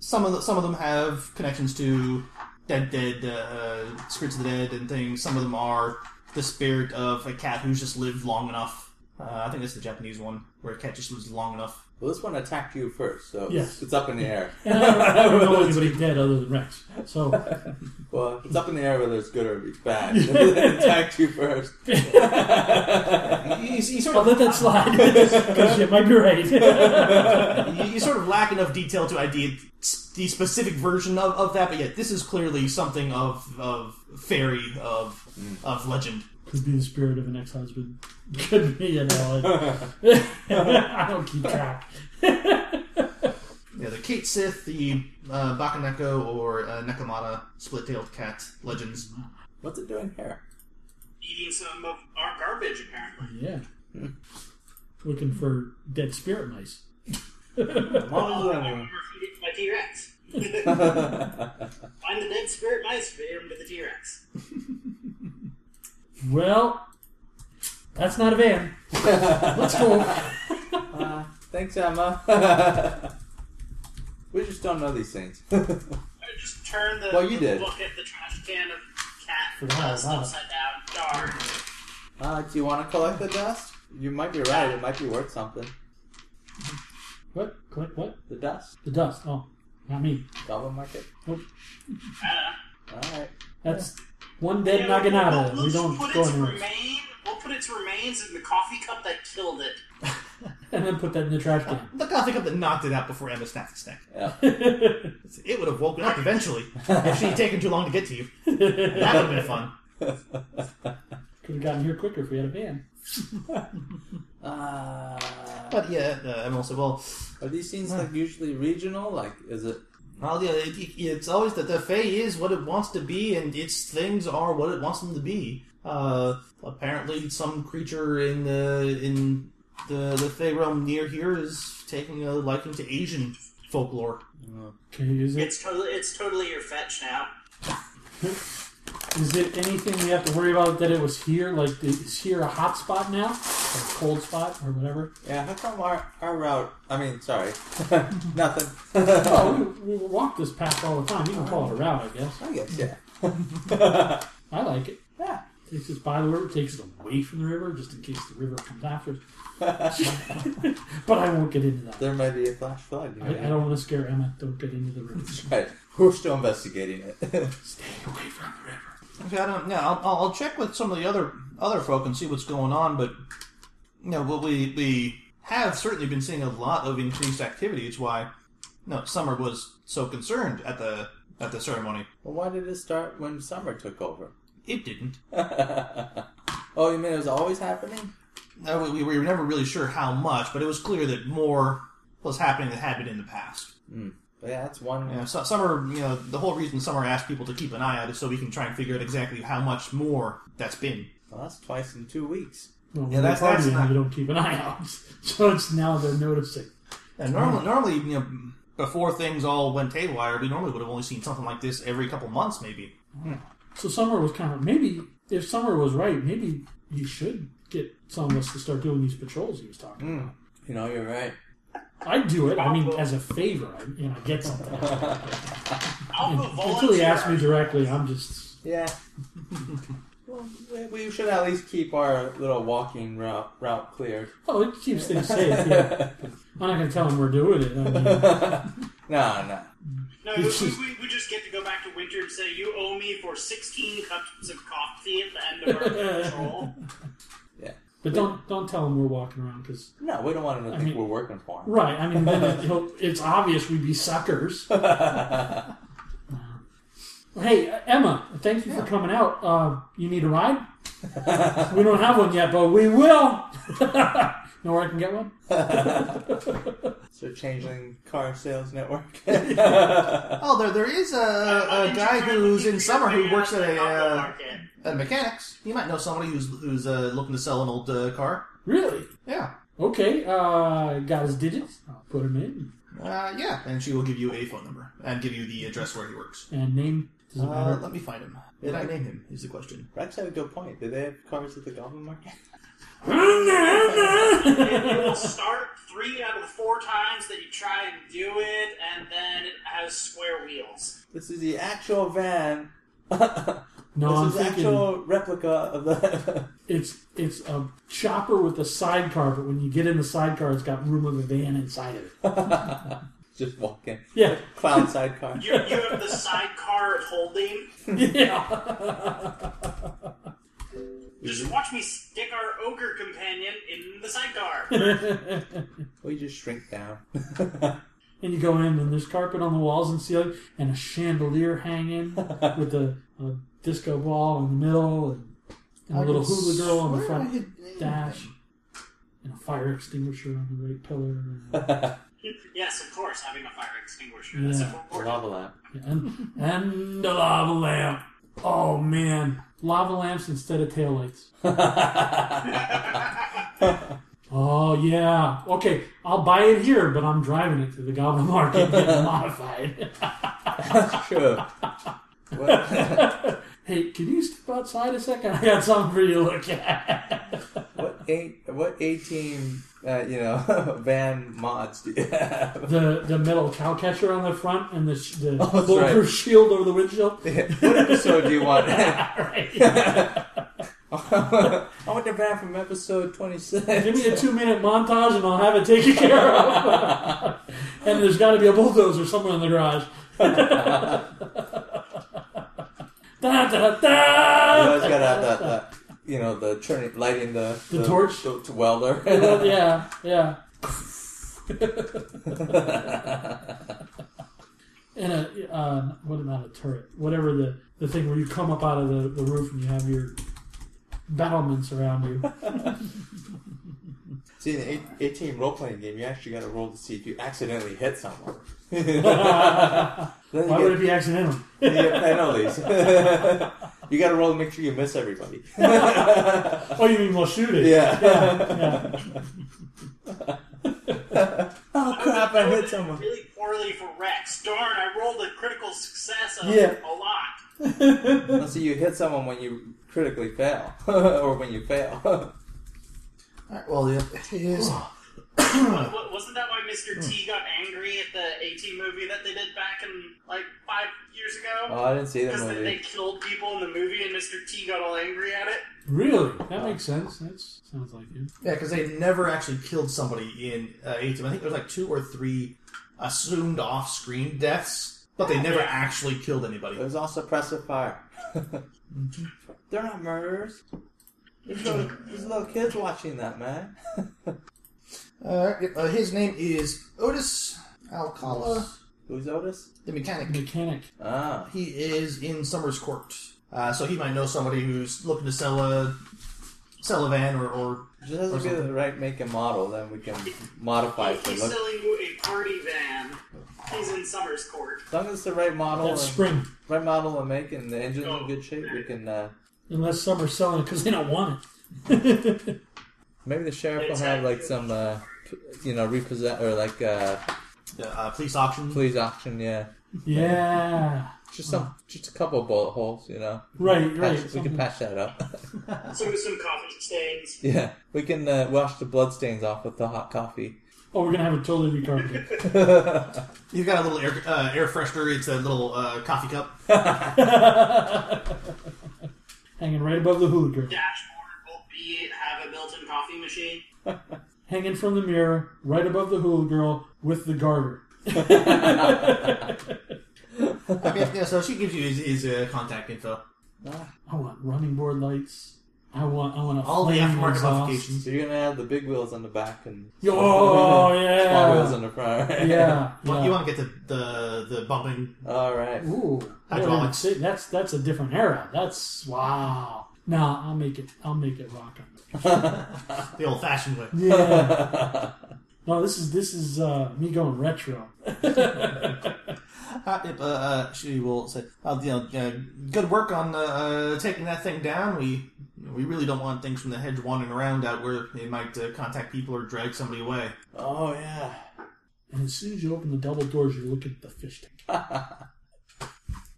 some of the, some of them have connections to dead dead uh, spirits of the dead and things. Some of them are the spirit of a cat who's just lived long enough. Uh, I think that's the Japanese one where a cat just lives long enough. Well, this one attacked you first, so Yes. it's up in the air. And I don't, I don't know anybody dead other than Rex. So, Well, it's up in the air whether it's good or it's bad. it attacked you first. You, you, you sort I'll of let that slide. Because you might be right. you, you sort of lack enough detail to idea the specific version of, of that, but yet this is clearly something of of fairy of of legend. Could be the spirit of an ex husband. Could be, you know. it- I don't keep track. Yeah, the Kate Sith, the uh, Bakaneko or uh, Nakamata split-tailed cat legends. What's it doing here? Eating some of our garbage, apparently. Yeah. Looking for dead spirit mice. Or feed it to my T Rex. Find the dead spirit mice, feed them to the T Rex. Well, that's not a van. Let's go. Uh, thanks, Emma. we just don't know these things. I just turned the Well, you did. look at the trash can of cat Wow, dust wow. upside down. Darn. uh, do you want to collect the dust? You might be right. It might be worth something. What? Click what? The dust? The dust. Oh, not me. Goblin market? I don't know. All right. That's one dead Yeah, Naginata. we'll- We we'll don't put go its anywhere. remain, We'll put its remains in the coffee cup that killed it. And then put that in the trash can. The gothic up that knocked it out before Emma snapped its neck. It would have woken up eventually if she had taken too long to get to you. Could That would have been fun. have gotten here quicker if we had a van. Uh, But yeah, uh, Emma will say, well, are these scenes like usually regional? Like, is it? well yeah, it, it- it's always that the Fae is what it wants to be and its things are what it wants them to be. Uh, apparently, some creature in the in the, the Fae realm near here is taking a liking to Asian folklore. Can you use it? It's totally, it's totally your fetch now. Is it anything we have to worry about that it was here? Like, is here a hot spot now? Or a cold spot or whatever? Yeah, how come our, our route? I mean, sorry. Nothing. Oh, we, we walk this path all the time. You can call it a route, I guess. I guess, yeah. I like it. Yeah. Takes us by the river, takes us away from the river, just in case the river comes after us. but I won't get into that. There may be a flash flood. I, I don't want to scare Emma. Don't get into the river. Right. We're still investigating it. Stay away from the river. Okay, I don't. Yeah, I'll, I'll I'll check with some of the other other folk and see what's going on. But you know, but we we have certainly been seeing a lot of increased activity. It's why no Summer was so concerned at the at the ceremony. well, why did it start when summer took over? It didn't. oh, you mean it was always happening? Uh, we, we were never really sure how much, but it was clear that more was happening than had been in the past. But yeah, that's one. You know, so, Summer, you know, the whole reason Summer asked people to keep an eye out is so we can try and figure out exactly how much more that's been. Well, that's twice in two weeks. Well, Yeah, when that's- they party that's on not- you don't keep an eye out. So it's now they're noticing. And normally, normally, you know, before things all went haywire, we normally would have only seen something like this every couple months, maybe. So Summer was kind of maybe if Summer was right, maybe you should get some of us to start doing these patrols he was talking. about. You know, you're right. I'd do it. I mean, as a favor, I, you know, get something. I'll go Until he volunteer. asked me directly, I'm just Yeah. well, we, we should at least keep our little walking route route clear. oh, it keeps things safe. Yeah, I'm not going to tell him we're doing it. I mean, No, no. No, we, we, we just get to go back to winter and say, you owe me for 16 cups of coffee at the end of our patrol. but don't don't tell him we're walking around because No, we don't want him I to think mean- we're working for him. right. I mean, then it, he'll, it's obvious we'd be suckers. Hey, Emma, thank you for coming out. Uh, you need a ride? we don't have one yet, but we will. know where I can get one? So Changeling Car Sales Network. Uh, Oh, there there is a, a guy who's in summer who works at a, uh, at a mechanics. You might know somebody who's who's uh, looking to sell an old uh, car. Really? Yeah, Okay, uh, got his digits. I'll put him in. uh, yeah, and she will give you a phone number and give you the address where he works. And name doesn't Uh, matter. let me find him. Did I name him? Is the question. Rex had a good point. Did they have cars at the Goblin Market? it will start three out of the four times that you try and do it, and then it has square wheels. This is the actual van. this no, I'm is the thinking actual replica of the. it's it's a chopper with a sidecar, but when you get in the sidecar, it's got room of a van inside of it. Just walking. Yeah, Clown sidecar. You, you have the sidecar of holding. yeah. Just watch me stick our ogre companion in the sidecar. We just shrink down. And you go in, and there's carpet on the walls and ceiling, and a chandelier hanging with a, a disco ball in the middle, and, and a little hula girl on the front dash, and a fire extinguisher on the right pillar, Yes, of course, having a fire extinguisher. That's Yeah. so important. Lava lamp. and, and a lava lamp. Oh man, lava lamps instead of taillights. Oh yeah. Okay, I'll buy it here, but I'm driving it to the Goblin Market and getting it modified. True. What, hey, can you step outside a second? I got something for you to look at. what eight? What eighteen? Uh, you know, van mods do you have? the the metal cow catcher on the front and the, sh- the Oh, that's bulletproof right. shield over the windshield. what episode do you want? Right. I want the van from episode twenty-six. Give me a two minute montage and I'll have it taken care of. and there's got to be a bulldozer somewhere in the garage. da, da, da, You always da. gotta have that, that you know, the turning, lighting the The torch? the, the welder. Yeah, yeah. And a uh, what not a turret, whatever the, the thing where you come up out of the, the roof and you have your battlements around you. See, in the eight, 18 role playing game, you actually gotta roll to see if you accidentally hit someone. then Why would you it be accidental? get, you get penalties. you gotta roll to make sure you miss everybody. Oh, you mean while shooting? Yeah. Yeah, oh crap, I hit someone. Really poorly for Rex. Darn, I rolled a critical success of Yeah. a lot. Let's see, you hit someone when you critically fail, or when you fail. All right, well, yep. His, Wa- wa- Wasn't that why Mr. T got angry at the 18 movie that they did back in like five years ago? oh, I didn't see the Because they, they movie. killed people in the movie and Mr. T got all angry at it? Really? That makes sense. That sounds like you. yeah, because they never actually killed somebody in uh, eighteen. I think there was like two or three assumed off-screen deaths, but they never actually killed anybody. It was all suppressive fire. They're not murderers. There's little, there's little kids watching that, man. Uh, uh, his name is Otis Alcala, Who's Otis? the mechanic. Mechanic. Ah, He is in Summers Court, uh, so he might know somebody who's looking to sell a sell a van or, or just has to be the right make and model, then we can modify it. If to he's Look, as selling you a party van, he's in Summers Court. long as it's the right model, That's and, spring. right model and make, and the engine's in good shape, we can. Uh, Unless some are selling it because they don't want it. maybe the sheriff will have like some, uh, p- you know, represent or like uh, uh, police auction. police auction. Yeah, yeah. just some, just a couple bullet holes, you know. Right, right. Patch, we can something- patch that up. Some some coffee stains. Yeah, we can uh, wash the bloodstains off with the hot coffee. Oh, we're gonna have it totally recarpeted. You've got a little air, uh, air freshener. It's a little uh, coffee cup. Hanging right above the hula girl. Dashboard will be have a built-in coffee machine. Hanging from the mirror, right above the hula girl, with the garter. I mean, yeah, so she gives you his, his uh, contact info. I want running board lights. I want, I want to All the flame aftermarket exhaust. modifications. So you're gonna have the big wheels on the back and Oh small wheels yeah, on the front. yeah. Right? You want- You yeah. want to get the the, the bumping? All right. Ooh, Hydraulics. See, That's that's a different era. That's wow. No, I'll make it. I'll make it rock on. The old-fashioned way. Yeah. no, this is this is uh, me going retro. Uh, if, uh, uh, she will say, uh, you know, uh, good work on uh, uh, taking that thing down. We we really don't want things from the hedge wandering around out where they might uh, contact people or drag somebody away. Oh yeah. And as soon as you open the double doors, you look at the fish tank.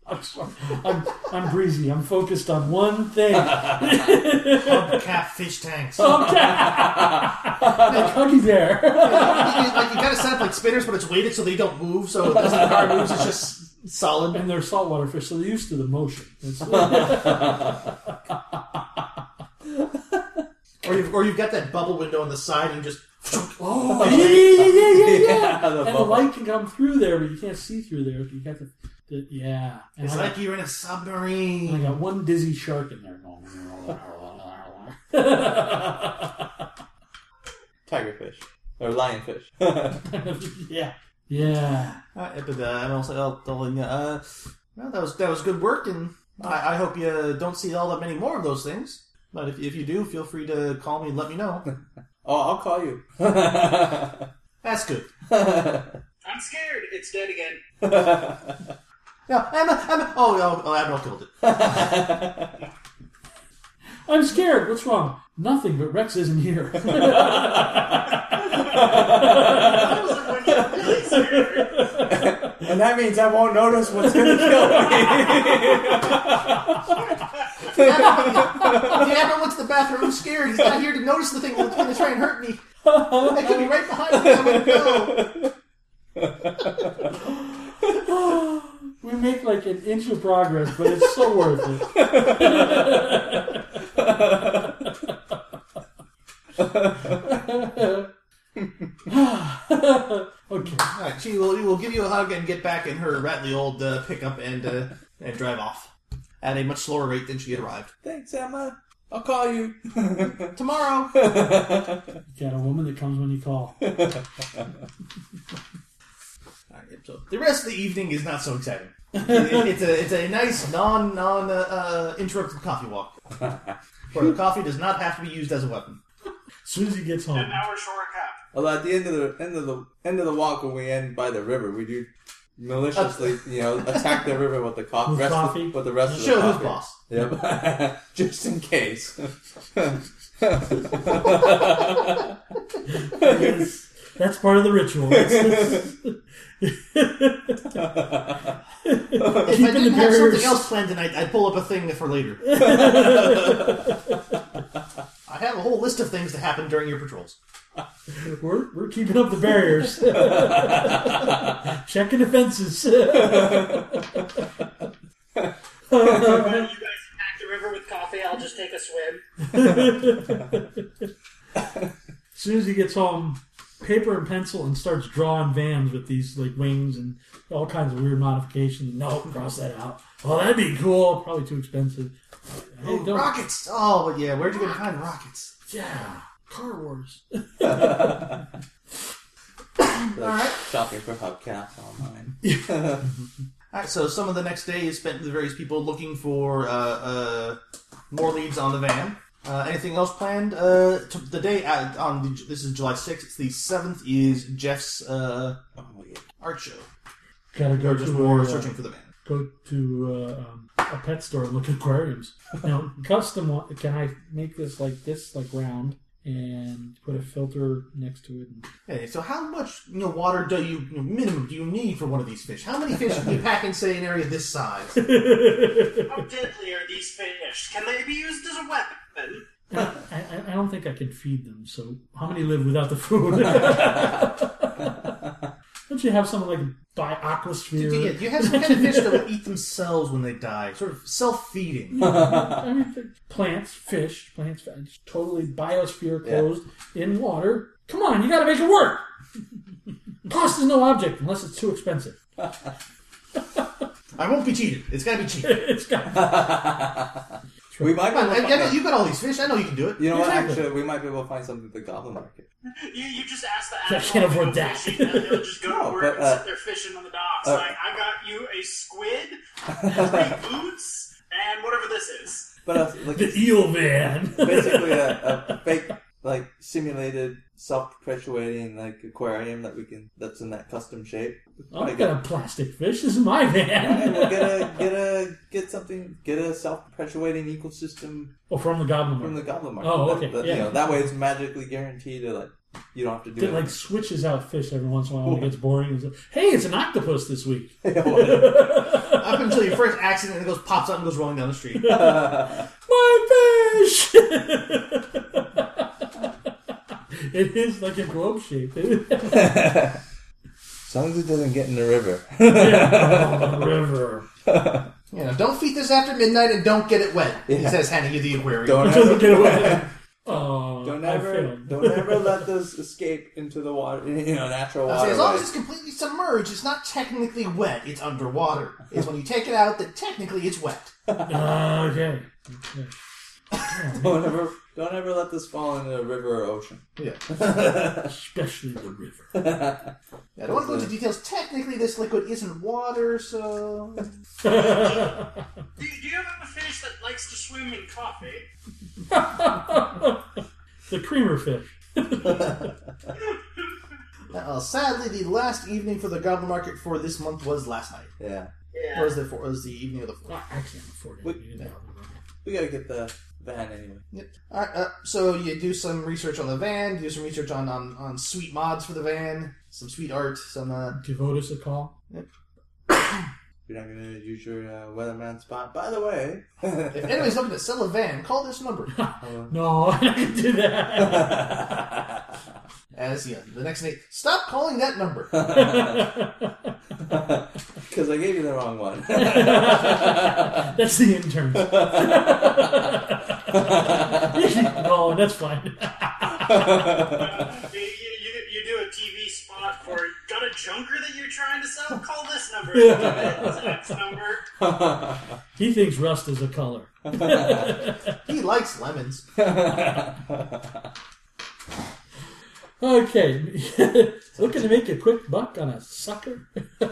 I'm sorry. I'm, I'm breezy. I'm focused on one thing. Pump cap fish tanks. My cookie there. You- like you gotta set up like spinners, but it's weighted so they don't move. So it doesn't the car moves. It's just solid. and they're saltwater fish, so they're used to the motion. It's- Or you've or you've got that bubble window on the side and you just. oh, yeah, yeah, yeah, yeah, yeah, yeah. Yeah, the and the bubble. light can come through there, but you can't see through there. You got the, the yeah. And It's I, like you're in a submarine. I got one dizzy shark in there. Tigerfish or lionfish. yeah, yeah. Uh, but uh, and also, uh, well, yeah, uh, well, that was that was good work, and I, I hope you uh, don't see all that many more of those things. But if, if you do, feel free to call me and let me know. Oh, I'll call you. That's good. I'm scared. It's dead again. Yeah, Emma, Emma. Oh, oh, oh Admiral killed it. I'm scared. What's wrong? Nothing, but Rex isn't here. I was like, when you're really scared. and that means I won't notice what's gonna kill me. the Admiral went to the bathroom. I'm scared. He's not here to notice the thing that's going to try and hurt me. That could be right behind me. I'm going to go. we make like an inch of progress, but it's so worth it. okay. All right, she will, will give you a hug and get back in her rattly old uh, pickup and uh, and drive off at a much slower rate than she had arrived. Thanks, Emma. I'll call you. Tomorrow. You got a woman that comes when you call. Alright, so the rest of the evening is not so exciting. It- it's a it's a nice non non uh, uh, interrupted coffee walk, where the coffee does not have to be used as a weapon. As soon as he gets home. An hour short of cup. Although at the end of the end of the end of the walk, when we end by the river, we do maliciously, you know, attack the river with the co- With rest of- coffee? with the rest of the Show who's coffee. boss. Yep, just in case. That's, that's part of the ritual. If I Keeping the didn't have barriers. something else planned tonight, I'd pull up a thing for later. I have a whole list of things to happen during your patrols. we're, we're keeping up the barriers, checking the fences. Why don't you guys pack the river with coffee? I'll just take a swim. As soon as he gets home, paper and pencil and starts drawing vans with these like wings and all kinds of weird modifications. No, cross that out. Oh, that'd be cool. Probably too expensive. Hey, Oh, don't- rockets! Oh, but yeah, where'd you go to find rockets? yeah, Car Wars. right. Shopping for hubcaps online. All right, so some of the next day is spent with various people looking for uh, uh, more leads on the van. Uh, anything else planned? Uh, t- the day uh, on the, this is July sixth. The seventh is Jeff's uh, Oh, art show. Gotta go Or just to more a, uh, searching for the van. go to uh, um, a pet store and look at aquariums. Now, custom. one- Can I make this like this, like round, and put a filter next to it? Okay, so how much you know, water do you, you know, minimum do you need for one of these fish? How many fish can you pack in say an area this size? How deadly are these fish? Can they be used as a weapon? I, I- I don't think I can feed them. So how many live without the food? don't you have something like by Do you, aquasphere? do you have some kind of fish that will eat themselves when they die? Sort of self-feeding. I mean, th- plants, fish, plants, fish, totally biosphere closed in water. Come on, you got to make it work. Cost is no object unless it's too expensive. I won't be cheated. It's got to be cheap. it's got. It's We might be Come on, able to I, I find know, you've got all these fish. I know you can do it. You know Exactly. what? Actually, we might be able to find something at the Goblin Market. You, you just ask the I animal. can't afford to go that. Fishing, and they'll just go No, to work but, and uh, sit there fishing on the docks. uh, like, I got you a squid, three boots, and whatever this is. But uh, like The eel van. basically a, a fake, like simulated, self-perpetuating like aquarium that we can that's in that custom shape. I'm Probably not gonna plastic fish. This is my Yeah, we'll van. get a get a get something get a self-perpetuating ecosystem oh, from the Goblin from the Market. Goblin Market. Oh, That- okay, that- yeah. you know, that way it's magically guaranteed to like you don't have to do That it. like switches out fish every once in a while when it gets boring. It's like, hey, it's an octopus this week. Up until your first accident, and it goes pops up and goes rolling down the street. My fish! it is like a globe shape. yeah, as long as it doesn't get in the river. oh, the river. You know, don't feed this after midnight and don't get it wet. He says, handing you the aquarium. Don't Doesn't ever, get away. Oh, don't I ever, failed. don't ever let those escape into the water. You know, natural I'll say, water. as long as it's completely submerged, it's not technically wet. It's underwater. It's when you take it out that technically it's wet. okay. okay. Don't ever, don't ever let this fall into a river or ocean. Yeah. Especially the river. I don't want to go into details. Technically, this liquid isn't water, so Do, do you have a fish that likes to swim in coffee? The creamer fish. Uh, sadly, the last evening for the Goblin Market for this month was last night. Yeah, Or Yeah. was the four, was the evening of the fourth? I can't afford it. Wait. we gotta get the van anyway. Yep. All right, uh, so you do some research on the van, do some research on, on on sweet mods for the van, some sweet art, some uh, Devote us a call. You're not gonna use your uh, weatherman spot. By the way, If anybody's looking to sell a van, call this number. No, I can do that. As you know, the next day, stop calling that number. because I gave you the wrong one. That's the intern. you can call him, that's fine. Uh, You, you, you, you do a TV spot for got a junker that you're trying to sell? Call this number. It's X number. He thinks rust is a color. He likes lemons. Okay. Looking to make a quick buck on a sucker? All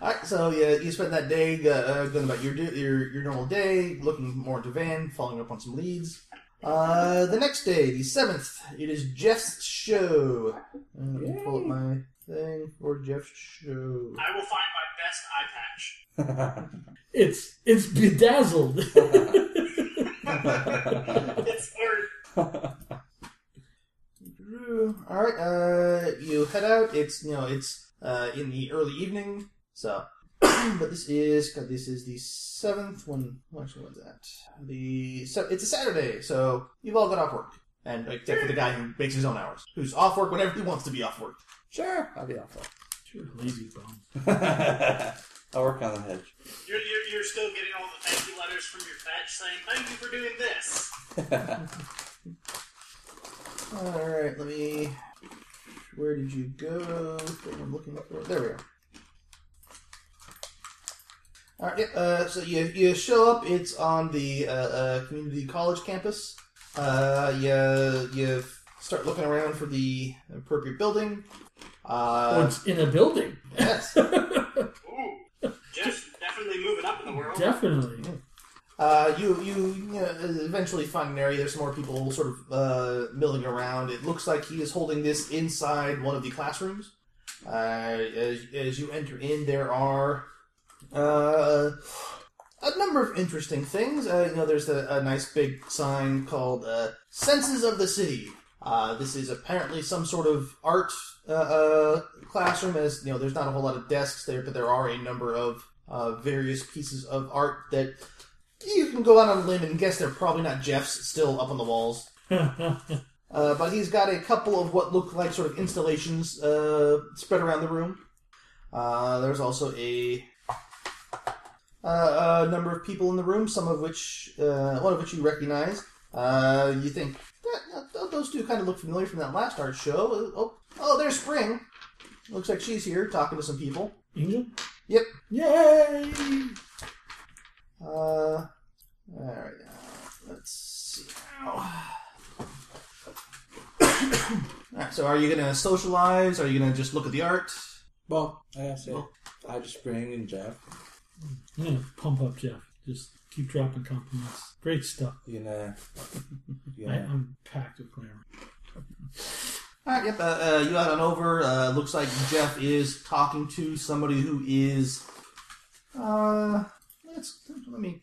right, so yeah, you spent that day uh, uh, going about your, do- your your normal day, looking more into van, following up on some leads. Uh, the next day, the seventh, it is Jeff's show. Uh, let me pull up my thing for Jeff's show. I will find my best eye patch. It's it's bedazzled. It's or All right, uh, you head out. It's you know it's uh, in the early evening, so. but this is God, this is the seventh one. well, Actually, when's that? The so it's a Saturday, so you've all got off work, and except for the guy who makes his own hours, who's off work whenever he wants to be off work. sure, I'll be awful. You're a lazy bum. I'll work on the hedge. You're, you're, you're still getting all the thank you letters from your fetch saying, thank you for doing this. All right, let me. Where did you go? Thing I'm looking for. There we are. All right. Yeah, uh, so you you show up. It's on the uh, uh, community college campus. Uh, you you start looking around for the appropriate building. Oh, Uh, it's in a building. yes. Ooh, just definitely moving up in the world. Definitely. Uh, you you, you know, eventually find an area. There's more people sort of uh, milling around. It looks like he is holding this inside one of the classrooms. Uh, as, as you enter in, there are uh, a number of interesting things. Uh, you know, there's a, a nice big sign called uh, "Senses of the City." Uh, this is apparently some sort of art uh, uh, classroom. As you know, there's not a whole lot of desks there, but there are a number of uh, various pieces of art that you can go out on a limb and guess they're probably not Jeff's still up on the walls. Uh, but he's got a couple of what look like sort of installations uh, spread around the room. Uh, there's also a, uh, a number of people in the room, some of which, uh, one of which you recognize. Uh, you think that, that- those two kind of look familiar from that last art show. Oh, oh, there's Spring. Looks like she's here talking to some people. Angel? Yep. Yay! Uh, All right, now let's see. Now. All right, so are you gonna socialize? Are you gonna just look at the art? Well, I have to. I just bring in Jeff. I'm gonna pump up Jeff. Just keep dropping compliments. Great stuff. You know. You I, know. I'm packed with glamour. All right, yep. Uh, uh, you out and over. Uh, looks like Jeff is talking to somebody who is. Uh, let's let me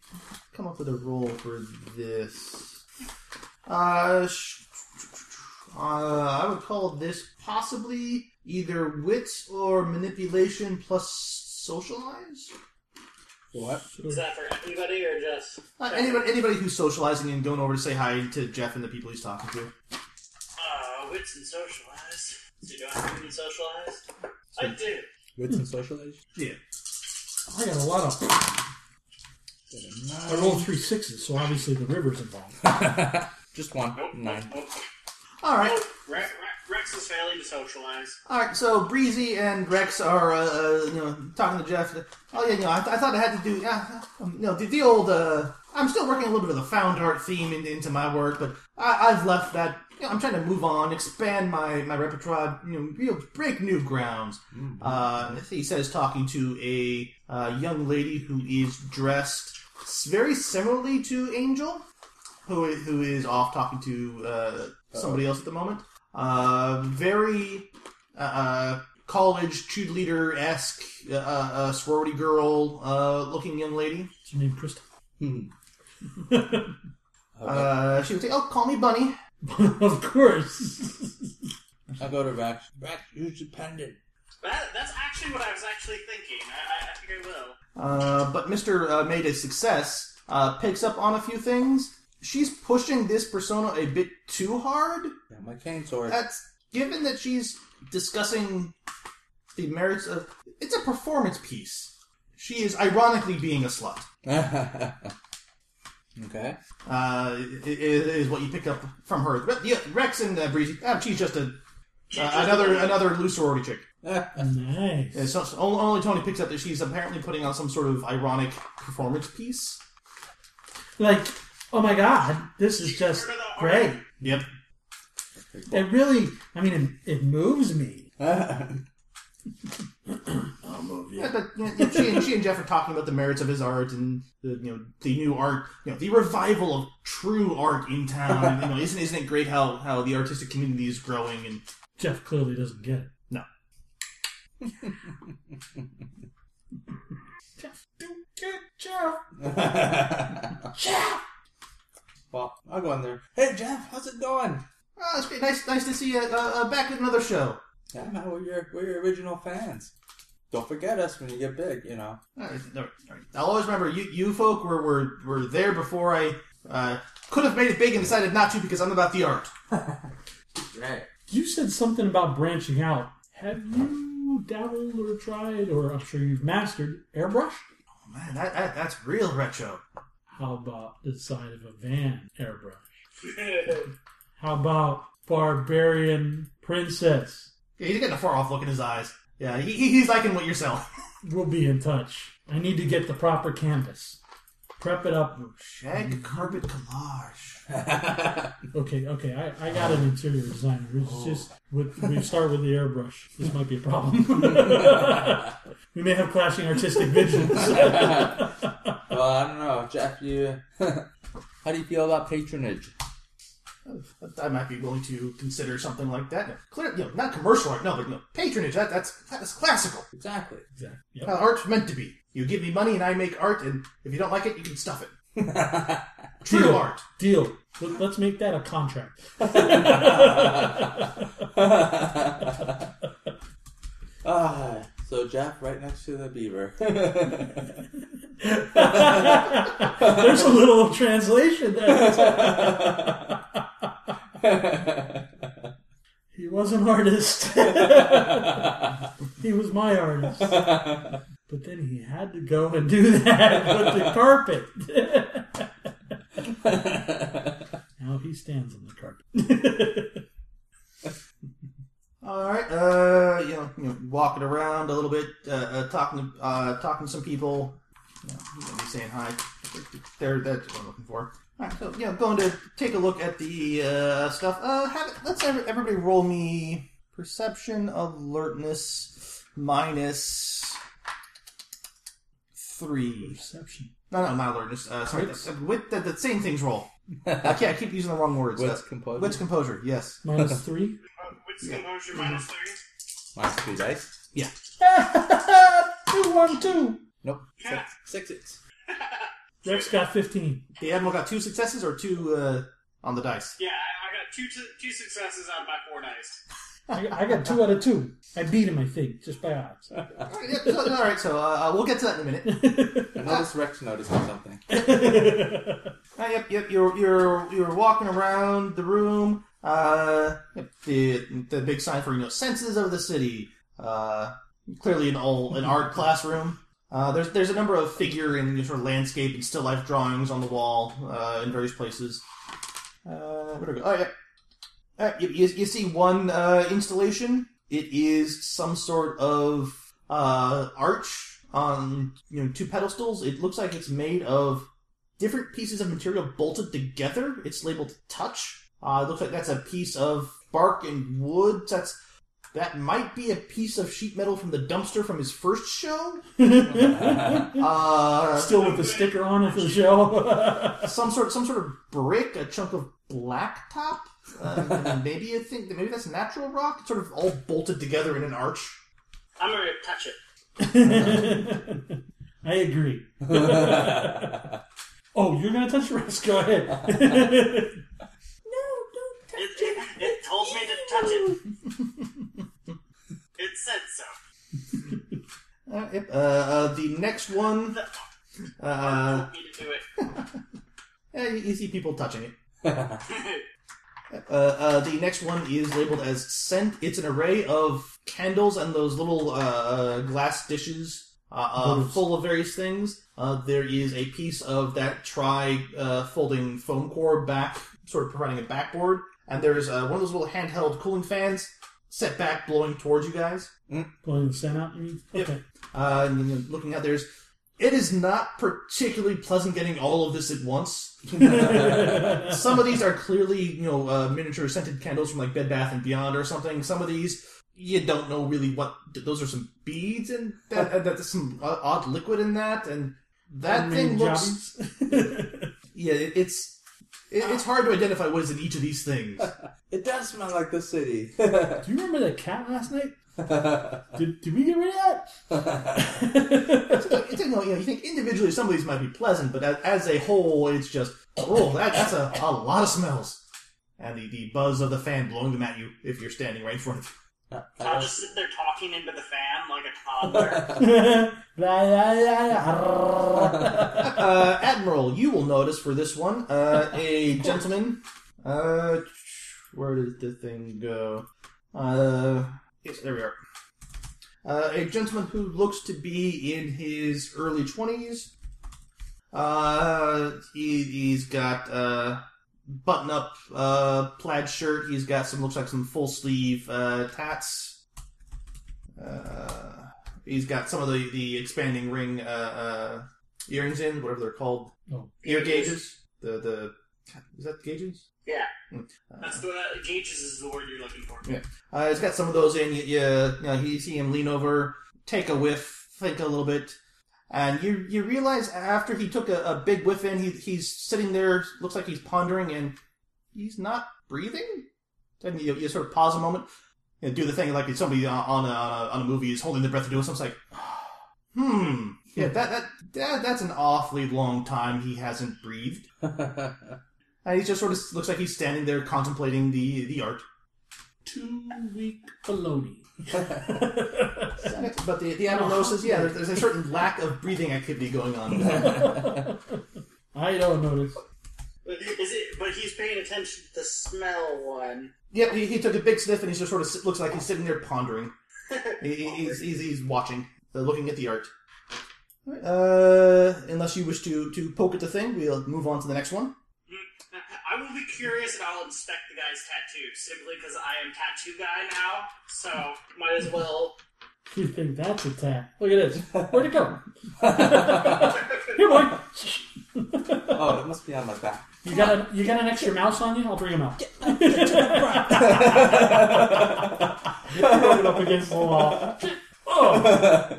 come up with a role for this. Uh, sh- uh, I would call this possibly either wit or manipulation plus socialize. What? Is that for everybody or just? Uh, anybody, anybody who's socializing and going over to say hi to Jeff and the people he's talking to. Uh, wits and socialize. So do I have to socialize? I do. Wits and socialization? I got a lot of. I rolled three sixes, so obviously the river's involved. Just one. Nope. Nine. Nope. All right. Nope. Re- Re- Rex is failing to socialize. All right, so Breezy and Rex are, uh, uh, you know, talking to Jeff. Oh yeah, you know, I, th- I thought I had to do, yeah, um, you know, the, the old. Uh, I'm still working a little bit of the found art theme in, into my work, but I, I've left that. You know, I'm trying to move on, expand my, my repertoire, you know, real break new grounds. Uh, he says, talking to a uh, young lady who is dressed s- very similarly to Angel, who i- who is off talking to uh, somebody else at the moment. Uh, very uh, college cheerleader esque uh, uh, sorority girl uh, looking young lady. What's her name, Crystal? Uh, she would say, "Oh, call me Bunny." of course. I'll go to Rex. Rex, use the pendant. That, that's actually what I was actually thinking. I, I, I think I will. Uh, but Mister uh, made a success. Uh, picks up on a few things. She's pushing this persona a bit too hard. Got my cane sword. That's given that she's discussing the merits of. It's a performance piece. She is ironically being a slut. okay. Uh, i- i- is what you pick up from her. Re- yeah, Rex and uh, Breezy. ah, she's just a uh, another another loose sorority chick. nice. Yeah, so, so only, only Tony picks up that she's apparently putting on some sort of ironic performance piece. Like, oh my god, this is just great. Yep. It really, I mean, it, it moves me. Yeah, but you know, she, and, she and Jeff are talking about the merits of his art and the you know the new art, you know the revival of true art in town. And, you know, isn't isn't it great how how the artistic community is growing and Jeff clearly doesn't get it. No. Jeff, don't get Jeff. Jeff! Well, I'll go in there. Hey, Jeff, how's it going? oh, it's great. nice nice to see you uh, uh, back at another show. Yeah, man, we're your, we're your original fans. Don't forget us when you get big, you know. All right, all right, all right. I'll always remember you. You folk were were, were there before I uh, could have made it big and decided not to because I'm about the art. Right. You said something about branching out. Have you dabbled or tried, or I'm sure you've mastered airbrush? Oh, man, that, that that's real retro. How about the side of a van airbrush? How about barbarian princess? Yeah, he's getting a far off look in his eyes. Yeah, he, he- he's liking what you're selling. We'll be in touch. I need to get the proper canvas. Prep it up. Shag carpet collage. Okay, okay. I, I got an interior designer. It's just with, we start with the airbrush. This might be a problem. we may have clashing artistic visions. Well, I don't know, Jeff. You, how do you feel about patronage? I might be willing to consider something like that. No, clear, you know, not commercial art, no, but no patronage. That, that's that's classical. Exactly. Exactly. Yep. How art's meant to be. You give me money and I make art, and if you don't like it, you can stuff it. True Deal. art. Deal. Let- Let's make that a contract. Ah, so Jeff, right next to the beaver. There's a little translation there. He was an artist. he was my artist. But then he had to go and do that with the carpet. now he stands on the carpet. All right, uh, you know, you know, walking around a little bit, uh, uh, talking, uh, talking to some people, you know, you know, saying hi. There, that's what I'm looking for. All right, so yeah, going to take a look at the uh, stuff. Uh, have it, let's have everybody roll me perception, alertness minus three. Perception. No, no, not alertness. Uh, sorry, that's- wit. That, that same thing's roll. I can't. I keep using the wrong words. Wits That's- composure. Wits composure. Yes. Minus three. What's the motion minus three? Minus three dice. two, one, two. Nope. Yeah. Six, six. Rex got 15. The admiral got two successes or two uh, on the dice. Yeah, I, I got two two successes out of my four dice. I, I got two out of two. I beat him, I think, just by odds. All right. Yeah, so, all right, so uh, we'll get to that in a minute. I noticed Rex noticed something. Ah, yep, yep. You're you're you're walking around the room. Uh, yep, the the big sign for you know senses of the city. Uh, clearly an all an art classroom. Uh, there's there's a number of figure and sort of landscape and still life drawings on the wall uh, in various places. Uh, where do I go? Oh, yep. Uh, you, you, you see one uh, installation. It is some sort of uh, arch on you know two pedestals. It looks like it's made of different pieces of material bolted together. It's labeled touch. Uh, it looks like that's a piece of bark and wood. That's that might be a piece of sheet metal from the dumpster from his first show. Uh, Still with the sticker on it for the show. some sort some sort of brick, a chunk of black top. Uh, and maybe you think that maybe that's natural rock. It's sort of all bolted together in an arch. I'm gonna touch it. I agree. oh, you're going to touch Rex? Go ahead. It, it, it told me to touch it. it said so. Uh, yep. uh, uh, the next one, The uh, told me to do it. Yeah, you, you see people touching it. uh, uh, the next one is labeled as scent. It's an array of candles and those little uh, glass dishes uh, uh, Those. full of various things. Uh, there is a piece of that tri uh, folding foam core back, sort of providing a backboard. And there's uh, one of those little handheld cooling fans set back, blowing towards you guys. Blowing the scent out, you mean? Yep. Okay. Uh, and then looking out, there's. It is not particularly pleasant getting all of this at once. Some of these are clearly, you know, uh, miniature scented candles from like Bed Bath and Beyond or something. Some of these you don't know really what. Those are some beads and that, and that's some uh, odd liquid in that, and that thing looks. jobbies. Yeah, it, it's it, it's hard to identify what is in each of these things. It does smell like the city. Do you remember that cat last night? Did, did we get rid of Oh, that? It's, you, know, you know, you think individually some of these might be pleasant, but as, as a whole, it's just oh, that, that's a, a lot of smells, and the, the buzz of the fan blowing them at you if you're standing right in front of you. I'll just sit there talking into the fan like a toddler. La, la, la, la. uh, Admiral, you will notice for this one uh, a gentleman. Uh, where did the thing go? Uh, yes, there we are. Uh, a gentleman who looks to be in his early twenties. Uh, he, he's got uh, button-up uh, plaid shirt. He's got some looks like some full-sleeve uh, tats. Uh, he's got some of the the expanding ring uh, uh, earrings in, whatever they're called. Oh. Ear gauges. The the is that gauges? Yeah. Mm. That's the uh, gauges is the word you're looking for. Yeah. Uh, he's got some of those in. You, you, you know, you see him lean over, take a whiff, think a little bit, and you you realize after he took a, a big whiff in, he he's sitting there, looks like he's pondering, and he's not breathing. Then you, you sort of pause a moment and do the thing like if somebody on on a, on a, on a movie is holding their breath to do something. It's like, hmm, yeah, that, that that that's an awfully long time he hasn't breathed. And he just sort of looks like he's standing there contemplating the the art. Two week baloney. But the, the animal notices, yeah, there's, there's a certain lack of breathing activity going on. I don't notice. But is it? But he's paying attention to the smell one. yep, he, he took a big sniff and he's just sort of sit, looks like he's sitting there pondering. He, he- he's, he's, he's watching, uh, looking at the art. Uh, unless you wish to, to poke at the thing, we'll move on to the next one. I will be curious and I'll inspect the guy's tattoo simply because I am tattoo guy now. So might as well. You think that's a tat? Look at this. Where'd it go? Here, boy. Oh, it must be on my back. You got a, you got an extra mouse on you? I'll bring him out. Rub it up against the wall. Oh.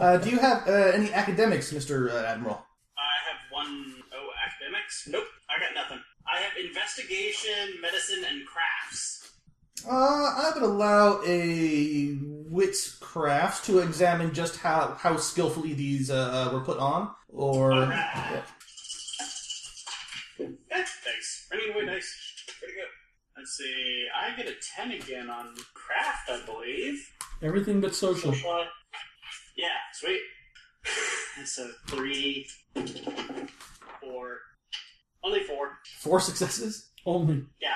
Uh, do you have uh, any academics, Mister uh, Admiral? I have one. Oh, academics? Nope. I got nothing. I have investigation, medicine, and crafts. Uh, I would allow a witchcraft to examine just how, how skillfully these uh, were put on, or yeah. Eh, nice. I mean, wait, nice. Pretty good. Let's see. I get a 10 again on craft, I believe. Everything but social. One. Yeah, sweet. That's a three, four, only four. four successes. Only. Yeah.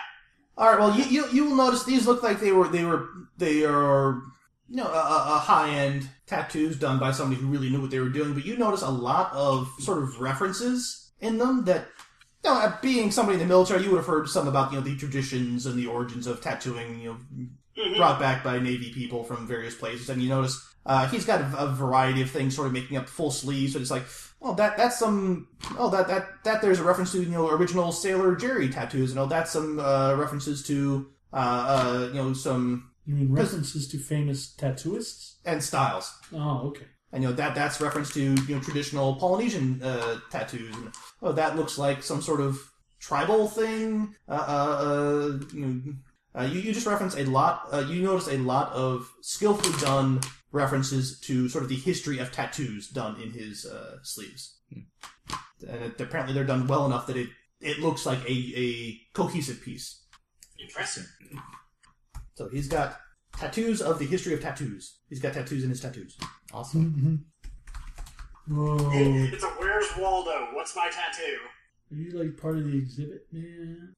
All right. Well, you, you you will notice these look like they were they were they are you know a, a high end tattoos done by somebody who really knew what they were doing. But you notice a lot of sort of references in them that. You know, uh, being somebody in the military, you would have heard some about you know the traditions and the origins of tattooing. You know, brought back by Navy people from various places, and you notice uh, he's got a, a variety of things, sort of making up full sleeves. But it's like, oh, that that's some, oh, that that that there's a reference to you know original Sailor Jerry tattoos, and oh, that's some uh, references to uh, uh, you know some You mean references to famous tattooists? and styles. Oh, okay. And you know that that's reference to you know traditional Polynesian uh, tattoos. And, oh, that looks like some sort of tribal thing. Uh, uh, uh, you, know, uh, you you just reference a lot. Uh, you notice a lot of skillfully done references to sort of the history of tattoos done in his uh, sleeves. And it, apparently they're done well enough that it it looks like a a cohesive piece. Impressive. So he's got tattoos of the history of tattoos. He's got tattoos in his tattoos. Awesome. Whoa. It's a Where's Waldo? What's my tattoo? Are you like part of the exhibit, man?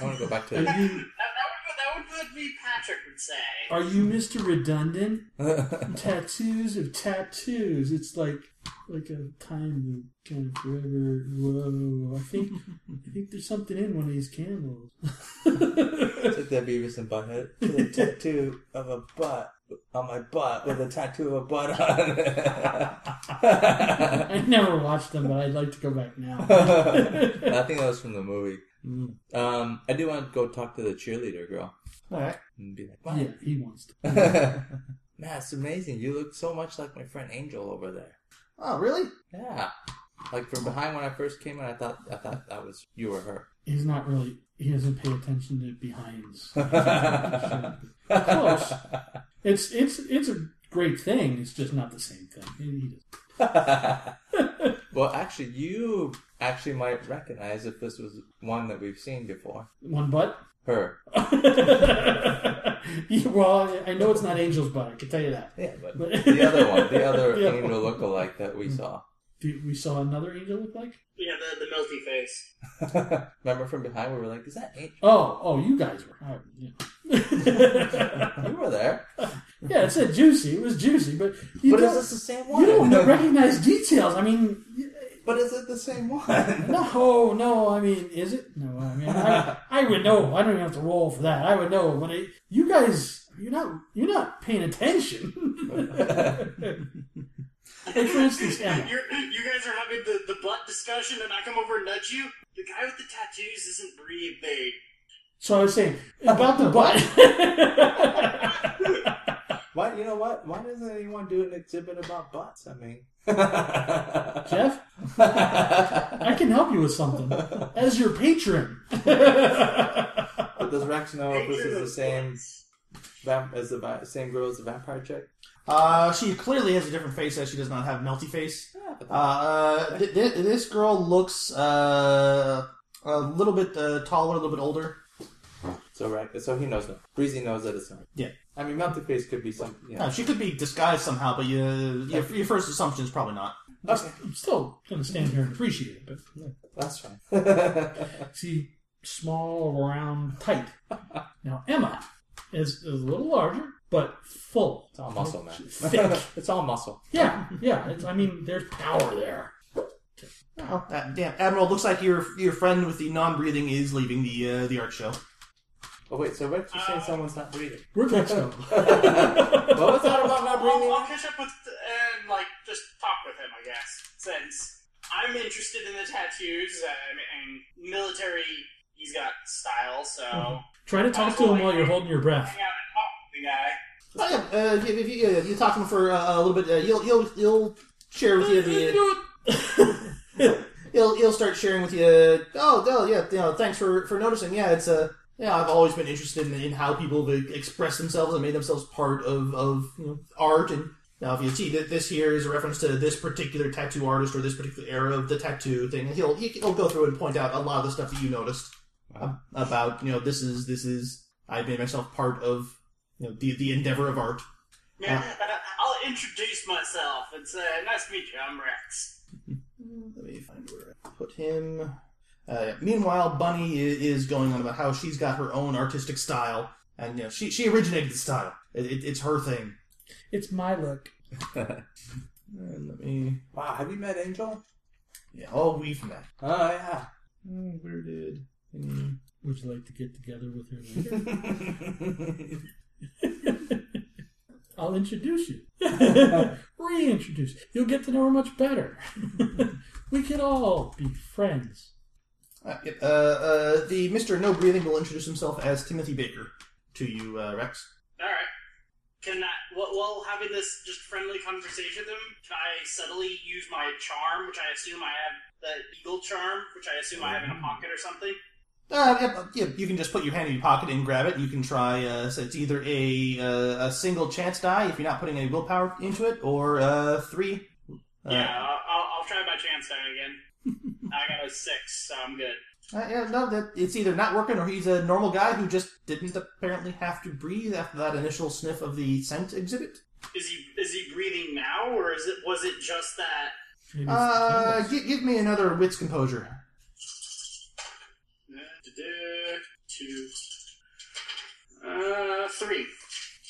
I want to go back Are to. you That, that would, that would be Patrick would say. are you Mr. Redundant? tattoos of tattoos. It's like like a time loop, kind of forever. Whoa! I think I think there's something in one of these candles. Took that Beavis and Butthead. With a tattoo of a butt on my butt with a tattoo of a butt on. I never watched them, but I'd like to go back now. I think that was from the movie. Mm. Um, I do want to go talk to the cheerleader girl All right. and be like, yeah, he wants to. "Man, it's amazing. You look so much like my friend Angel over there." Oh, really? Yeah. Like from behind when I first came in, I thought I thought that was you or her. He's not really. He doesn't pay attention to behinds. Close. It's it's it's a great thing. It's just not the same thing. He- he- well, actually, you actually might recognize if this was one that we've seen before. One butt. Her. Yeah, well, I know it's not Angel's butt. I can tell you that. Yeah, but But- the other one, the other Yeah. angel lookalike that we saw. Do we saw another angel look like? Yeah, the, the milky face. Remember from behind, we were like, "Is that angel?" Oh, oh, you guys were. I, yeah. You were there. yeah, it said juicy. It was juicy, but you But is don't, this the same one? you don't recognize details. I mean, But is it the same one? no, no. I mean, is it? No, I mean, I, I would know. I don't even have to roll for that. I would know. But I, you guys, you're not you're not paying attention. like for instance, Emma. You're, you guys are having the, the butt discussion, and I come over and nudge you. The guy with the tattoos isn't breathe, babe. So I was saying about the butt. Why? You know what? Why doesn't anyone do an exhibit about butts? I mean, Jeff, I can help you with something as your patron. But does Rex know if Oh, this is the same vamp- as the va- same girl as the vampire chick? Uh, she clearly has a different face as she does not have melty face. Uh, uh, th- th- this girl looks uh, a little bit uh, taller, a little bit older. So Rex, so he knows that. Breezy knows that it's not. Yeah. I mean, melted face could be some. You know. No, she could be disguised somehow, but you, your, your first assumption is probably not. Okay, I'm still gonna stand here and appreciate it, but that's fine. see, small, round, tight. Now Emma is, is a little larger, but full. It's all muscle, man. Thick. it's all muscle. Yeah, yeah. It's, I mean, there's power there. Oh, that, damn, Admiral! Looks like your your friend with the non-breathing is leaving the uh, the art show. Oh wait, so Rex, you're saying someone's not breathing? We're next up. What was that about I'll, not breathing? I'll catch up with uh, like just talk with him, I guess, since I'm interested in the tattoos um, and military. He's got style, so Mhm. Try to talk to him while you're holding your breath. hang out and talk with Oh, the guy. yeah. Uh, if, if you, uh, you talk to him for uh, a little bit, uh, he'll, he'll, he'll share with you the. He'll, he'll start sharing with you. Oh, oh yeah, you know, thanks for, for noticing. Yeah, it's a. Yeah, I've always been interested in, in how people have expressed themselves and made themselves part of, of you know, art. And now, if you see that this here is a reference to this particular tattoo artist or this particular era of the tattoo thing, he'll he'll go through and point out a lot of the stuff that you noticed about you know this is this is I made myself part of you know the the endeavor of art. I'll introduce myself and say, "Nice to meet you. I'm Rex." Let me find where I put him. Uh, meanwhile, Bunny i- is going on about how she's got her own artistic style, and you know she she originated the style. It, it, it's her thing. It's my look. And let me. Wow, have you met Angel? Yeah, oh, we've met. Oh yeah. Oh, where did? hmm. Would you like to get together with her later? I'll introduce you. Reintroduce. You'll get to know her much better. we can all be friends. Uh, yep, uh, uh, the Mister No Breathing will introduce himself as Timothy Baker to you, uh, Rex. All right. Can I, while- while having this just friendly conversation with him, can I subtly use my charm, which I assume I have, the eagle charm, which I assume I have in a pocket or something? Uh, yep, uh, yep, you can just put your hand in your pocket and grab it. You can try. Uh, so it's either a uh, a single chance die if you're not putting any willpower into it, or uh, three. Uh, yeah, I'll, I'll, I'll try my chance time again. I got a six, so I'm good. Uh, yeah, no, that it's either not working or he's a normal guy who just didn't apparently have to breathe after that initial sniff of the scent exhibit. Is he is he breathing now, or is it was it just that? Maybe it's Uh, candles. gi- give me another wits composure. Two, uh, three.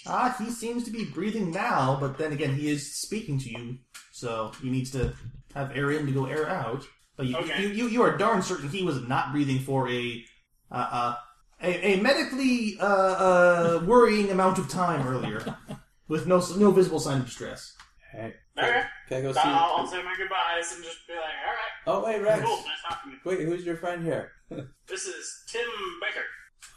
Ah, he seems to be breathing now, but then again, he is speaking to you, so he needs to have air in to go air out. But you, Okay. you, you, you are darn certain he was not breathing for a uh, uh, a, a medically uh, uh, worrying amount of time earlier, with no no visible sign of distress. Hey, Okay, can I go see? I'll, I'll say my goodbyes and just be like, all right. Oh wait, Rex. Cool, nice talking to you. Wait, who's your friend here? This is Tim Baker.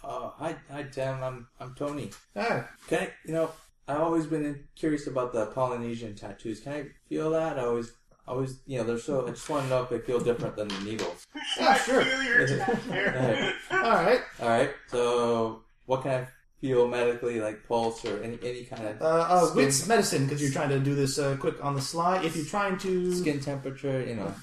Oh, hi, hi, Tim. I'm I'm Tony. Ah, Can I, you know, I've always been curious about the Polynesian tattoos. Can I feel that? I always, I always, you know, they're so. I just want to know if they feel different than the needles. yeah, sure. I feel your tattoo. All right. All right. So, what can I feel medically, like pulse or any any kind of Uh, uh, Skin. wits medicine because you're trying to do this uh, quick on the sly. If you're trying to, skin temperature? You know.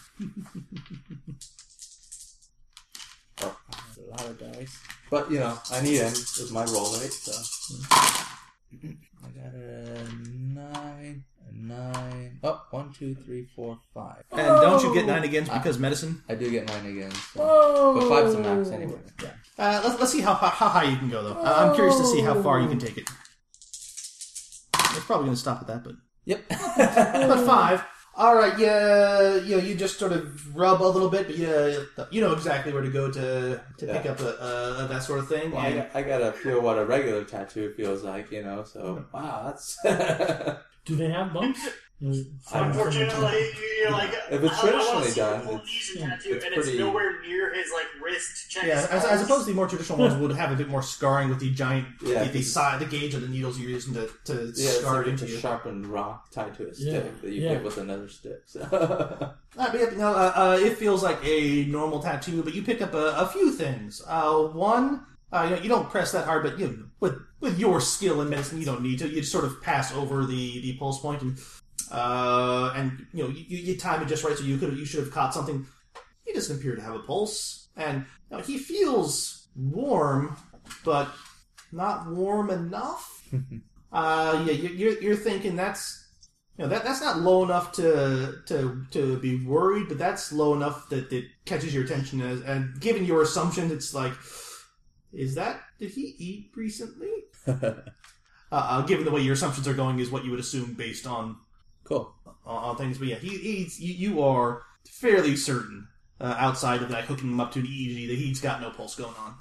oh, that's a lot of dice. But you know, I need him. It's my roll rate, so. I got a nine, a nine. Oh, one, two, three, four, five. and don't you get nine again because medicine? I do get nine again. So. But five's the max anyway. Oh. Yeah. Uh, let's, let's see how, how how high you can go though. I- I'm curious to see how far you can take it. It's probably going to stop at that, but Yep. but five. All right, yeah, you know, you just sort of rub a little bit, but yeah, you know exactly where to go to to pick Yeah. up a, a, a that sort of thing. well, I, and- got, I gotta feel what a regular tattoo feels like, you know. So wow, that's. Do they have bumps? Is it- Unfortunately, you're like, If it's I- I wanna traditionally see a done, Polynesian it's- tattoo, it's and pretty- it's nowhere near his like wrist. Check yeah, I, I suppose the more traditional ones would have a bit more scarring with the giant, Yeah. the, the side, the gauge of the needles you're using to, to Yeah, it's scar like it it's into a you. sharpened rock tied to a Yeah, stick that you yeah. hit with another stick. So. Uh, but, yeah, no, uh, uh, it feels like a normal tattoo, but you pick up a, a few things. Uh, one, uh, you, know, you don't press that hard, but you know, with with your skill in medicine, you don't need to. You just sort of pass over the, the pulse point, and uh, and you know you, you you time it just right, so you could you should have caught something. He doesn't appear to have a pulse, and you know, he feels warm, but not warm enough. uh, yeah, you- you're you're thinking that's you know, that that's not low enough to to to be worried, but that's low enough that it catches your attention. As, and given your assumption, it's like, is that did he eat recently? uh, uh, given the way your assumptions are going, is what you would assume based on cool. on- on things. But yeah, he eats. You, you are fairly certain uh, outside of that hooking him up to an EEG that he's got no pulse going on.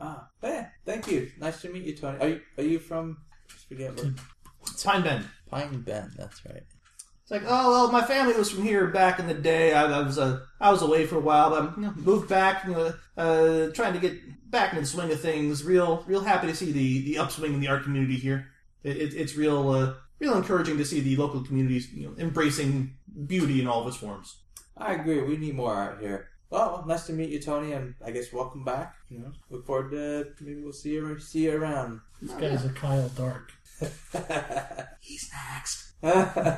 Ah, yeah, thank you. Nice to meet you, Tony. Are you are you from? I forget what It's fine, Ben. Pine Bend. That's right. It's like, oh well, my family was from here back in the day. I, I was uh, I was away for a while, but I'm, you know, moved back. You know, uh, trying to get back into the swing of things. Real, real happy to see the, the upswing in the art community here. It, it, it's real, uh, real encouraging to see the local communities you know, embracing beauty in all of its forms. I agree. We need more out here. Well, nice to meet you, Tony, and I guess welcome back. You know, look forward to maybe we'll see you see you around. This guy's a Kyle Dark. He's next. Alright.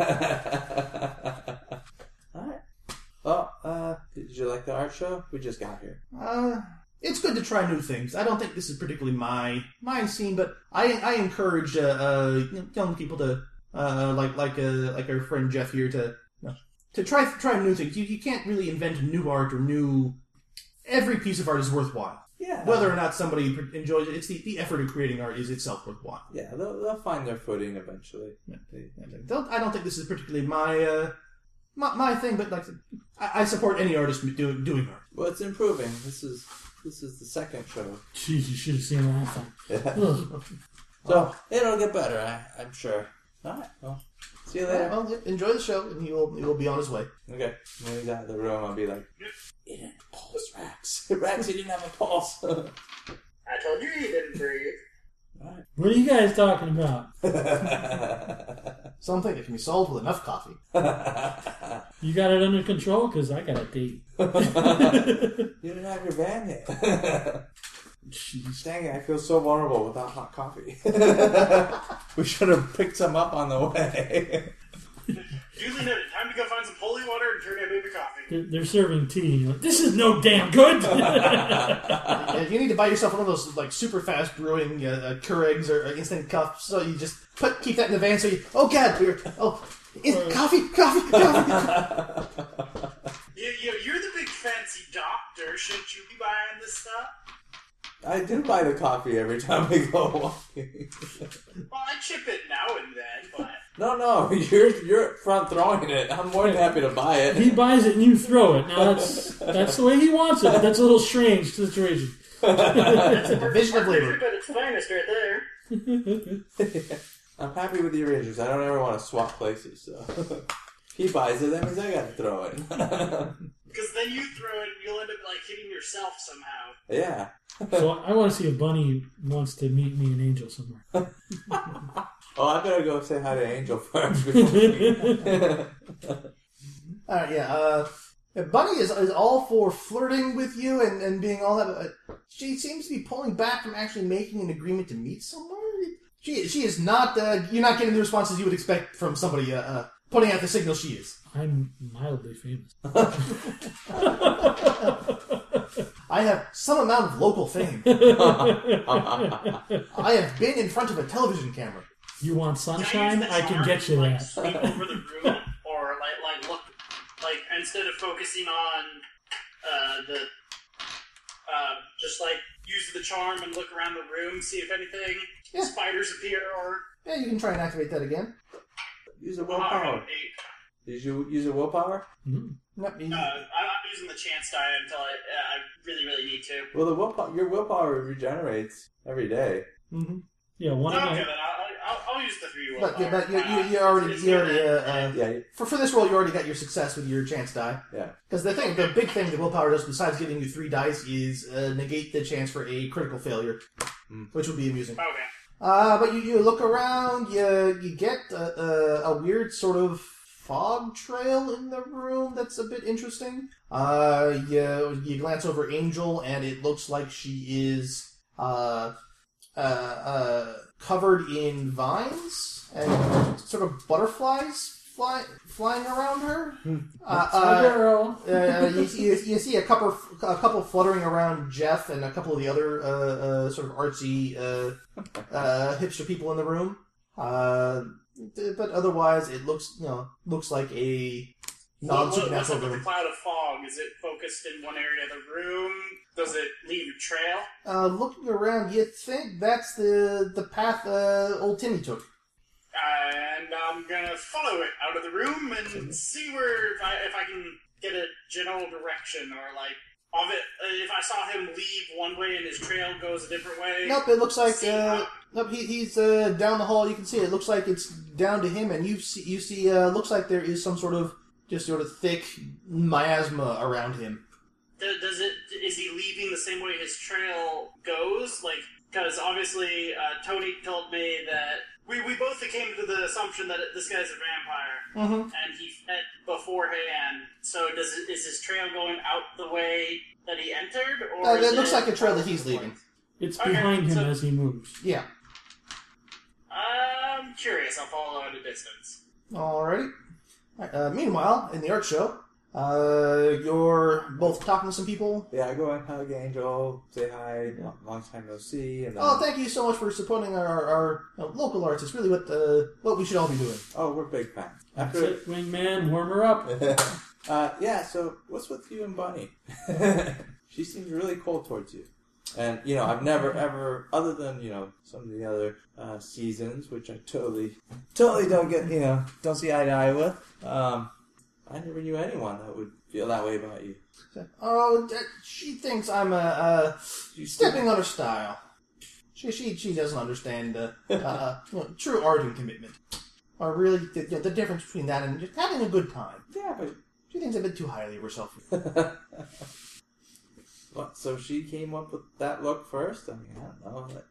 Well, uh, did you like the art show? We just got here. Uh, it's good to try new things. I don't think this is particularly my my scene, but I I encourage uh, uh, you know, young people to uh, like like uh, like our friend Jeff here to no, to try try new things. You you can't really invent new art or new. Every piece of art is worthwhile. Yeah. Whether or not somebody enjoys it, it's the, the effort of creating art is itself worthwhile. Yeah, they'll, they'll find their footing eventually. They- Don't, I don't think this is particularly my uh, my, my thing, but like I, said, I I support any artist doing doing art. Well, it's improving. This is this is the second show. Jeez, you should have seen that thing. Ugh. So it'll get better, I, I'm sure. All right. Well, see you later. Well, enjoy the show, and he will he will be on his way. Okay. When he's out of the room, I'll be like, "You didn't pulse, Rax. Rax, you didn't have a pulse." All I told you you didn't breathe. What are you guys talking about? right. Something that can be solved with enough coffee. You got it under control? Because I got a date. you didn't have your van yet. Dang it! I feel so vulnerable without hot coffee. we should have picked some up on the way. Duly noted. Time to go find some holy water and turn in into coffee. They're, they're serving tea, and you're like, this is no damn good. Yeah, you need to buy yourself one of those like super fast brewing uh, uh, Keurigs or uh, instant cups. So you just put keep that in the van. So you oh god, we're oh in, coffee, coffee, coffee. You, you, you're the big fancy doctor. Shouldn't you be buying this stuff? I do buy the coffee every time we go walking. Well, I chip it now and then, but No, no, you're you're up front throwing it. I'm more than happy to buy he it. buys it and you throw it. Now that's that's the way he wants it. but That's a little strange situation. Division of labor. but it's finest right there. I'm happy with the arrangements. I don't ever want to swap places. So he buys it. That means I got to throw it. Because then you throw it, and you'll end up like hitting yourself somehow. yeah. So I want to see if Bunny wants to meet me and Angel somewhere. Oh, I better go say hi to Angel first. before we- All right, yeah. Uh, yeah, Bunny is, is all for flirting with you and, and being all that. But uh, she seems to be pulling back from actually making an agreement to meet somewhere. She she is not. Uh, you're not getting the responses you would expect from somebody uh, uh, putting out the signal she is. I'm mildly famous. I have some amount of local fame. I have been in front of a television camera. You want sunshine? use the I can charm get you to, like, that. Sweep over the room, or like like look like instead of focusing on uh, the uh, just like use the charm and look around the room, see if anything Yeah. spiders appear or Yeah, you can try and activate that again. use a uh, willpower. Did you use a willpower? Hmm? No, you- uh, I'm not using the chance die until I, uh, I really really need to. Well, the willpower, your willpower regenerates every day. Yeah, one of Okay, my then I'll, I'll, I'll use the three mm-hmm. but, willpower. but you, you, you Uh, already, it's you already good. uh, uh, Yeah, for, for this roll, you already got your success with your chance die. Yeah. Because the thing, the big thing that willpower does besides giving you three dice is uh, negate the chance for a critical failure, Mm. which would be amusing. Okay. Uh, but you, you look around, you you get a, a, a weird sort of fog trail in the room that's a bit interesting. Uh, you, you glance over Angel, and it looks like she is uh, uh, uh, covered in vines and sort of butterflies fly, flying around her. Uh, my uh, girl. uh, you, see, you see a couple, a couple fluttering around Jeff and a couple of the other uh, uh, sort of artsy uh, uh, hipster people in the room. Uh, th- but otherwise, it looks you know looks like a non What- what- What's supernatural up with the room. cloud of fog? Is it focused in one area of the room? Does it leave a trail? Uh, looking around, you think that's the the path uh, old Timmy took. and I'm gonna follow it out of the room and see where if I, if I can get a general direction or like Of it, if I saw him leave one way and his trail goes a different way. Nope, it looks like uh, nope. He, he's uh, down the hall. You can see it. it. Looks like it's down to him, and you see you see. Uh, looks like there is some sort of just sort of thick miasma around him. Th- Does it? Is he leaving the same way his trail goes? Like, because obviously uh, Tony told me that we, we both came to the assumption that this guy's a vampire, Mm-hmm. and he fed beforehand. So does it, is his trail going out the way that he entered, or Uh, is it looks like a trail that he's leaving. It's Okay, behind him so- as he moves. Yeah. I'm Um, curious. I'll follow at a distance. Alrighty. Alright, Uh, meanwhile, in the art show, uh, you're both talking to some people. Yeah, I go and hug Angel, say hi, lo- long time no see, and then, Oh, thank you so much for supporting our, our, our you know, local arts. It's really what the what we should all be doing. oh, we're big fans. That's After, it, wingman. Warm her up. uh, yeah. So what's with you and Bunny? she seems really cold towards you, and you know I've never ever, other than you know some of the other uh, seasons, which I totally, totally don't get, you know, don't see eye to eye with. Um, I never knew anyone that would feel that way about you. Oh, that- she thinks I'm a, uh stepping on her style. She she she doesn't understand uh, uh, you know, true art and commitment, or really the, you know, the difference between that and just having a good time. Yeah, but She thinks a bit too highly of herself. What, so she came up with that look first? I mean, I don't know. Like,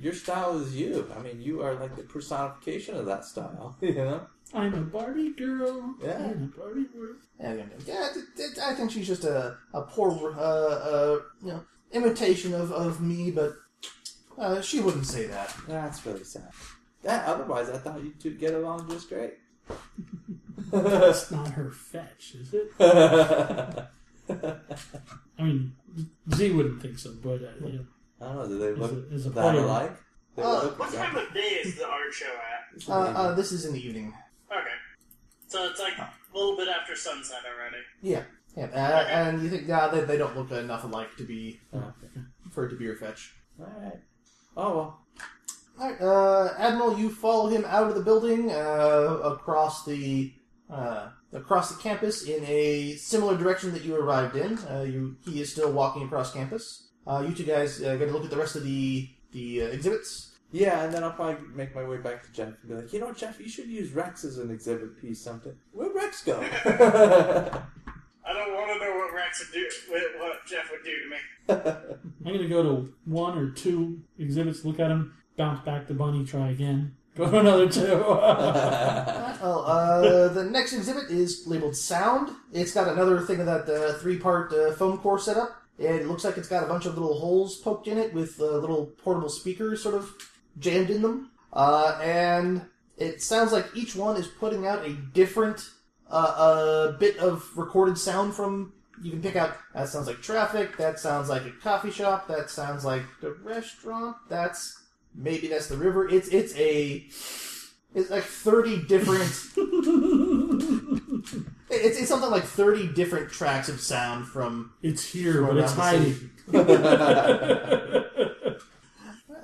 your style is you. I mean, you are like the personification of that style. You know? I'm a Barbie girl. Yeah. I'm a Barbie girl. Yeah, yeah, yeah th- th- I think she's just a, a poor uh, uh, you know imitation of, of me, but uh, she wouldn't say that. That's really sad. That otherwise, I thought you two get along just great. That's not her fetch, is it? I I mean, Z wouldn't think so, but uh, you know, don't know. Do they Is look it- is it that funny? alike? They Oh, look What time exactly- of day is the art show at? Uh, uh, this is in the evening. Okay, so it's like a little bit after sunset already. Yeah, yeah, uh, and you think nah, they, they don't look enough alike to be Okay. for it to be your fetch. All right. Oh well. All right, uh, Admiral, you follow him out of the building uh, across the uh, across the campus in a similar direction that you arrived in. Uh, you he is still walking across campus. Uh, you two guys uh, got to look at the rest of the the uh, exhibits. Yeah, and then I'll probably make my way back to Jeff and be like, you know, Jeff, you should use Rex as an exhibit piece something. Where'd Rex go? I don't want to know what Rex would do, what what Jeff would do to me. I'm gonna go to one or two exhibits, look at them, bounce back to Bunny, try again, go to another two. Oh, uh, the next exhibit is labeled Sound. It's got another thing of that uh, three part uh, foam core setup. It looks like it's got a bunch of little holes poked in it with uh, little portable speakers sort of jammed in them. Uh, and it sounds like each one is putting out a different uh, uh, bit of recorded sound from. You can pick out that sounds like traffic, that sounds like a coffee shop, that sounds like the restaurant, that's maybe that's the river. It's it's a it's like thirty different It- It's, it's something like 30 different tracks of sound from. it's here, Throw but it it's out the hiding.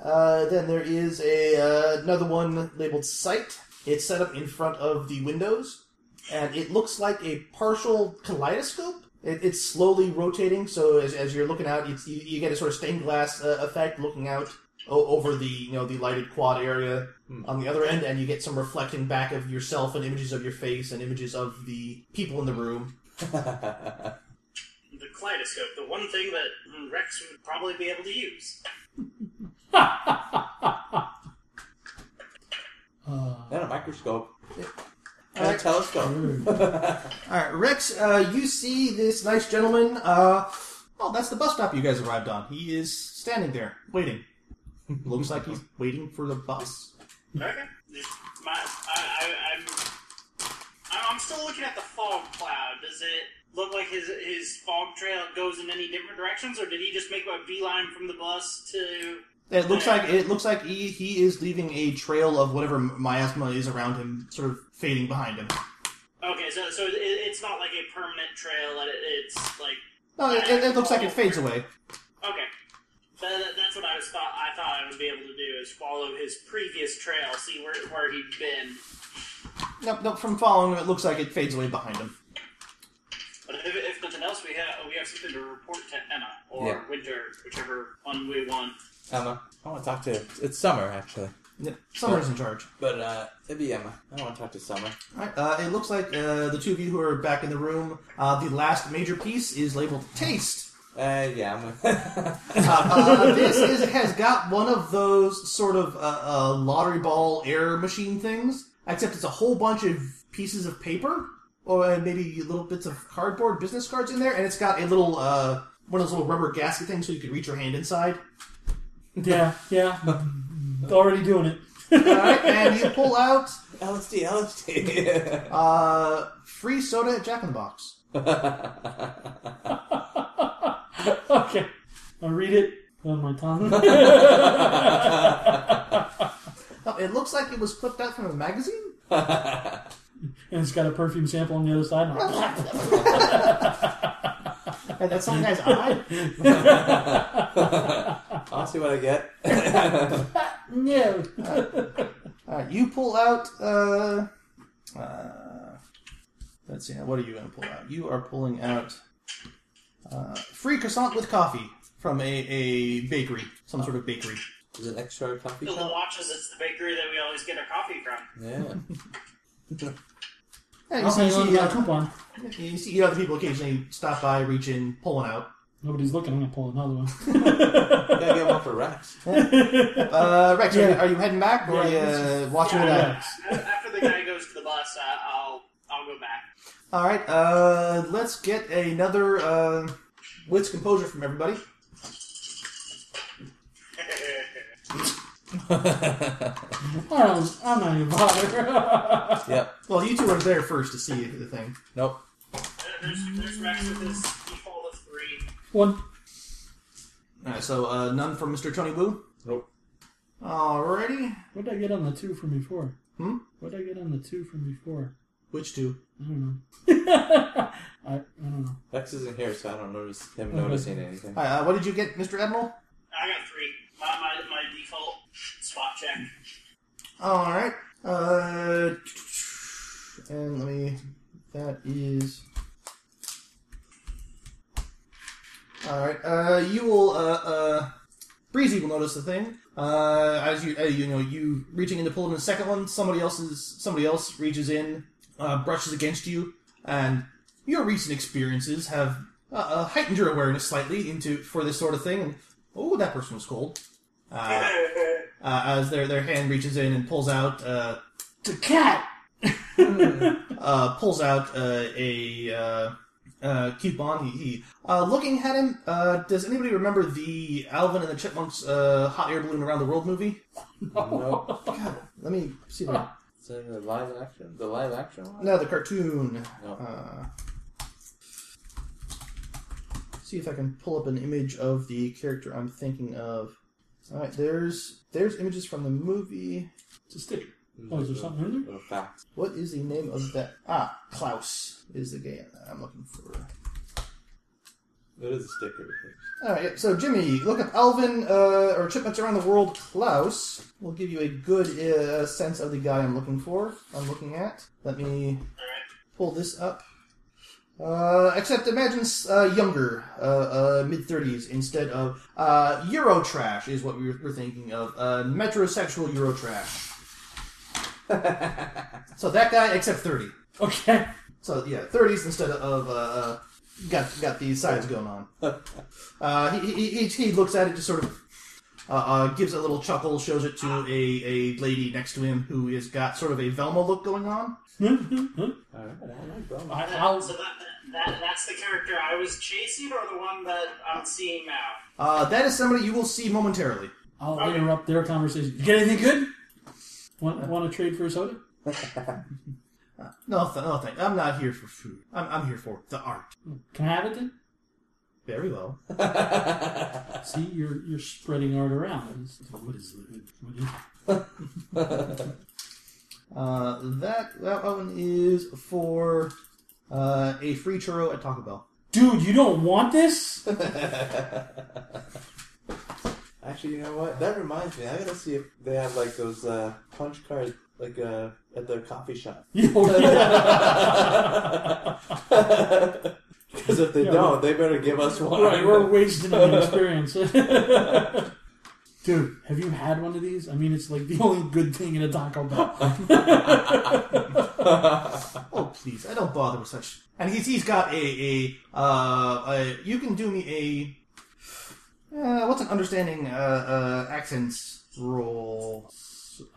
Uh, then there is a uh, another one labeled Sight. It's set up in front of the windows, and it looks like a partial kaleidoscope. It, it's slowly rotating, so as, as you're looking out, it's, you, you get a sort of stained glass uh, effect looking out o- over the you know the lighted quad area on the other end, and you get some reflecting back of yourself and images of your face and images of the people in the room. The kaleidoscope, the one thing that mm, Rex would probably be able to use. Uh, Not a microscope. All And a right. telescope. All right, Rex, uh, you see this nice gentleman. Uh, oh, that's the bus stop you guys arrived on. He is standing there, waiting. Looks like he's waiting for the bus. Okay. My, I, I, I'm, I'm I'm still looking at the fog cloud. Does it look like his his fog trail goes in any different directions, or did he just make a beeline from the bus to? It looks like it looks like he, he is leaving a trail of whatever miasma is around him, sort of fading behind him. Okay, so so it, it's not like a permanent trail. That it, it's like No, it, it, it looks like it fades away. okay. That, that- that's what I was thought. I thought I would be able to do is follow his previous trail, see where where he'd been. Nope, nope. From following him, it looks like it fades away behind him. But if, if nothing else, we have we have something or Yeah. winter, whichever one we want. Emma. I want to talk to. It's Summer, actually. Summer's in charge. But, uh, it'd be Emma. I want to talk to Summer. All right. Uh, it looks like uh, the two of you who are back in the room. Uh, the last major piece is labeled "Taste." Uh, yeah, I'm a. Uh, this is, has got one of those sort of uh, uh, lottery ball air machine things, except it's a whole bunch of pieces of paper or uh, maybe little bits of cardboard, business cards in there, and it's got a little uh, one of those little rubber gasket things so you can reach your hand inside. Yeah, yeah. Already doing it. All right, and you pull out LSD, LSD. uh, free soda at Jack in the Box. okay. I read it on my tongue. Oh, it looks like it was clipped out from a magazine. and it's got a perfume sample on the other side. And that's some guy's eye. I'll see what I get. no. All right, you pull out. Uh, uh, let's see. now, What are you going to pull out? You are pulling out uh, free croissant with coffee from a, a bakery, some sort of bakery. Is it next to our coffee Bill shop? watches. It's the bakery that we always get our coffee from. Yeah. Yeah, you, I'll see, hang on you, see, to that uh, coupon. you see other people occasionally stop by, reach in, pull one out. Nobody's looking. I'm going to pull another one. Gotta get one for Rex. Uh, Rex, are, you, Yeah. are you heading back or are Yeah, you uh, watching Yeah, it out? yeah. A- After the guy goes to the bus, uh, I'll I'll go back. All right, uh, let's get another uh, wits composure from everybody. I don't, I'm not even bothered. Yep. Well, you two are there first to see the thing. Nope. there's, there's Rex with his default of three. one. All right, so uh, none from Mr. Tony Wu. Nope. Alrighty. What did I get on the two from before? Hmm? What did I get on the two from before? Which two? I don't know. I, I don't know. Rex isn't here, so I don't notice him Mhm. noticing anything. All right, uh, what did you get, Mr. Admiral? I got three. My my, my default spot check. All right. Uh, and let me. That is. All right. Uh, you will. Uh, uh, Breezy will notice the thing. Uh, as you, uh, you know, you reaching in to pull in the second one. Somebody else's. Somebody else reaches in, uh, brushes against you, and your recent experiences have uh, uh, heightened your awareness slightly into for this sort of thing. And oh, that person was cold. Uh, uh, as their their hand reaches in and pulls out uh, It's a cat! uh, pulls out uh, a uh, uh, coupon. He, he uh, looking at him. Uh, does anybody remember the Alvin and the Chipmunks uh, hot air balloon around the world movie? Nope. God, let me see. if I- Is that the live action? The live action one? No, the cartoon. No. Uh, see if I can pull up an image of the character I'm thinking of. All right, there's there's images from the movie. It's a sticker. Oh, is there something in there? Little fact. What is the name of that? Ah, Klaus is the guy I'm looking for. It is a sticker. All right, yep, so Jimmy, look up Alvin uh, or Chipmunks Around the World. Klaus will give you a good uh, sense of the guy I'm looking for. I'm looking at. Let me pull this up. Uh, except imagine uh, younger, uh, uh, mid 30s instead of uh, Eurotrash is what we were, were thinking of. Uh, metrosexual Eurotrash. so that guy, except 30. Okay. So yeah, thirties instead of uh, uh, got got these sides going on. Uh, he, he, he he looks at it, just sort of uh, uh, gives a little chuckle, shows it to a, a lady next to him who has got sort of a Velma look going on. Alright, I like that one. I, I'll, So that, that that's the character I was chasing, or the one that I'm seeing now. Uh, that is somebody you will see momentarily. I'll interrupt their conversation. You get anything good? Want, want to trade for a soda? No, th- no, thank. I'm not here for food. I'm, I'm here for the art. Can I have it then? Very well. See, you're you're spreading art around. It's- What is it? What is it? Uh, that that one is for uh, a free churro at Taco Bell. Dude, you don't want this? Actually, you know what? That reminds me. I gotta see if they have like those uh, punch cards, like uh, at the coffee shop. You don't- Because if they Yeah, don't, they better give us one. Right, we're wasting an experience. Dude, have you had one of these? I mean, it's like the only good thing in a Taco Bell. Oh please, I don't bother with such. And he's he's got a a, uh, a you can do me a uh, what's an understanding uh, uh, accents roll?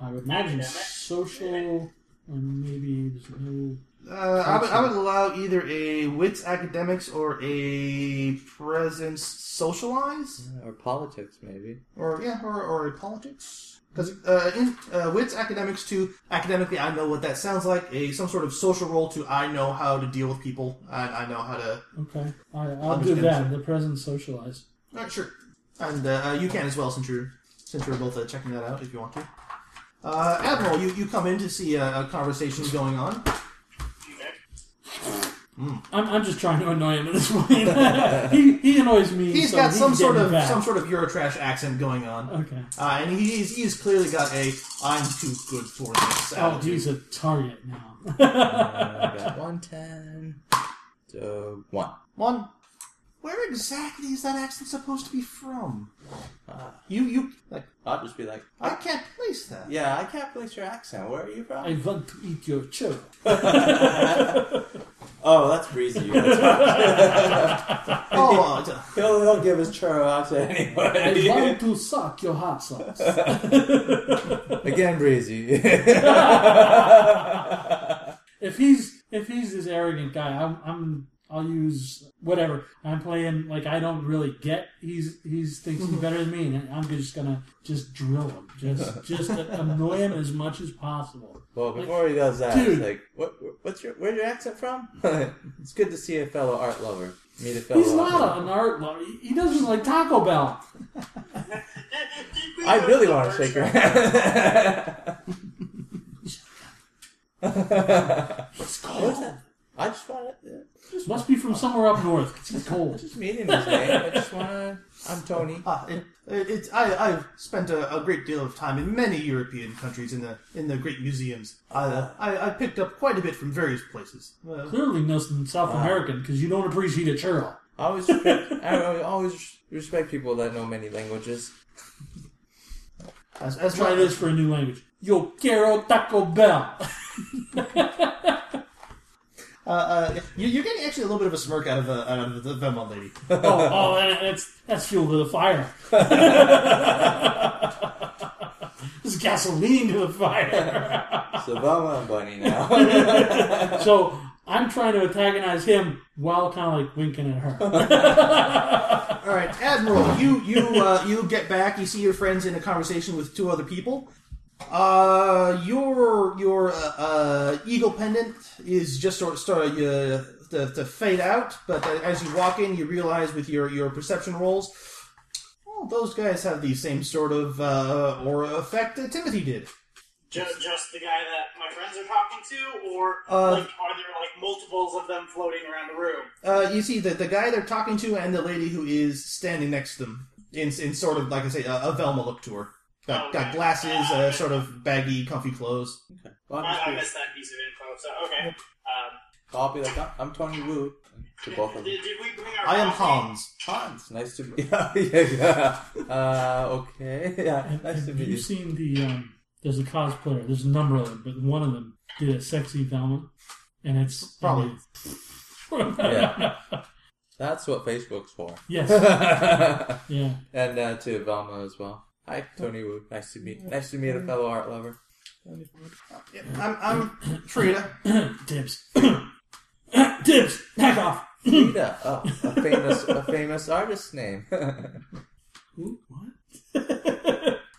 I would imagine social and maybe there's no. Uh, I would I would allow either a wits academics or a presence socialize Or politics, maybe. or yeah or or a politics because uh, in, uh, wits academics to academically I know what that sounds like a some sort of social role to I know how to deal with people I, I know how to Okay, I, I'll do Understand. that. The present socialize. All right, sure. And uh, you can as well, since you're since you're both uh, checking that out, if you want to. Uh, Admiral, you, you come in to see uh, a, a conversation going on. I'm, I'm just trying to annoy him at this point. he, he annoys me. He's so got he some can sort get me of back. some sort of Eurotrash accent going on, Okay. uh, and he's he's clearly got a "I'm too good for this." Oh, attitude. he's a target now. Uh, I got 110. So, one. One. Where exactly is that accent supposed to be from? Uh, You you like I'll just be like, I can't place that. yeah, I can't place your accent. Where are you from? I want to eat your churro. Oh, that's breezy. That's right. Oh, uh, he'll, he'll give his churro accent I anyway. want to suck your hot sauce. Again, breezy. If he's if he's this arrogant guy, I'm, I'm I'll use whatever. I'm playing like I don't really get. He's he's thinks he's better than me, and I'm just gonna just drill him, just just annoy him as much as possible. Well, before he does that, Dude. it's like, what, what's your, where's your accent from? it's good to see a fellow art lover. Meet a fellow He's art not lover. an art lover. He- He doesn't like Taco Bell. I really want to shake your hand. It's cold. I just want to, Must be from somewhere up north. 'cause He's cold. just meeting this man. I just want to, I'm Tony. Ah, it, it, it's I, I've spent a, a great deal of time in many European countries in the in the great museums. I, uh, I, I picked up quite a bit from various places. Uh, Clearly, no South American because you don't appreciate a churro. I always, respect, I always respect people that know many languages. as, as Try my- this for a new language. Yo quiero Taco Bell. Uh, uh, you, you're getting actually a little bit of a smirk out of the out of the Venmo lady. oh, oh, and that's that's fuel to the fire. it's gasoline to the fire. So Velma and Bunny now. so I'm trying to antagonize him while kind of like winking at her. All right, Admiral, you you uh, you get back. You see your friends in a conversation with two other people. Uh, your your uh, uh, eagle pendant is just sort of starting uh, to, to fade out, but uh, as you walk in, you realize with your your perception rolls, oh, those guys have the same sort of uh, aura effect that Timothy did. Just, just the guy that my friends are talking to, or Uh, like, are there like multiples of them floating around the room? Uh, you see the the guy they're talking to and the lady who is standing next to them in in sort of like I say a, a Velma look to her. Got, got glasses, uh, sort of baggy, comfy clothes. Well, I'll, just I, I be, missed that piece of info. So okay. Um, I'll be like, "I'm- I'm Tony Wu to both of them. did, did we bring our? I am coffee? Hans. Hans, nice to meet. Yeah, yeah, yeah. Uh, okay, yeah, Have- nice to have meet you you. seen the? Um, there's a cosplayer. There's a number of them, but one of them did a sexy Velma, and it's Probably. Yeah. That's what Facebook's for. yes, and yeah. uh, to Velma as well. Hi, Tony Wu. Nice to meet. Nice to meet a fellow art lover. Yep, I'm I'm Trina. Dibs, dibs, back off. Rita, oh, a famous, a famous artist's name. Ooh, what?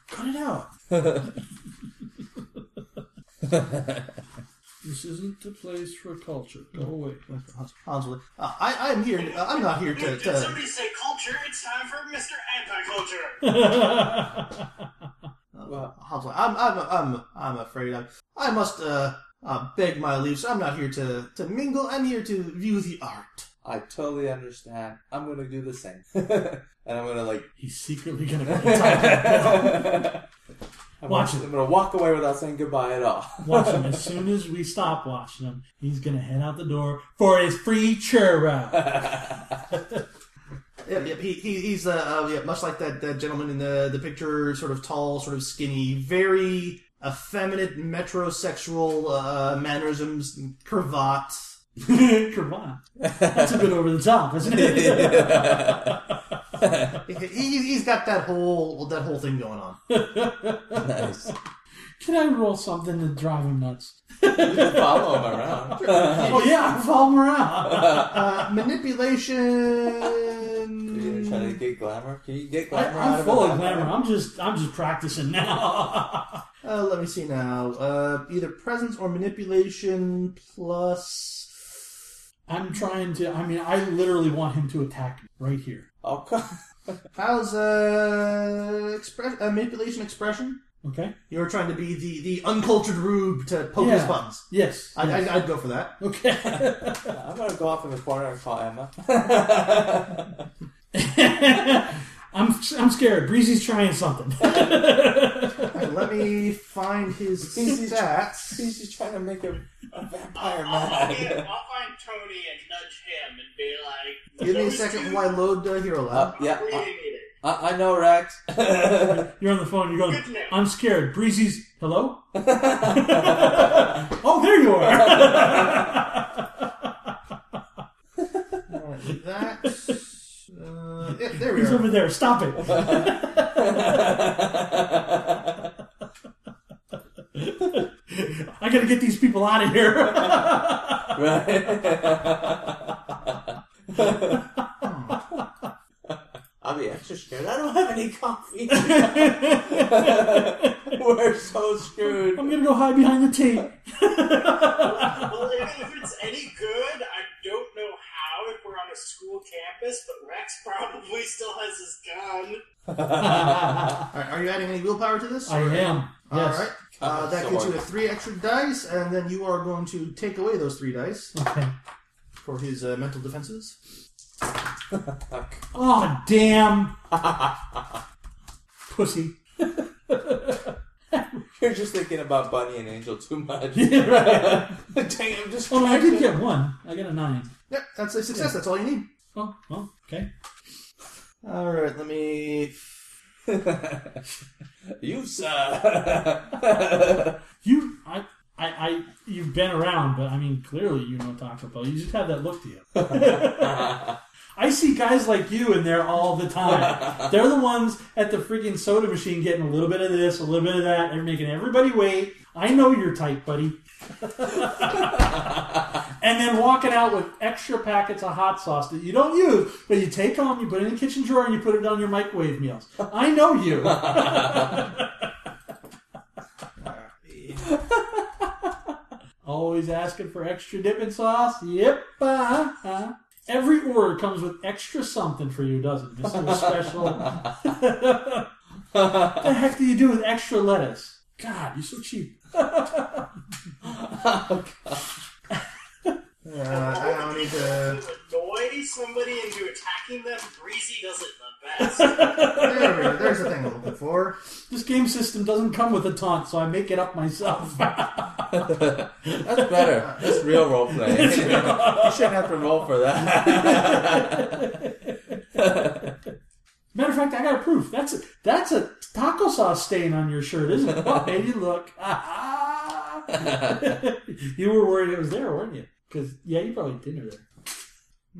Cut it out. this isn't the place for culture. Go away. Hans, Hans will- uh, I I'm here. Uh, I'm not here to. Did to somebody say culture? It's time for Mr. Anti-Culture. uh, Hans, will- I'm I'm I'm I'm afraid I I must uh, uh beg my leave. So I'm not here to to mingle. I'm here to view the art. I totally understand. I'm gonna do the same, and I'm gonna like. He's secretly gonna go to Taco Bell. I'm Watch gonna- it. I'm gonna walk away without saying goodbye at all. Watch him. As soon as we stop watching him, he's going to head out the door for his free churro. Yep, yep. He, he, he's uh, uh, yeah, much like that, that gentleman in the, the picture, sort of tall, sort of skinny, very effeminate, metrosexual uh, mannerisms, cravat. Cravat. That's a bit over the top, isn't it? He, he- he's got that whole that whole thing going on. nice. Can I roll something to drive him nuts? Follow him around. Oh, yeah, I follow him around. Uh, You're manipulation. trying to get glamour. Can you get I, glamour out I'm of full it? of glamour. I'm just, I'm just practicing now. Uh, let me see now. Uh, either presence or manipulation plus. I'm trying to. I mean, I literally want him to attack me right here. Oh, God. How's uh, express, uh manipulation expression? Okay. You're trying to be the, the uncultured rube to poke his Yeah. buttons. Yes. I, yes. I, I'd go for that. okay. I'm gonna go off in the corner and call Emma. I'm, I'm scared. Breezy's trying something. Alright, let me find his He's- stats. He's just trying to make a, a Oh, vampire I'll, get, I'll find mad. Tony and nudge him and be like, Give me a "Those second two while I load uh, Hero Uh, Lab. yeah, are I, creating it. I I know, Rex. You're on the phone. You're going. Good man. I'm scared. Breezy's. Hello. oh, there you are. Alright, that. Uh, yeah, there we He's over are. there. Stop it. I gotta get these people out of here. right. I'll be extra scared. I don't have any coffee. We're so screwed. I'm gonna go hide behind the tape. Well, if, if it's any good, I don't know how if we're on a school campus, but Rex probably still has his gun. I Alright, are you adding any willpower to this? am. Yes. Alright. Ah, Uh, that gives you a three extra dice, and then you are going to take away those three dice Okay. for his uh, mental defenses. Oh damn. Pussy. You're just thinking about Bunny and Angel too much. Yeah, right. Dang, I'm just. Oh, I did get one. I got a nine. Yep, that's a success. That's all you need. Oh, well, okay. Alright, let me. you suck. You, I, I, I, you've been around, but I mean, clearly you know Taco Bell. You just have that look to you. I see guys like you in there all the time. They're the ones at the freaking soda machine getting a little bit of this, a little bit of that, and making everybody wait. I know your type, buddy. and then walking out with extra packets of hot sauce that you don't use, but you take home, you put it in the kitchen drawer, and you put it on your microwave meals. I know you. Always asking for extra dipping sauce. Yep. Uh, uh. Every order comes with extra something for you, doesn't it? It's a special. what the heck do you do with extra lettuce? God, you're so cheap. Uh, I don't need to. To annoy somebody into attacking them, Breezy does it the best. There we are. There's the thing I'm looking for. This game system doesn't come with a taunt, so I make it up myself. That's better. That's real role play. you shouldn't have to roll for that. Matter of fact, I got a proof. That's a, that's a taco sauce stain on your shirt, isn't it? What made you look? you were worried it was there, weren't you? Because yeah, you probably had dinner there.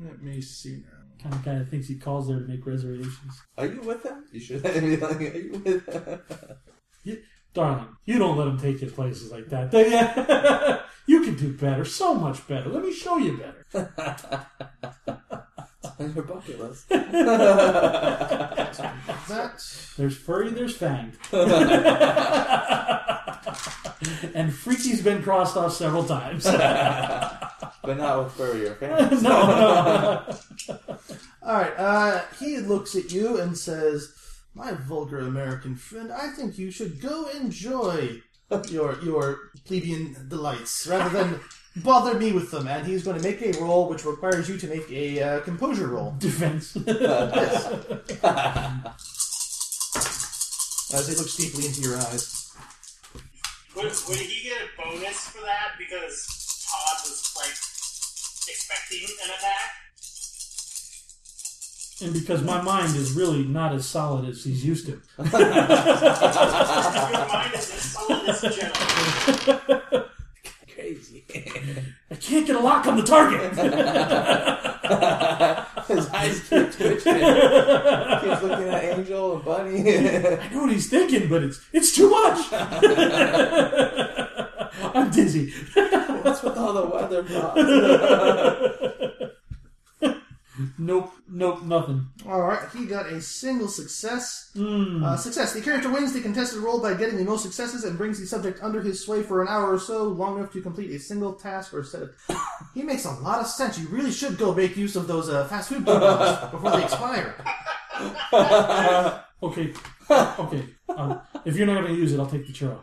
Let me see now. Kind of kind of thinks he calls there to make reservations. Are you with him? You should. Are you with him? Darling, you don't let them take you places like that, do you? you can do better, so much better. Let me show you better. On your bucket list. That. There's furry, there's fanged. and freaky's been crossed off several times. But not with furry or no, family. no. All right. Uh, he looks at you and says, "My vulgar American friend, I think you should go enjoy your your plebeian delights rather than bother me with them." And he's going to make a roll, which requires you to make a uh, composure roll. Defense. Yes. As he looks deeply into your eyes. Would, would he get a bonus for that because Todd was like expecting an attack? And because my mind is really not as solid as he's used to. Your mind is as solid as jello. Crazy. I can't get a lock on the target. His eyes keep twitching. I He's looking at Angel and Bunny. know what he's thinking, but it's it's too much. I'm dizzy. What's with all the weather problems? Nope, nope, nothing. All right, he got a single success. Mm. Uh, success. The character wins the contested role by getting the most successes and brings the subject under his sway for an hour or so, long enough to complete a single task or set. Of... he makes a lot of sense. You really should go make use of those uh, fast food coupons before they expire. Okay, okay. Um, if you're not going to use it, I'll take the churro.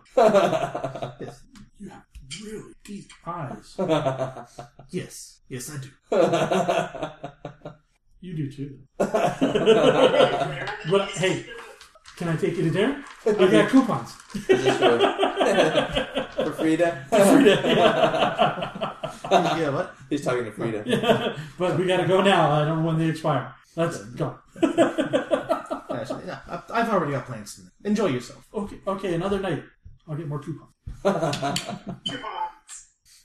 Yes, You have really deep eyes. yes, yes, I do. You do too. But But hey, can I take you to dinner? I got coupons. Is this for, for Frida? yeah, what? He's talking to Frida. but we got to go now. I don't know when they expire. Let's go. Actually, yeah, I- I've already got plans. Enjoy yourself. Okay, okay, another night. I'll get more coupons.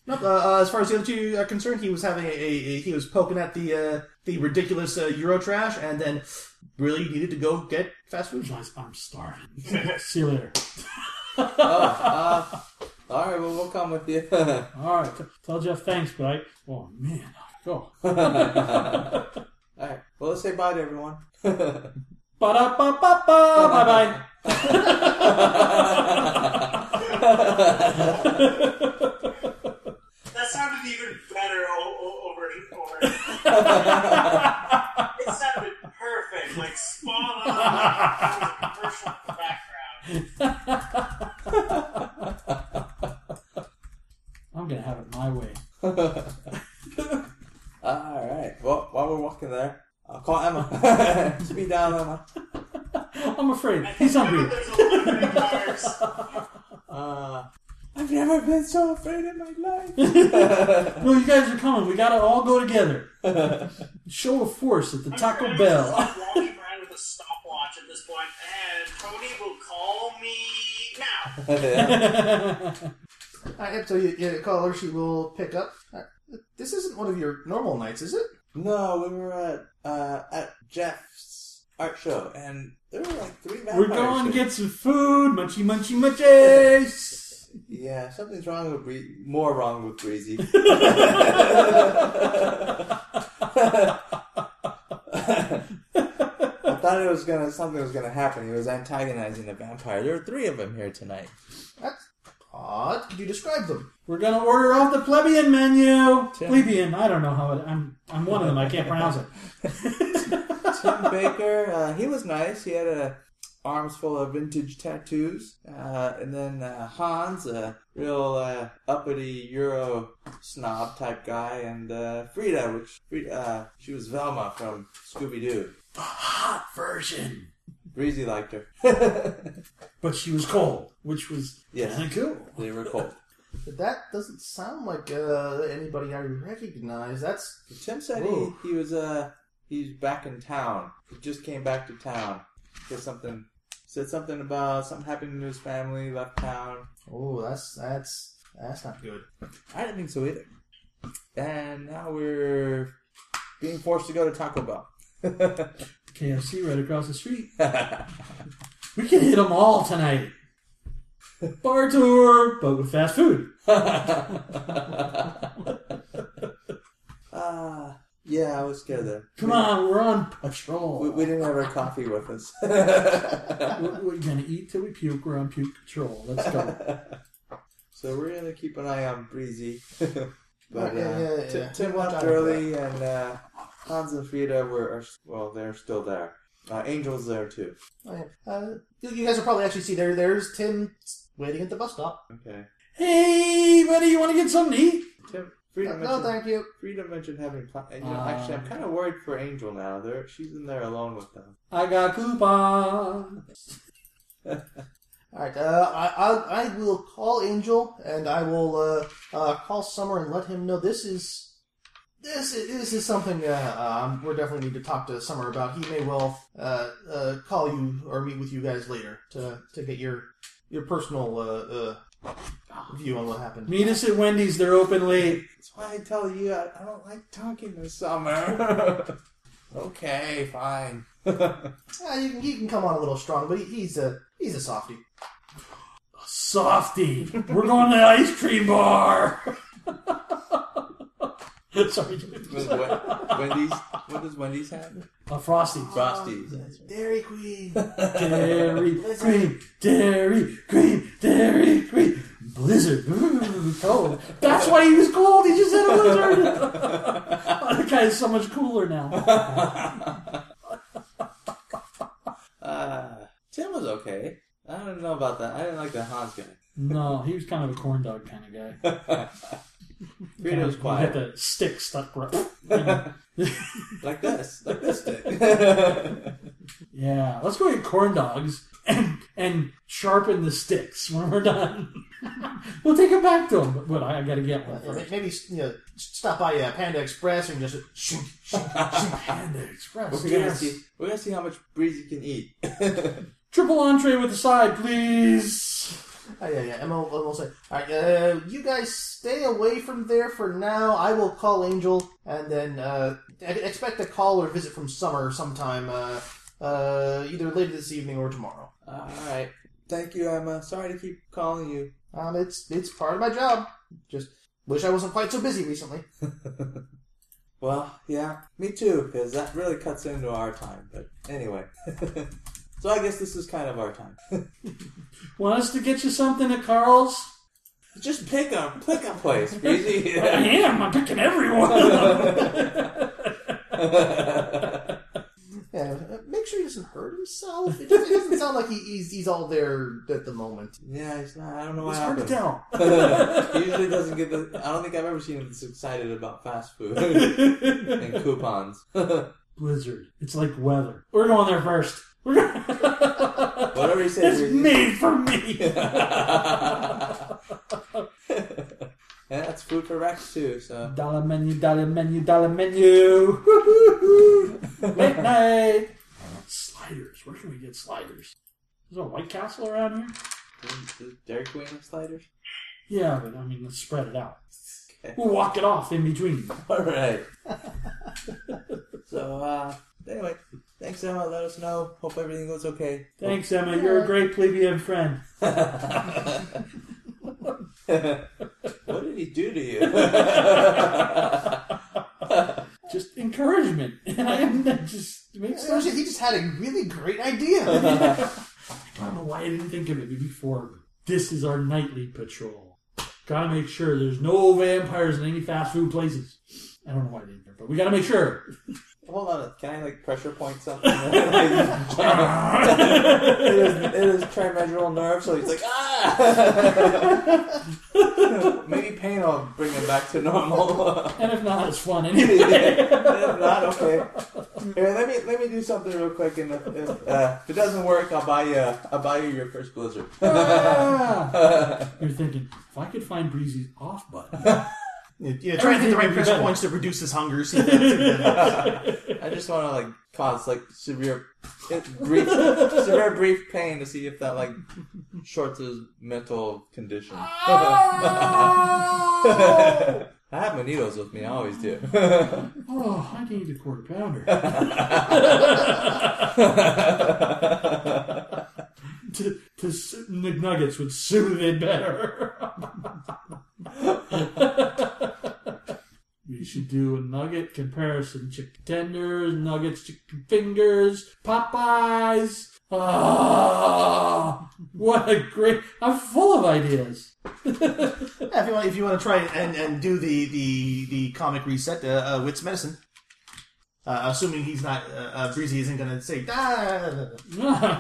Nope, uh, uh, as far as the other two are concerned, he was having a, a, a he was poking at the uh, the ridiculous uh, Euro trash, and then really needed to go get fast food. Guys, I'm starving. See you later. Oh, uh, All right, well, we'll come with you. All right, t- tell Jeff thanks, but I. Oh man, go. All right, well, let's say bye to everyone. Ba da ba ba ba. Bye bye. that sounded even better o- o- over over. it sounded perfect, like spot on. Like, there was a commercial in the background. I'm gonna have it my way. All right, well, while we're walking there, I'll call Emma. Speed down, Emma. I'm afraid he's hungry. There's a lot of moving parts. Uh, I've never been so afraid in my life. No, you guys are coming. We gotta all go together. Show of force at the Taco I'm Bell. just Walking around with a stopwatch at this point, and Tony will call me now. Alright, Uh, so you, you call her, she will pick up. Alright, This isn't one of your normal nights, is it? no, we were at uh, at Jeff's art show, and there were like three vampires. We're going to there. get some food. Munchy, munchy, munchies. Yeah, something's wrong with Bree- more wrong with Breezy. I thought it was gonna something was gonna happen. He was antagonizing the vampire. There are three of them here tonight. That's odd. Could you describe them? We're gonna order off the plebeian menu. Tim. Plebeian. I don't know how it. I'm. I'm one of them. I can't pronounce it. Tim Baker, uh, he was nice. He had a arms full of vintage tattoos, uh, and then uh, Hans, a real uh, uppity Euro snob type guy, and uh, Frida, which Frida, uh, she was Velma from Scooby Doo. Hot version. Breezy liked her. But she was cold, which was Yes. kinda cool. They were cold. But that doesn't sound like uh, anybody I recognize. That's Tim said Whoa. he, he was uh he's back in town. He just came back to town. Said something said something about something happened to his family, left town. oh, that's that's that's not good. I didn't think so either. And now we're being forced to go to Taco Bell. KFC right across the street. we can hit them all tonight. Bar tour, but with fast food. Uh yeah, I was scared there. Come on, we're on We, patrol. we didn't have our coffee with us. We're, we're gonna eat till we puke. We're on puke patrol. Let's go. so we're gonna keep an eye on Breezy. but Yeah, uh, yeah, yeah, Ti- yeah. Tim Good left job. early, and uh, Hans and Frida were are, well, they're still there. Uh, Angel's there too. Oh, yeah. uh, you, you guys will probably actually see there. There's Tim waiting at the bus stop. Okay. hey, buddy, you want to get something to eat? Tim, Frida No, mentioned Uh, oh, thank you. Frida mentioned having. Pla- you know, Uh, actually, I'm kind of worried for Angel now. There, she's in there alone with them. I got coupons. All right, uh, I, I I will call Angel and I will uh, uh, call Summer and let him know this is this is, this is something uh, um, we definitely need to talk to Summer about. He may well uh, uh, call you or meet with you guys later to to get your your personal uh, uh, view on what happened. Meet us at Wendy's. They're open late. That's why I tell you I, I don't like talking this summer. okay, fine. Yeah, Uh, you, can, you can come on a little strong, but he, he's a he's a softy. Softy. We're going to the ice cream bar. Sorry. With Wen- Wendy's. What does Wendy's Um, have? Uh, Frosty. Frosties. Dairy Queen. Dairy cream, dairy cream, dairy cream. Blizzard. Ooh, cold. That's why he was cold. He just said a blizzard. oh, that guy is so much cooler now. Uh, Tim was okay. I don't know about that. I didn't like the Hans guy. No, he was kind of a corn dog kind of guy. Rita was Had quiet. the stick stuck. right- you know. Like this. Like this stick. yeah, let's go get corn dogs and and sharpen the sticks when we're done. we'll take it back to him, but, but I, I got to get one Uh, first. Maybe you know, stop by uh, Panda Express and just shoot, shoot, shoot. And the express. We're gonna yes. see. We're gonna see how much Breezy can eat. Triple entree with the side, please. Oh, yeah, yeah. Emma will, Emma will say, "All right, uh, you guys stay away from there for now. I will call Angel, and then uh, e- expect a call or visit from Summer sometime, uh, uh, either later this evening or tomorrow. All right. Thank you, Emma. Sorry to keep calling you. Um, it's it's part of my job. Just wish I wasn't quite so busy recently. Well, yeah, me too, because that really cuts into our time. But anyway, so I guess this is kind of our time. Want us to get you something at Carl's? Just pick a pick a place, Breezy. I am. I'm picking everyone. Yeah, uh, make sure he doesn't hurt himself. It doesn't, it doesn't sound like he, he's he's all there at the moment. yeah, he's not. I don't know what it's hard to happened. tell. he uh, usually doesn't get the. I don't think I've ever seen him this excited about fast food and coupons. Blizzard. It's like weather. We're going there first. We're going- Whatever he says. it's Breezy. made for me. yeah, that's food for Rex too. So dollar menu, dollar menu, dollar menu. Woo-hoo-hoo. Late night. Sliders. Where can we get sliders? Is there a White Castle around here? Does Dairy Queen have sliders. Yeah, but I mean, let's spread it out. Okay. We'll walk it off in between. All right. so uh, anyway, thanks Emma. Let us know. Hope everything goes okay. Thanks, Emma. You're a great plebeian friend. What did he do to you? Just encouragement. And I am that just makes So sense. he just had a really great idea. I don't know why I didn't think of it before. This is our nightly patrol. Gotta make sure there's no vampires in any fast food places. I don't know why I didn't, but we gotta make sure. Hold on. Can I like pressure point something? it, is, it is trimedural nerve, so he's like ah. Maybe pain will bring him back to normal. And if not, it's fun anyway. If not okay. Here, let me let me do something real quick, and if, if, uh, if it doesn't work, I'll buy you I'll buy you your first blizzard. You're thinking, if I could find Breezy's off button, you you know, trying to hit the right press points to reduce his hunger. See if that's- I just want to like cause like severe eh, brief severe brief pain to see if that like shorts his mental condition. I have manitos with me. I always do. oh, I need a quarter pounder to, to s- McNuggets would soothe it better. We should do a nugget comparison. Chicken tenders, nuggets, chicken fingers, Popeyes. Ah, what a great! I'm full of ideas. Yeah, if you want, if you want to try and, and do the the the comic reset, uh, uh, wits medicine. Uh, assuming he's not uh, uh, breezy, isn't going to say. Ah.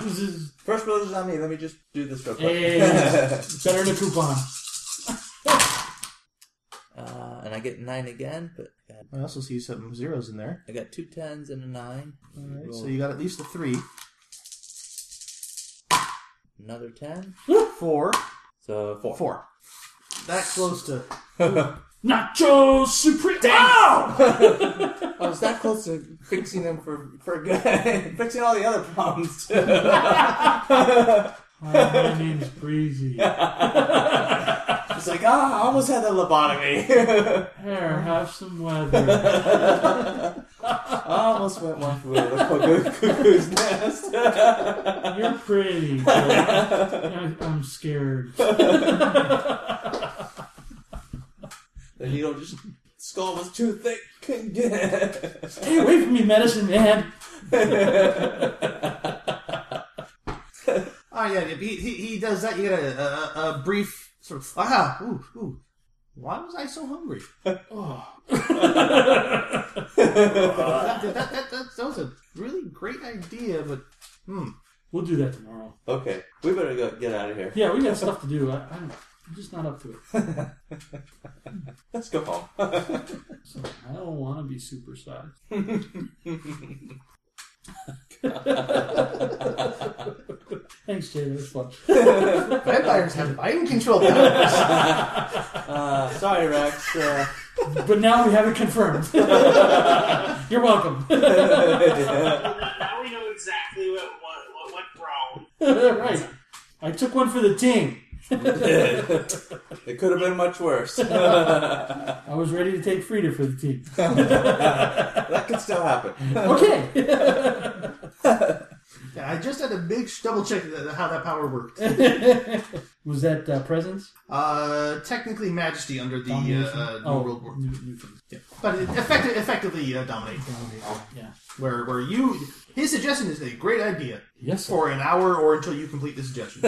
this is first blizzard's on me. Let me just do this real quick. Hey, it's better than a coupon. Uh, and I get nine again, but I got, I also see some zeros in there. I got two tens and a nine. All right, so you got at least a three. Another 10. Four. So, 4. Four. That close to. Nacho Supreme. Oh! Ow! Oh, I was that close to fixing them for, for good. fixing all the other problems, too. My name's Breezy. It's like, ah, I almost had that lobotomy. Here, have some weather. I almost went one for the cuckoo- cuckoo's nest. You're pretty. but I, I'm scared. The needle just skull was too thick, couldn't get it. Stay away from me, medicine man. Oh, yeah. If he, he, he does that, you get a, a, a- a brief sort of. Ah, ooh, ooh. Why was I so hungry? Oh. that, that, that, that, that was a really great idea, but. We'll do that tomorrow. Okay, we better go get out of here. Yeah, we got stuff to do. I, I'm, I'm just not up to it. Let's go home. So I don't want to be supersized. Thanks, Jay. That was fun. Vampires have iron control powers. Uh, sorry, Rex. Uh, But now we have it confirmed. You're welcome. now we know exactly what, what, what went wrong. right. I took one for the team. It could have been much worse. I was ready to take Frida for the team. that could still happen. Okay. Yeah, I just had to big double check that- how that power worked. was that uh, presence? Uh, technically, majesty under the uh, uh, New oh, World War, New, new things. Yeah. but it effecti- effectively uh, dominate. yeah. Where where you his suggestion is a great idea Yes. for an hour or until you complete the suggestion.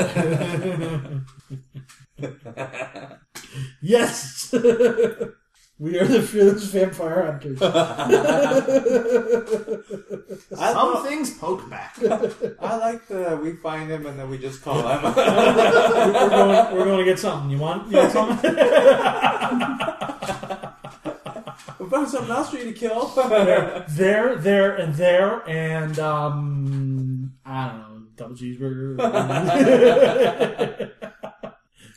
Yes. we are the fearless vampire hunters. I, Some things poke back. Uh, I like the we find him and then we just call him. we're, going, we're going to get something. You want? You want something? we found something else for you to kill. there, there, and there, and um, I don't know, double cheeseburger.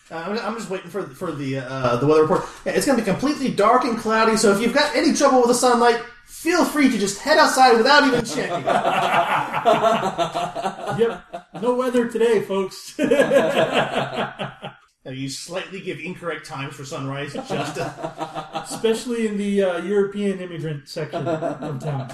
Uh, I'm, I'm just waiting for for the uh, the weather report. Yeah, It's going to be completely dark and cloudy, so if you've got any trouble with the sunlight, feel free to just head outside without even checking. yep. No weather today, folks. Now, you slightly give incorrect times for sunrise. Just to, Especially in the uh, European immigrant section of town.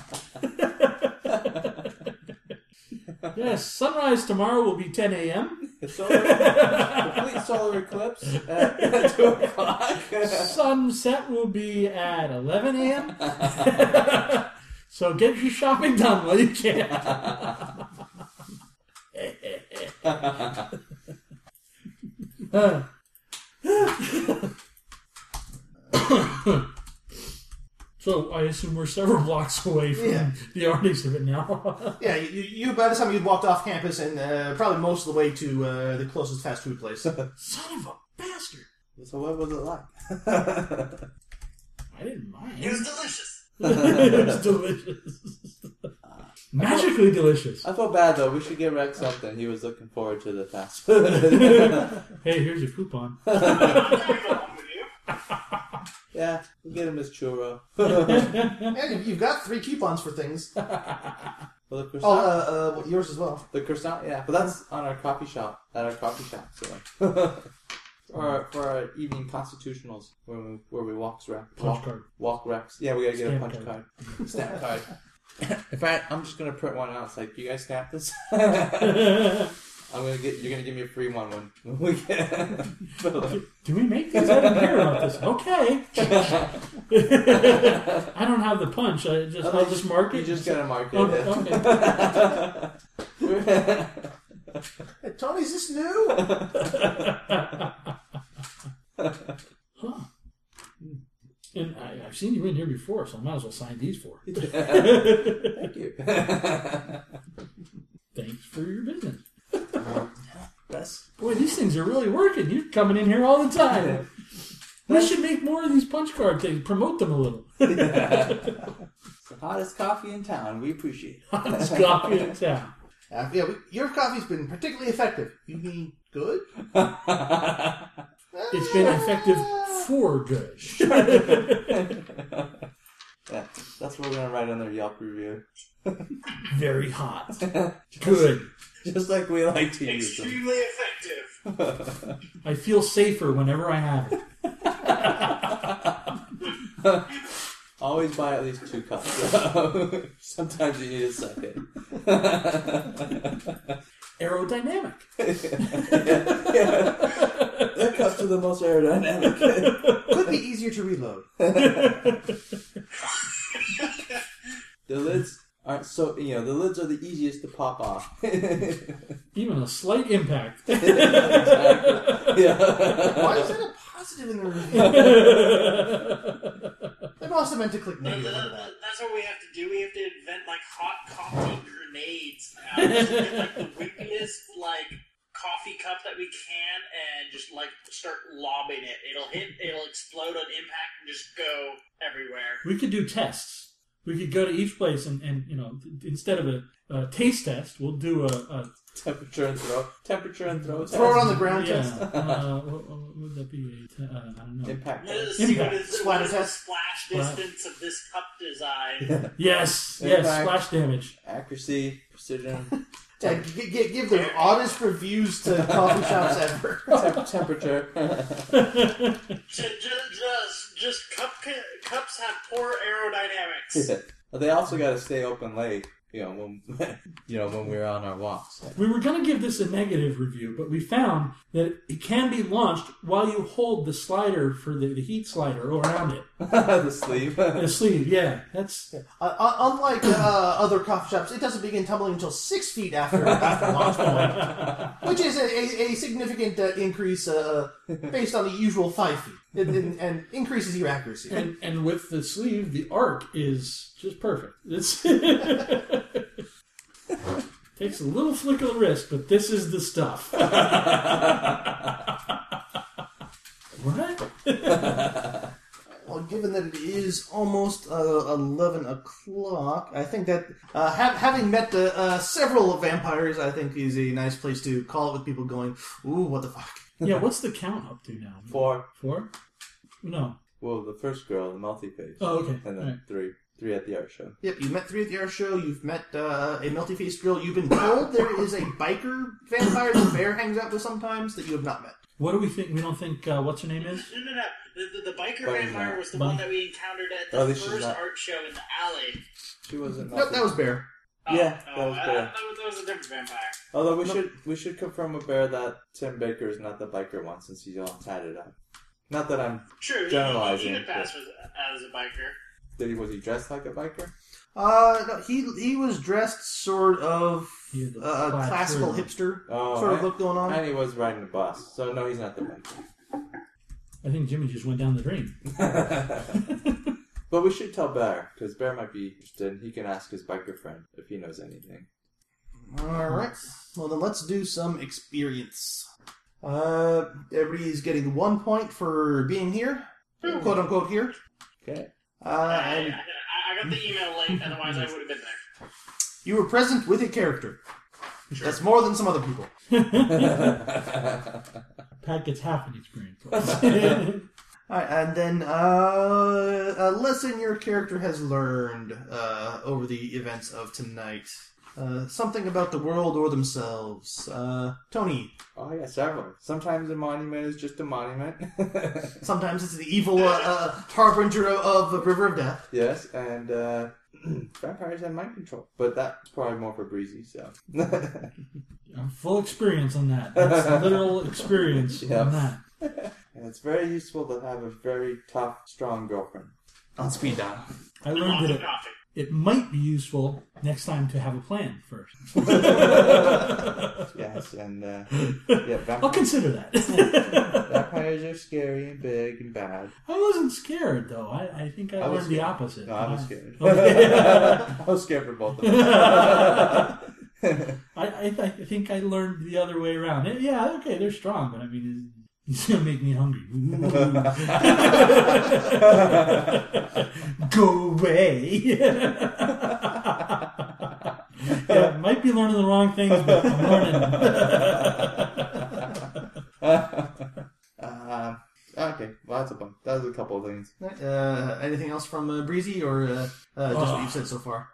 yes, sunrise tomorrow will be 10 a.m. Complete solar eclipse at two o'clock. Sunset will be at 11 a.m. so get your shopping done while you can. so I assume we're several blocks away from Yeah. the artists of it now. yeah, you, you by the time you'd walked off campus and uh, probably most of the way to uh, the closest fast food place. Son of a bastard! So what was it like? I didn't mind. It was delicious. it's delicious. Magically delicious. I feel bad though. We should get Rex something. He was looking forward to the fast food. Hey, here's your coupon. yeah, we'll get him his churro. Yeah, you- you've got three coupons for things. Well, the croissant, Oh, uh, uh, yours as well. the croissant, yeah, but that's on our coffee shop at our coffee shop. So, for our, for our evening constitutionals, where we where we walks Rex, Punch walk, card. walk Rex. Yeah, we gotta get Stamp a punch card. card, snap card. In fact, I'm just gonna print one out. It's like, you guys snap this? Do I'm gonna get. You're gonna give me a free one when when we get. we make these? I didn't hear about this. Okay. I don't have the punch. I just, I'll just mark it. You just gotta mark it. Okay. okay. Hey, Tony, is this new? Huh. And I, I've seen you in here before, so I might as well sign these for. Thank you. Thanks for your business. Boy, these things are really working. You're coming in here all the time. We should make more of these punch card things. Promote them a little. Hottest coffee in town. We appreciate it. It's coffee in town. Uh, yeah, we, your coffee's been particularly effective. You mean good? It's been effective for good. Yeah, that's what we're gonna write on their Yelp review. Very hot. Good. Just like we like to use them. Extremely effective. I feel safer whenever I have it. Always buy at least two cups. Sometimes you need a second. Aerodynamic. Their cups are the most aerodynamic. Could be easier to reload. the lids aren't so you know the lids are the easiest to pop off. Even a slight impact. yeah. Why is that a positive in the review? They must have meant to click That- negative that- under that. that's what we have to do. We have to invent like hot coffee grenades now. Just get, like the wimpiest like coffee cup that we can, and just like start lobbing it. It'll hit. It'll explode on impact and just go everywhere. We could do tests. We could go to each place and, and you know, instead of a, a taste test, we'll do a, a Temperature and throw. Temperature and throw. Throw it test. on the ground yeah, test. uh, what, what would that be? A te- uh, I don't know. Impact. Let us test. see Impact. what is the- Splatter what is the test. splash Splash. distance of this cup design. Yes, yes, Impact. splash damage. Accuracy. Precision. Yeah, g- g- give the oddest reviews to coffee shops ever. Uh, Temp- temperature. just, just, just cup ca- cups have poor aerodynamics. Yeah. But they also Mm-hmm. got to stay open late. You know when you know when we're on our walks. We were going to give this a negative review, but we found that it can be launched while you hold the slider for the, the heat slider around it. the sleeve. The sleeve, yeah. That's Uh, un- unlike uh, other coffee shops, it doesn't begin tumbling until six feet after after launch point, which is a, a, a significant uh, increase uh, based on the usual five feet, and, and, and increases your accuracy. and and with the sleeve, the arc is just perfect. It's takes a little flick of the wrist, but this is the stuff. what? Well, given that it is almost uh, 11 o'clock, I think that uh, ha- having met the, uh, several vampires, I think is a nice place to call it with people going, ooh, what the fuck. Yeah, what's the count up to now? Four. Four? No. Well, the first girl, the melty face. Oh, okay. And then All right. three. Three at the art show. Yep, you've met three at the air show, you've met uh, a melty faced girl, you've been told there is a biker vampire the bear hangs out with sometimes that you have not met. What do we think? We don't think uh, what's her name is. No, no, no. The, the, the biker Bunny vampire Man. was the Bunny. one that we encountered at the Oh, this is first not- art show in the alley. She wasn't. Nope, that was bear. Oh, Yeah, oh, that was I- I- good. that was- that was a different vampire. Although we should we should confirm with Bear that Tim Baker is not the biker one since he's all tied it up. Not that I'm. True. Generalizing, He, he would pass with, as a biker. Did he was he dressed like a biker? Uh, no, he he was dressed sort of He had the uh, plaid classical shirt on. hipster Oh, sort of I- look going on. And he was riding the bus, so no, he's not the I think Jimmy just went down the drain. biker. but we should tell Bear because Bear might be interested. He can ask his biker friend if he knows anything. All right. Well, then let's do some experience. Uh, everybody's getting one point for being here, quote unquote here. Okay. Um, Uh, I, I, and I got the email late, otherwise I would have been there. you were present with a character. That's more than some other people. Pat gets half an experience. All right, and then uh, a lesson your character has learned uh, over the events of tonight. Uh, something about the world or themselves. Uh, Tony, Oh, I got several. Sometimes a monument is just a monument. sometimes it's the evil uh, uh, harbinger of, of the river of death. yes, and uh, vampires have mind control, but that's probably more for Breezy. So. I'm full experience on that. That's literal experience Yeah. on that. And it's very useful to have a very tough, strong girlfriend. On speed dial. I learned that it, Coffee. it might be useful next time to have a plan first. Yes, and uh, yeah, I'll vampires, consider that. vampires are scary and big and bad. I wasn't scared though. I, I think I, I was learned the scared. opposite. Uh-huh. No, I was scared. Okay. I was scared for both of them. I, I, I think I learned the other way around. Eh, Yeah, okay, they're strong, but I mean, it's, it's gonna make me hungry. Go away. yeah, might be learning the wrong things, but I'm learning. uh, okay, well, that's a bump. That was a couple of things. Uh, anything else from uh, Breezy or uh, uh, just what you've said so far?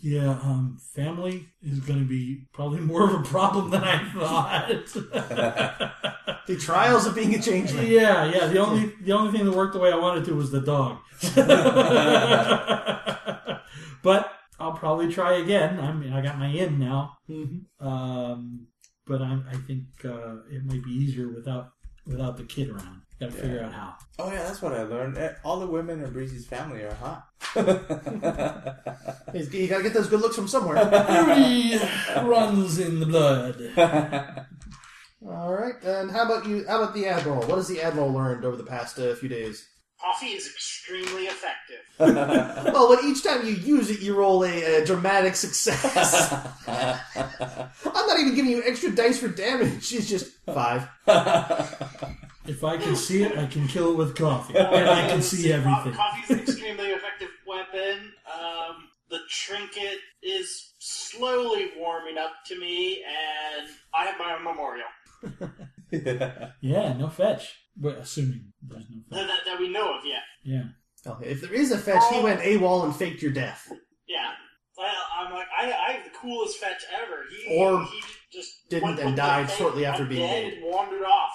yeah, um, family is going to be probably more of a problem than I thought. The trials of being a changeling. yeah, yeah. The only the only thing that worked the way I wanted to was the dog. but I'll probably try again. I mean, I got my in now. Mm-hmm. Um, but I'm, I think uh, it might be easier without without the kid around. Got to figure out how. Oh yeah, that's what I learned. Eh, All the women in Breezy's family are hot. He's- You gotta get those good looks from somewhere. Beauty runs in the blood. All right, and how about you? How about the admiral? What has the admiral learned over the past uh, few days? Coffee is extremely effective. Well, when each time you use it, you roll a, a dramatic success. I'm not even giving you extra dice for damage. It's just five. If I can see it, I can kill it with coffee, and I can see everything. Um, Coffee is an extremely effective weapon. Um, the trinket is slowly warming up to me, and I have my own memorial Yeah, no fetch. But assuming there's no that, fetch. that, that we know of yet. Yeah. Oh, if there is a fetch, he went AWOL and faked your death. Yeah. Well, I'm like, I, I have the coolest fetch ever. He, Or he just didn't went and with died the thing, shortly after went being dead made. and wandered off.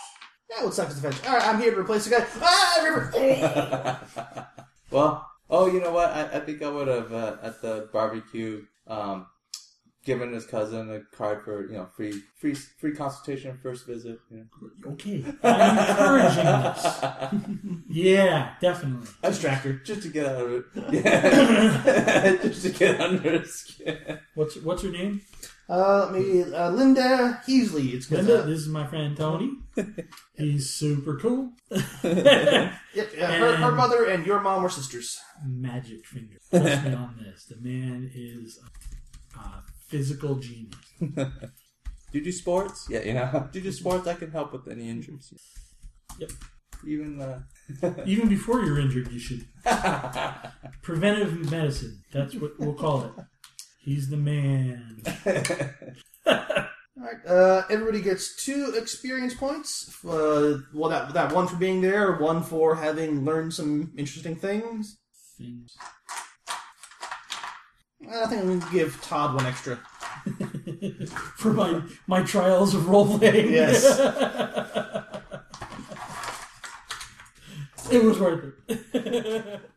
That would suck as a fetch. All right, I'm here to replace the guy. Ah, river. well, oh, you know what? I, I think I would have uh, at the barbecue um, given his cousin a card for you know free free free consultation first visit. You Okay. I'm encouraging know. this. Yeah, definitely. A distractor. just to get out of it. Yeah, just to get under his skin. What's what's her name? Uh, maybe uh, Linda Heasley. It's good. uh, Linda. This is my friend Tony. He's super cool. Yep, yeah, her, her And- mother and your mom were sisters. Magic finger. Trust me on this. The man is a physical genius. Do you do sports? Yeah, you know. Do you do sports? I can help with any injuries. Yep. Even uh, Even before you're injured, you should. Preventive medicine. That's what we'll call it. He's the man. All right. Uh, everybody gets two experience points. Uh, well, that that one for being there, one for having learned some interesting things. Things. I think I'm gonna give Todd one extra. For my, my trials of role playing. Yes. it was worth it.